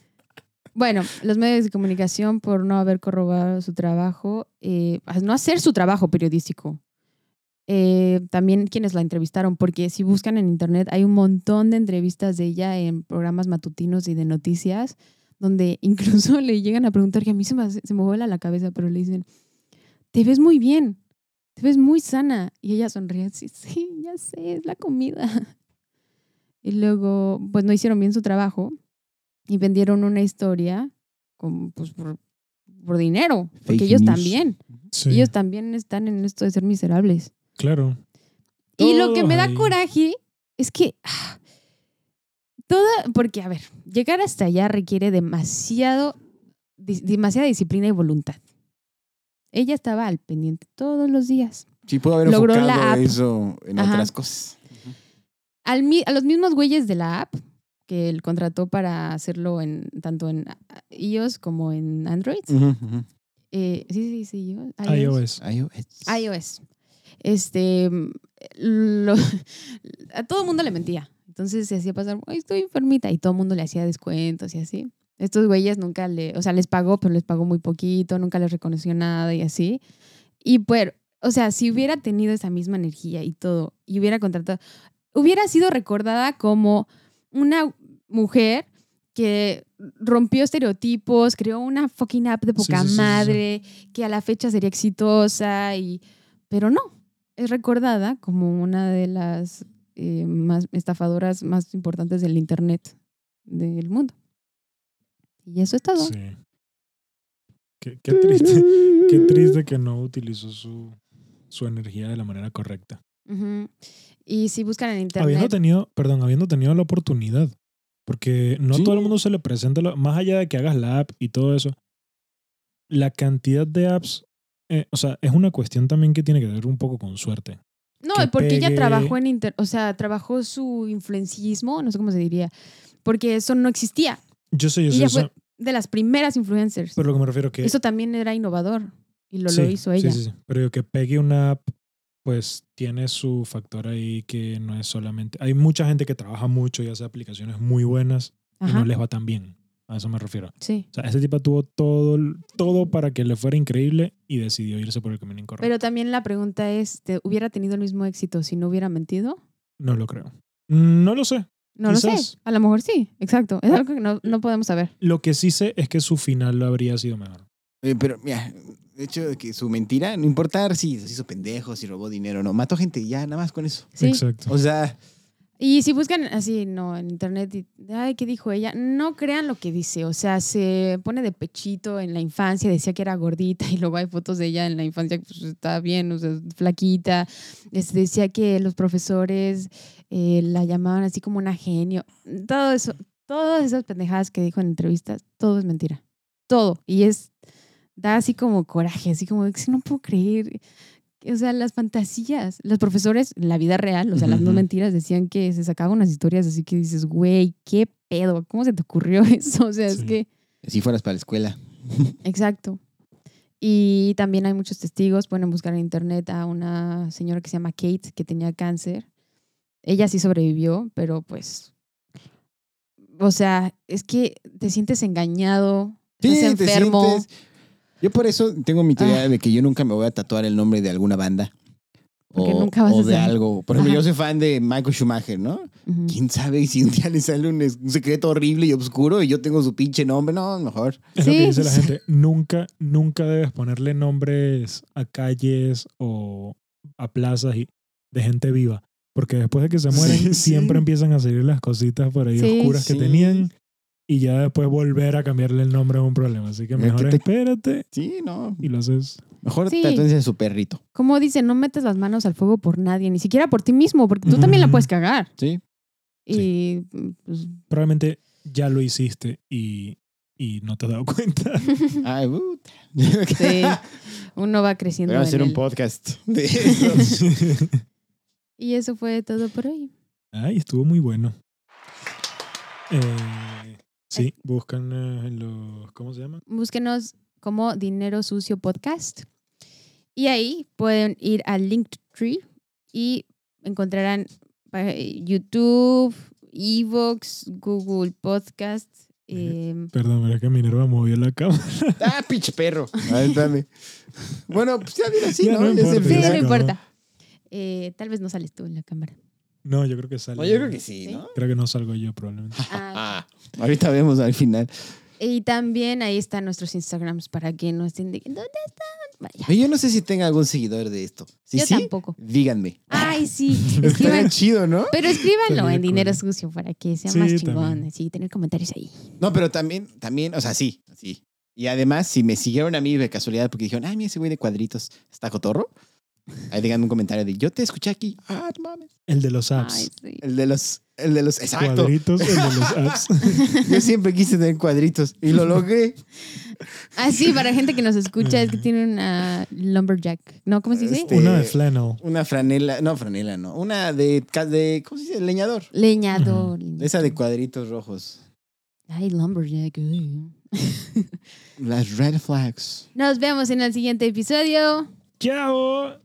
A: Bueno, los medios de comunicación por no haber corroborado su trabajo, eh, a no hacer su trabajo periodístico. Eh, también quienes la entrevistaron, porque si buscan en internet hay un montón de entrevistas de ella en programas matutinos y de noticias, donde [laughs] incluso le llegan a preguntar que a mí se me, hace- se me vuela la cabeza, pero le dicen, te ves muy bien, te ves muy sana. Y ella sonríe así, [laughs] sí, ya sé, es la comida. Y luego, pues no hicieron bien su trabajo y vendieron una historia con, pues, por por dinero, porque
C: Fake
A: ellos
C: news.
A: también,
B: Sí,
A: ellos también están en esto de ser miserables.
B: claro.
A: Y lo que me da
B: Ay.
A: coraje es que ah, toda, porque a ver, llegar hasta allá requiere demasiado, dis- demasiada disciplina y voluntad. Ella estaba al pendiente todos los días.
C: Sí, pudo haber
A: Logró
C: enfocado
A: la app.
C: eso en
A: Ajá.
C: otras cosas.
A: Al mi- a los mismos güeyes de la app que él contrató para hacerlo en tanto en ah, iOS como en Android.
C: Ujú, ujú.
A: Eh, sí, sí, sí, iOS.
B: iOS.
C: iOS.
A: iOS. Este, mm, lo- [laughs] a todo mundo le mentía. Entonces se hacía pasar, "Ay, estoy enfermita. Y todo el mundo le hacía descuentos y así. Estos güeyes nunca le, o sea, les pagó, pero les pagó muy poquito, nunca les reconoció nada y así. Y pues, o sea, si hubiera tenido esa misma energía y todo, y hubiera contratado, hubiera sido recordada como una mujer que rompió estereotipos, creó una fucking app de
B: Sí, sí,
A: poca
B: sí, sí, sí.
A: madre, que a la fecha sería exitosa y pero no es recordada como una de las eh, más estafadoras más importantes del internet del mundo y eso es todo
B: Sí. Qué, qué triste, qué triste que no utilizó su, su energía de la manera correcta.
A: Ujú. y si buscan en
B: Habiendo
A: internet
B: tenido, perdón, habiendo tenido la oportunidad, porque no
C: Sí.
B: todo el mundo se le presenta, la- más allá de que hagas la app y todo eso, la cantidad de apps, eh, o sea, es una cuestión también que tiene que ver un poco con suerte.
A: no
B: que
A: porque ella
B: pegue-
A: trabajó en inter o sea trabajó su influencismo no sé cómo se diría porque eso no existía
B: Yo sé, yo sé,
A: ella
B: yo sé,
A: fue de las primeras influencers
B: pero lo que me refiero que...
A: eso también era innovador y lo, lo
B: Sí,
A: hizo
B: sí,
A: ella
B: sí, sí. Pero digo, que pegue una app, pues tiene su factor ahí que no es solamente... Hay mucha gente que trabaja mucho y hace aplicaciones muy buenas y
A: ajá
B: no les va tan bien. A eso me refiero.
A: sí
B: O sea, ese tipo tuvo todo, el- todo para que le fuera increíble y decidió irse por el camino incorrecto.
A: pero también la pregunta es ¿te ¿hubiera tenido el mismo éxito si no hubiera mentido?
B: no lo creo. No lo sé.
A: No lo
B: Quizás.
A: sé. A lo mejor sí, exacto. Es algo que no, no podemos saber.
B: Lo que sí sé es que su final habría sido mejor.
C: Oye, Eh, pero mira, de hecho, de que su mentira, no importar si se hizo pendejo, si robó dinero, no, mató gente ya, nada más con eso.
A: Sí.
B: Exacto.
C: O sea,
A: Y si buscan así, no, en internet, y, ay, ¿qué dijo ella? No crean lo que dice. O sea, se pone de pechito en la infancia, decía que era gordita [laughs] y luego hay fotos de ella en la infancia, pues está bien, o sea, flaquita. Este, decía que los profesores eh, la llamaban así como una genio. Todo eso, todas esas pendejadas que dijo en entrevistas, todo es mentira. Todo. Y es, da así como coraje, así como, "Es que no puedo creer. O sea, las fantasías. Los profesores, en la vida real, o sea, las no
C: Ujú.
A: mentiras, decían que se sacaban unas historias así que dices, güey, qué pedo, ¿cómo se te ocurrió [laughs] eso? O sea, es
B: Sí.
A: que,
C: si fueras para la escuela.
A: exacto. Y también hay muchos testigos, pueden buscar en internet a una señora que se llama Kate, que tenía cáncer. Ella sí sobrevivió, pero pues, o sea, es que te sientes engañado, estás
C: te
A: enfermo. Ah.
C: sientes- Yo por eso tengo mi teoría de que yo nunca me voy a tatuar el nombre de alguna banda.
A: Porque
C: o,
A: nunca vas
C: o
A: a
C: de
A: saber.
C: algo. Por ejemplo,
A: Ajá.
C: yo soy fan de Michael Schumacher, ¿no?
A: Ujú.
C: ¿Quién sabe si un día le sale un, es- un secreto horrible y oscuro y yo tengo su pinche nombre? No, mejor.
B: Es lo
A: Sí.
B: que
A: [laughs]
B: dice la gente. Nunca, nunca debes ponerle nombres a calles o a plazas y- de gente viva. Porque después de que se mueren,
C: Sí, sí.
B: siempre empiezan a salir las cositas por ahí
A: Sí.
B: oscuras
C: Sí.
B: que tenían. Y ya después volver a cambiarle el nombre es un problema. Así que
C: Mira,
B: mejor
C: que te-
B: espérate
C: Sí, no.
B: y lo haces.
C: Mejor
A: Sí.
C: tatúense a su perrito.
A: Como dice, no metes las manos al fuego por nadie, ni siquiera por ti mismo, porque tú también la
B: Ujú.
A: puedes cagar. [laughs]
C: Sí.
A: Y mm, pues,
B: Probablemente ya lo hiciste y, y no te has dado [laughs] cuenta.
C: [laughs] Ay, puta.
A: sí, uno va creciendo.
C: Voy a
A: en
C: hacer un
A: él.
C: podcast [laughs] de eso.
A: Y eso fue todo por hoy.
B: Ay, estuvo muy bueno. Eh, sí, buscan eh, en los. ¿Cómo se llama?
A: Búsquenos como Dinero Sucio Podcast. Y ahí pueden ir a Linktree y encontrarán eh, YouTube, Evox, Google Podcast. eh,
B: Perdón, pero es que Minerva movió la cama. [laughs]
C: ah, pinche perro. Ay, espérame. bueno, pues ya viene así,
B: Ya
C: ¿no?
B: no
C: Ya es el
B: importa.
A: sí,
C: final.
A: no
B: no.
A: importa. Eh, tal vez no sales tú en la
C: [laughs]
A: cámara.
B: No, yo creo que sale.
C: No, yo creo que sí, ¿no?
B: Creo que no salgo yo, probablemente.
A: Ah,
C: Ah, ahorita vemos al final.
A: Y también ahí están nuestros Instagrams para que nos indiquen dónde están. Vaya.
C: Yo no sé si tenga algún seguidor de esto. Si
A: Yo
C: sí,
A: tampoco.
C: díganme.
A: Ay, [laughs] sí.
C: Estaría
A: Escriban.
C: chido, ¿no?
A: Pero escríbanlo
B: Estaría
A: en dinero
B: cool.
A: sucio para que sea
B: Sí,
A: más chingón.
B: también.
A: Sí, tener comentarios ahí.
C: No, pero también, también, o sea, sí, sí. Y además, si me siguieron a mí de casualidad porque dijeron, ay, mira ese güey de cuadritos, ¿está cotorro? Ahí digan un comentario de, yo te escuché aquí. Ah, no mames.
B: El de los apps.
E: Ay, sí.
C: El de los, el de los, exacto. Este
B: Cuadritos, el de
C: [laughs]
B: los apps.
C: Yo siempre quise tener cuadritos y lo logré.
A: Ah, sí, para gente que nos escucha es que tiene una lumberjack. ¿No? ¿Cómo se dice?
C: Este-
B: Una de flannel.
C: Una franela, no, franela no, una de, ca- de ¿cómo se dice? Leñador.
A: Leñador.
C: Esa de cuadritos rojos.
A: Ay, lumberjack. uy.
C: Las red flags.
A: Nos vemos en el siguiente episodio.
B: Chao.